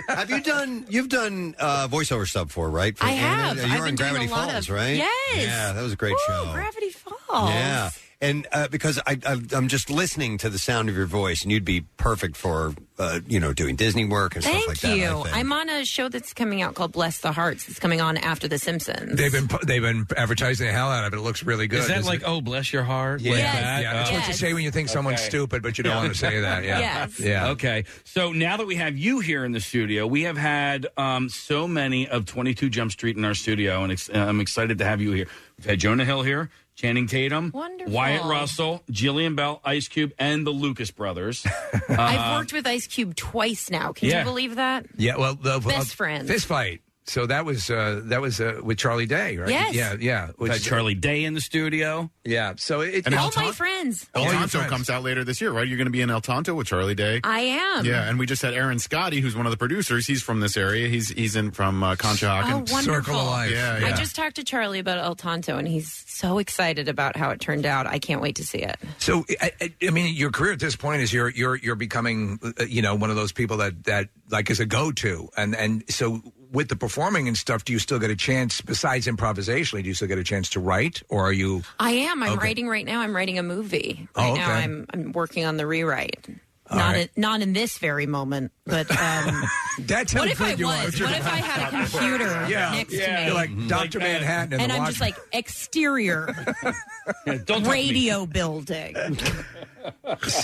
have you done? You've done uh, voiceover stuff for right? For
I
Anna?
have.
You
I've
were on
been doing a
Gravity
lot
Falls,
of-
right?
Yes.
Yeah, that was a great show.
Gravity Falls.
Yeah, and uh, because I, I I'm just listening to the sound of your voice, and you'd be perfect for uh, you know doing Disney work and
Thank
stuff like
you.
that. I think.
I'm on a show that's coming out called Bless the Hearts. It's coming on after The Simpsons.
They've been pu- they've been advertising the hell out of it. It looks really good.
Is that
It's-
like oh bless your heart?
Yeah,
like
Yes.
that? Uh,
yeah, that's what you Yes. say when you think someone's stupid, but you don't want to say that, yeah. Yes. Yeah.
Okay. So now that we have you here in the studio, we have had um, so many of 22 Jump Street in our studio, and ex- uh, I'm excited to have you here. We've had Jonah Hill here, Channing Tatum,
Wonderful.
Wyatt Russell, Jillian Bell, Ice Cube, and the Lucas Brothers.
I've
Um,
worked with Ice Cube twice now. Can
Yeah.
you believe that?
Yeah, well, the uh,
Best friend.
fist fight. So that was uh, that was uh, with Charlie Day, right?
Yes.
Yeah, yeah.
We've had Charlie Day in the studio.
Yeah. So it,
And
all
Al
my
Tan-
friends.
El Tonto comes out later this year, right? You're going to be in El Tonto with Charlie Day.
I am.
yeah, and we just had Aaron Scotty, who's one of the producers. He's from this area. He's he's in from uh,
Oh,
Conshohocken.
wonderful.
Yeah, yeah.
I just talked to Charlie about El Tonto, and he's so excited about how it turned out. I can't wait to see it.
So I, I- I mean, your career at this point is you're you're you're becoming uh, you know one of those people that that like is a go to, and and so with the performing and stuff, do you still get a chance besides improvisationally? Do you still get a chance to write, or are you?
I am. I'm
Okay.
writing right now. I'm writing a movie.
Oh,
Right now,
okay.
I'm I'm working on the rewrite.
All
not
right.
in, not in this very moment, but um,
That's
what
how
if I
good you are.
was? What if I had a computer
Yeah.
next
Yeah.
to me? Mm-hmm.
You're like Dr. Manhattan and
and
the
I'm just like exterior
touch me.
radio building.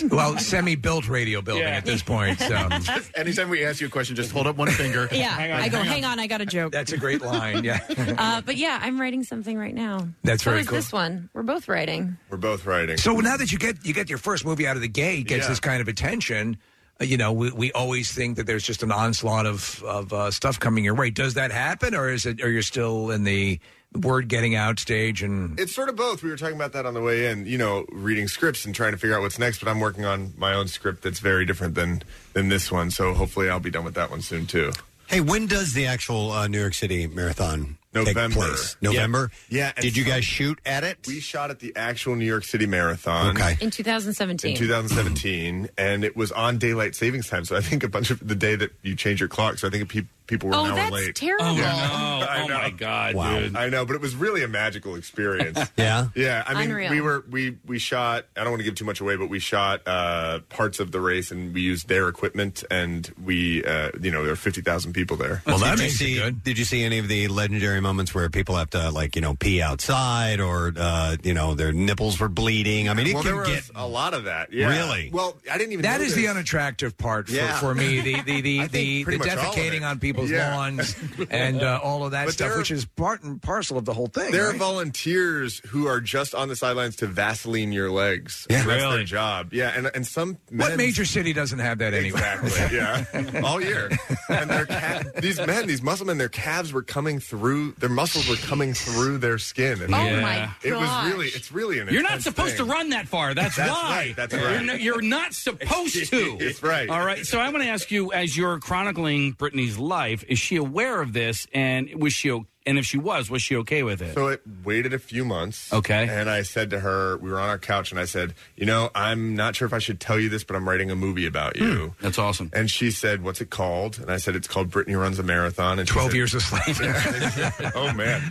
well, semi built radio building
Yeah.
at this point. So.
Anytime we ask you a question, just hold up one finger.
Yeah, I go. Hang on, I got a joke.
That's a great line. Yeah.
Uh, but yeah, I'm writing something right now.
That's
so
very
is
cool.
This one, we're both writing.
We're both writing.
So now that you get you get your first movie out of the gate, gets
Yeah.
this kind of attention. uh, You know, we, we always think that there's just an onslaught of of uh, stuff coming your way. Does that happen, or is it? Or you're still in the word getting out stage? And
It's sort of both. We were talking about that on the way in, you know, reading scripts and trying to figure out what's next, but I'm working on my own script that's very different than than this one, so hopefully I'll be done with that one soon too.
Hey, when does the actual uh, New York City Marathon
November.
place. November?
Yeah.
Did you guys shoot at it?
We shot at the actual New York City Marathon.
Okay.
in 2017.
In 2017, and it was on daylight savings time. So I think a bunch of the day that you change your clock. So I think people people were
Oh,
an hour
that's
late.
terrible. Oh,
no.
I know. Oh my god,
Wow.
dude! I know, but it was really a magical experience.
yeah,
yeah. I mean,
Unreal.
we were we we shot. I don't want to give too much away, but we shot uh, parts of the race, and we used their equipment, and we uh, you know there were fifty thousand people there.
Well, that makes see, Did you see any of the legendary moments where people have to like you know pee outside or uh, you know their nipples were bleeding? I mean, it
well,
can
there
get
was a lot of that. Yeah.
Really?
Well, I didn't even.
That
know
is
this.
the unattractive part for,
Yeah.
for me. The the the, the,
I think pretty
the
much all of
defecating
it.
on people's
Yeah.
lawns and uh, all of that
But
stuff,
there-
which is part and parcel of the whole thing.
There are
right?
volunteers who are just on the sidelines to Vaseline your legs. Yeah, that's their job. Yeah, and and some
What
men-
major city doesn't have that anyway?
Exactly. Yeah, all year. And their ca- these men, these muscle men, their calves were coming through. Their muscles were coming through their skin. And
Oh, my
It was
gosh.
really. It's really an.
You're not
intense
supposed
thing.
to run that far. That's,
That's
why.
right, that's right.
You're, no- you're not supposed to.
It's right.
All right. So I want to ask you, as you're chronicling Brittany's life, is she aware of this? And was she? o- And if she was, was she okay with it?
So it waited a few months.
Okay.
And I said to her, we were on our couch, and I said, you know, I'm not sure if I should tell you this, but I'm writing a movie
Hmm.
about you.
That's awesome.
And she said, what's it called? And I said, it's called Brittany Runs a Marathon. And she
Twelve
said-
years a slave.
oh man.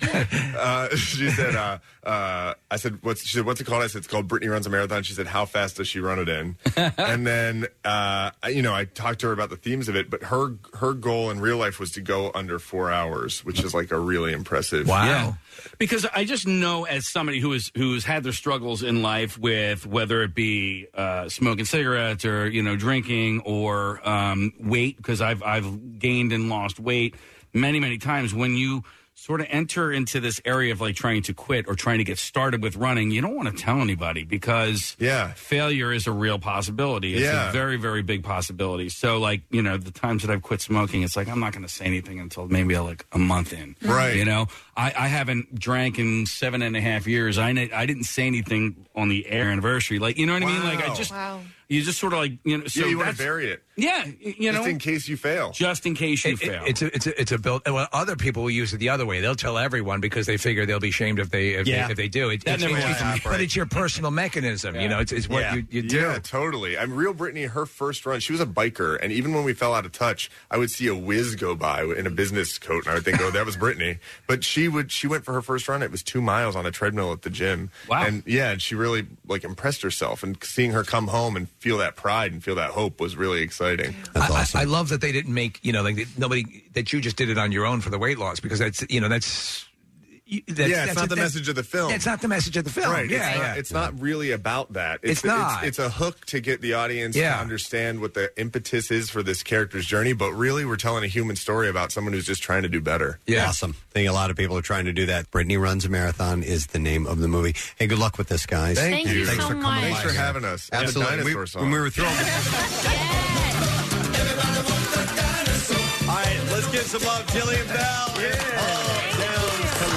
Uh, she said, uh, uh, I said, what's she said, what's it called? I said, it's called Brittany runs a marathon. She said, how fast does she run it in? and then, uh, I- you know, I talked to her about the themes of it, but her her goal in real life was to go under four hours, which is like a really impressive.
Yeah. Because I just know as somebody who is who's had their struggles in life with whether it be uh, smoking cigarettes or you know drinking or um, weight because I've I've gained and lost weight many many times when you sort of enter into this area of like trying to quit or trying to get started with running you don't want to tell anybody because
yeah
failure is a real possibility it's
Yeah.
a very very big possibility so like you know the times that I've quit smoking it's like I'm not going to say anything until maybe like a month in
Right.
you know, I, I haven't drank in seven and a half years. I ne- I didn't say anything on the air anniversary. Like you know what I mean? Like I just you just sort of like you know. So
yeah, you want
that's-
to bury it.
Yeah, you know,
Just in case you fail.
just in case you
It- it-
fail.
it's a it's a it's a build. Well, other people will use it the other way. They'll tell everyone because they figure they'll be shamed if they if,
Yeah.
they, if they do. It,
That
it's-
never
it's-
happened.
But it's your personal mechanism. You know, it's, it's what
Yeah.
you, you do.
Yeah, totally. I'm real Brittany. Her first run, she was a biker, and even when we fell out of touch, I would see a whiz go by in a business coat, and I would think, "Oh, that was Brittany." But she would. She went for her first run. It was two miles on a treadmill at the gym.
Wow.
And yeah, and she really like impressed herself, and seeing her come home and feel that pride and feel that hope was really exciting.
I, I- I love that they didn't make you know like that nobody that you just did it on your own for the weight loss because that's you know that's. you- that's
yeah, it's
that's
not
it-
the
that's-
message of the film.
That's not the message of the film.
Right.
Yeah,
it's,
yeah.
Not, it's not really about that.
It's not.
It's, it's a hook to get the audience
Yeah.
to understand what the impetus is for this character's journey, but really we're telling a human story about someone who's just trying to do better.
Awesome. I think a lot of people are trying to do that. Brittany Runs a Marathon is the name of the movie. Hey, good luck with this, guys.
Thank Thank you you.
Thanks
so
for coming
much. Thanks
by
for
here.
having us. And the
Absolutely.
dinosaur
We-
song.
When we were throwing. All right, let's give some love, Jillian Bell. Oh,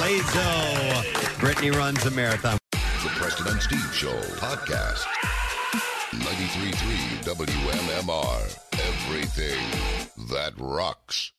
Yeah. Brittany Runs a Marathon.
The Preston and Steve Show podcast. 93.3 WMMR. Everything that rocks.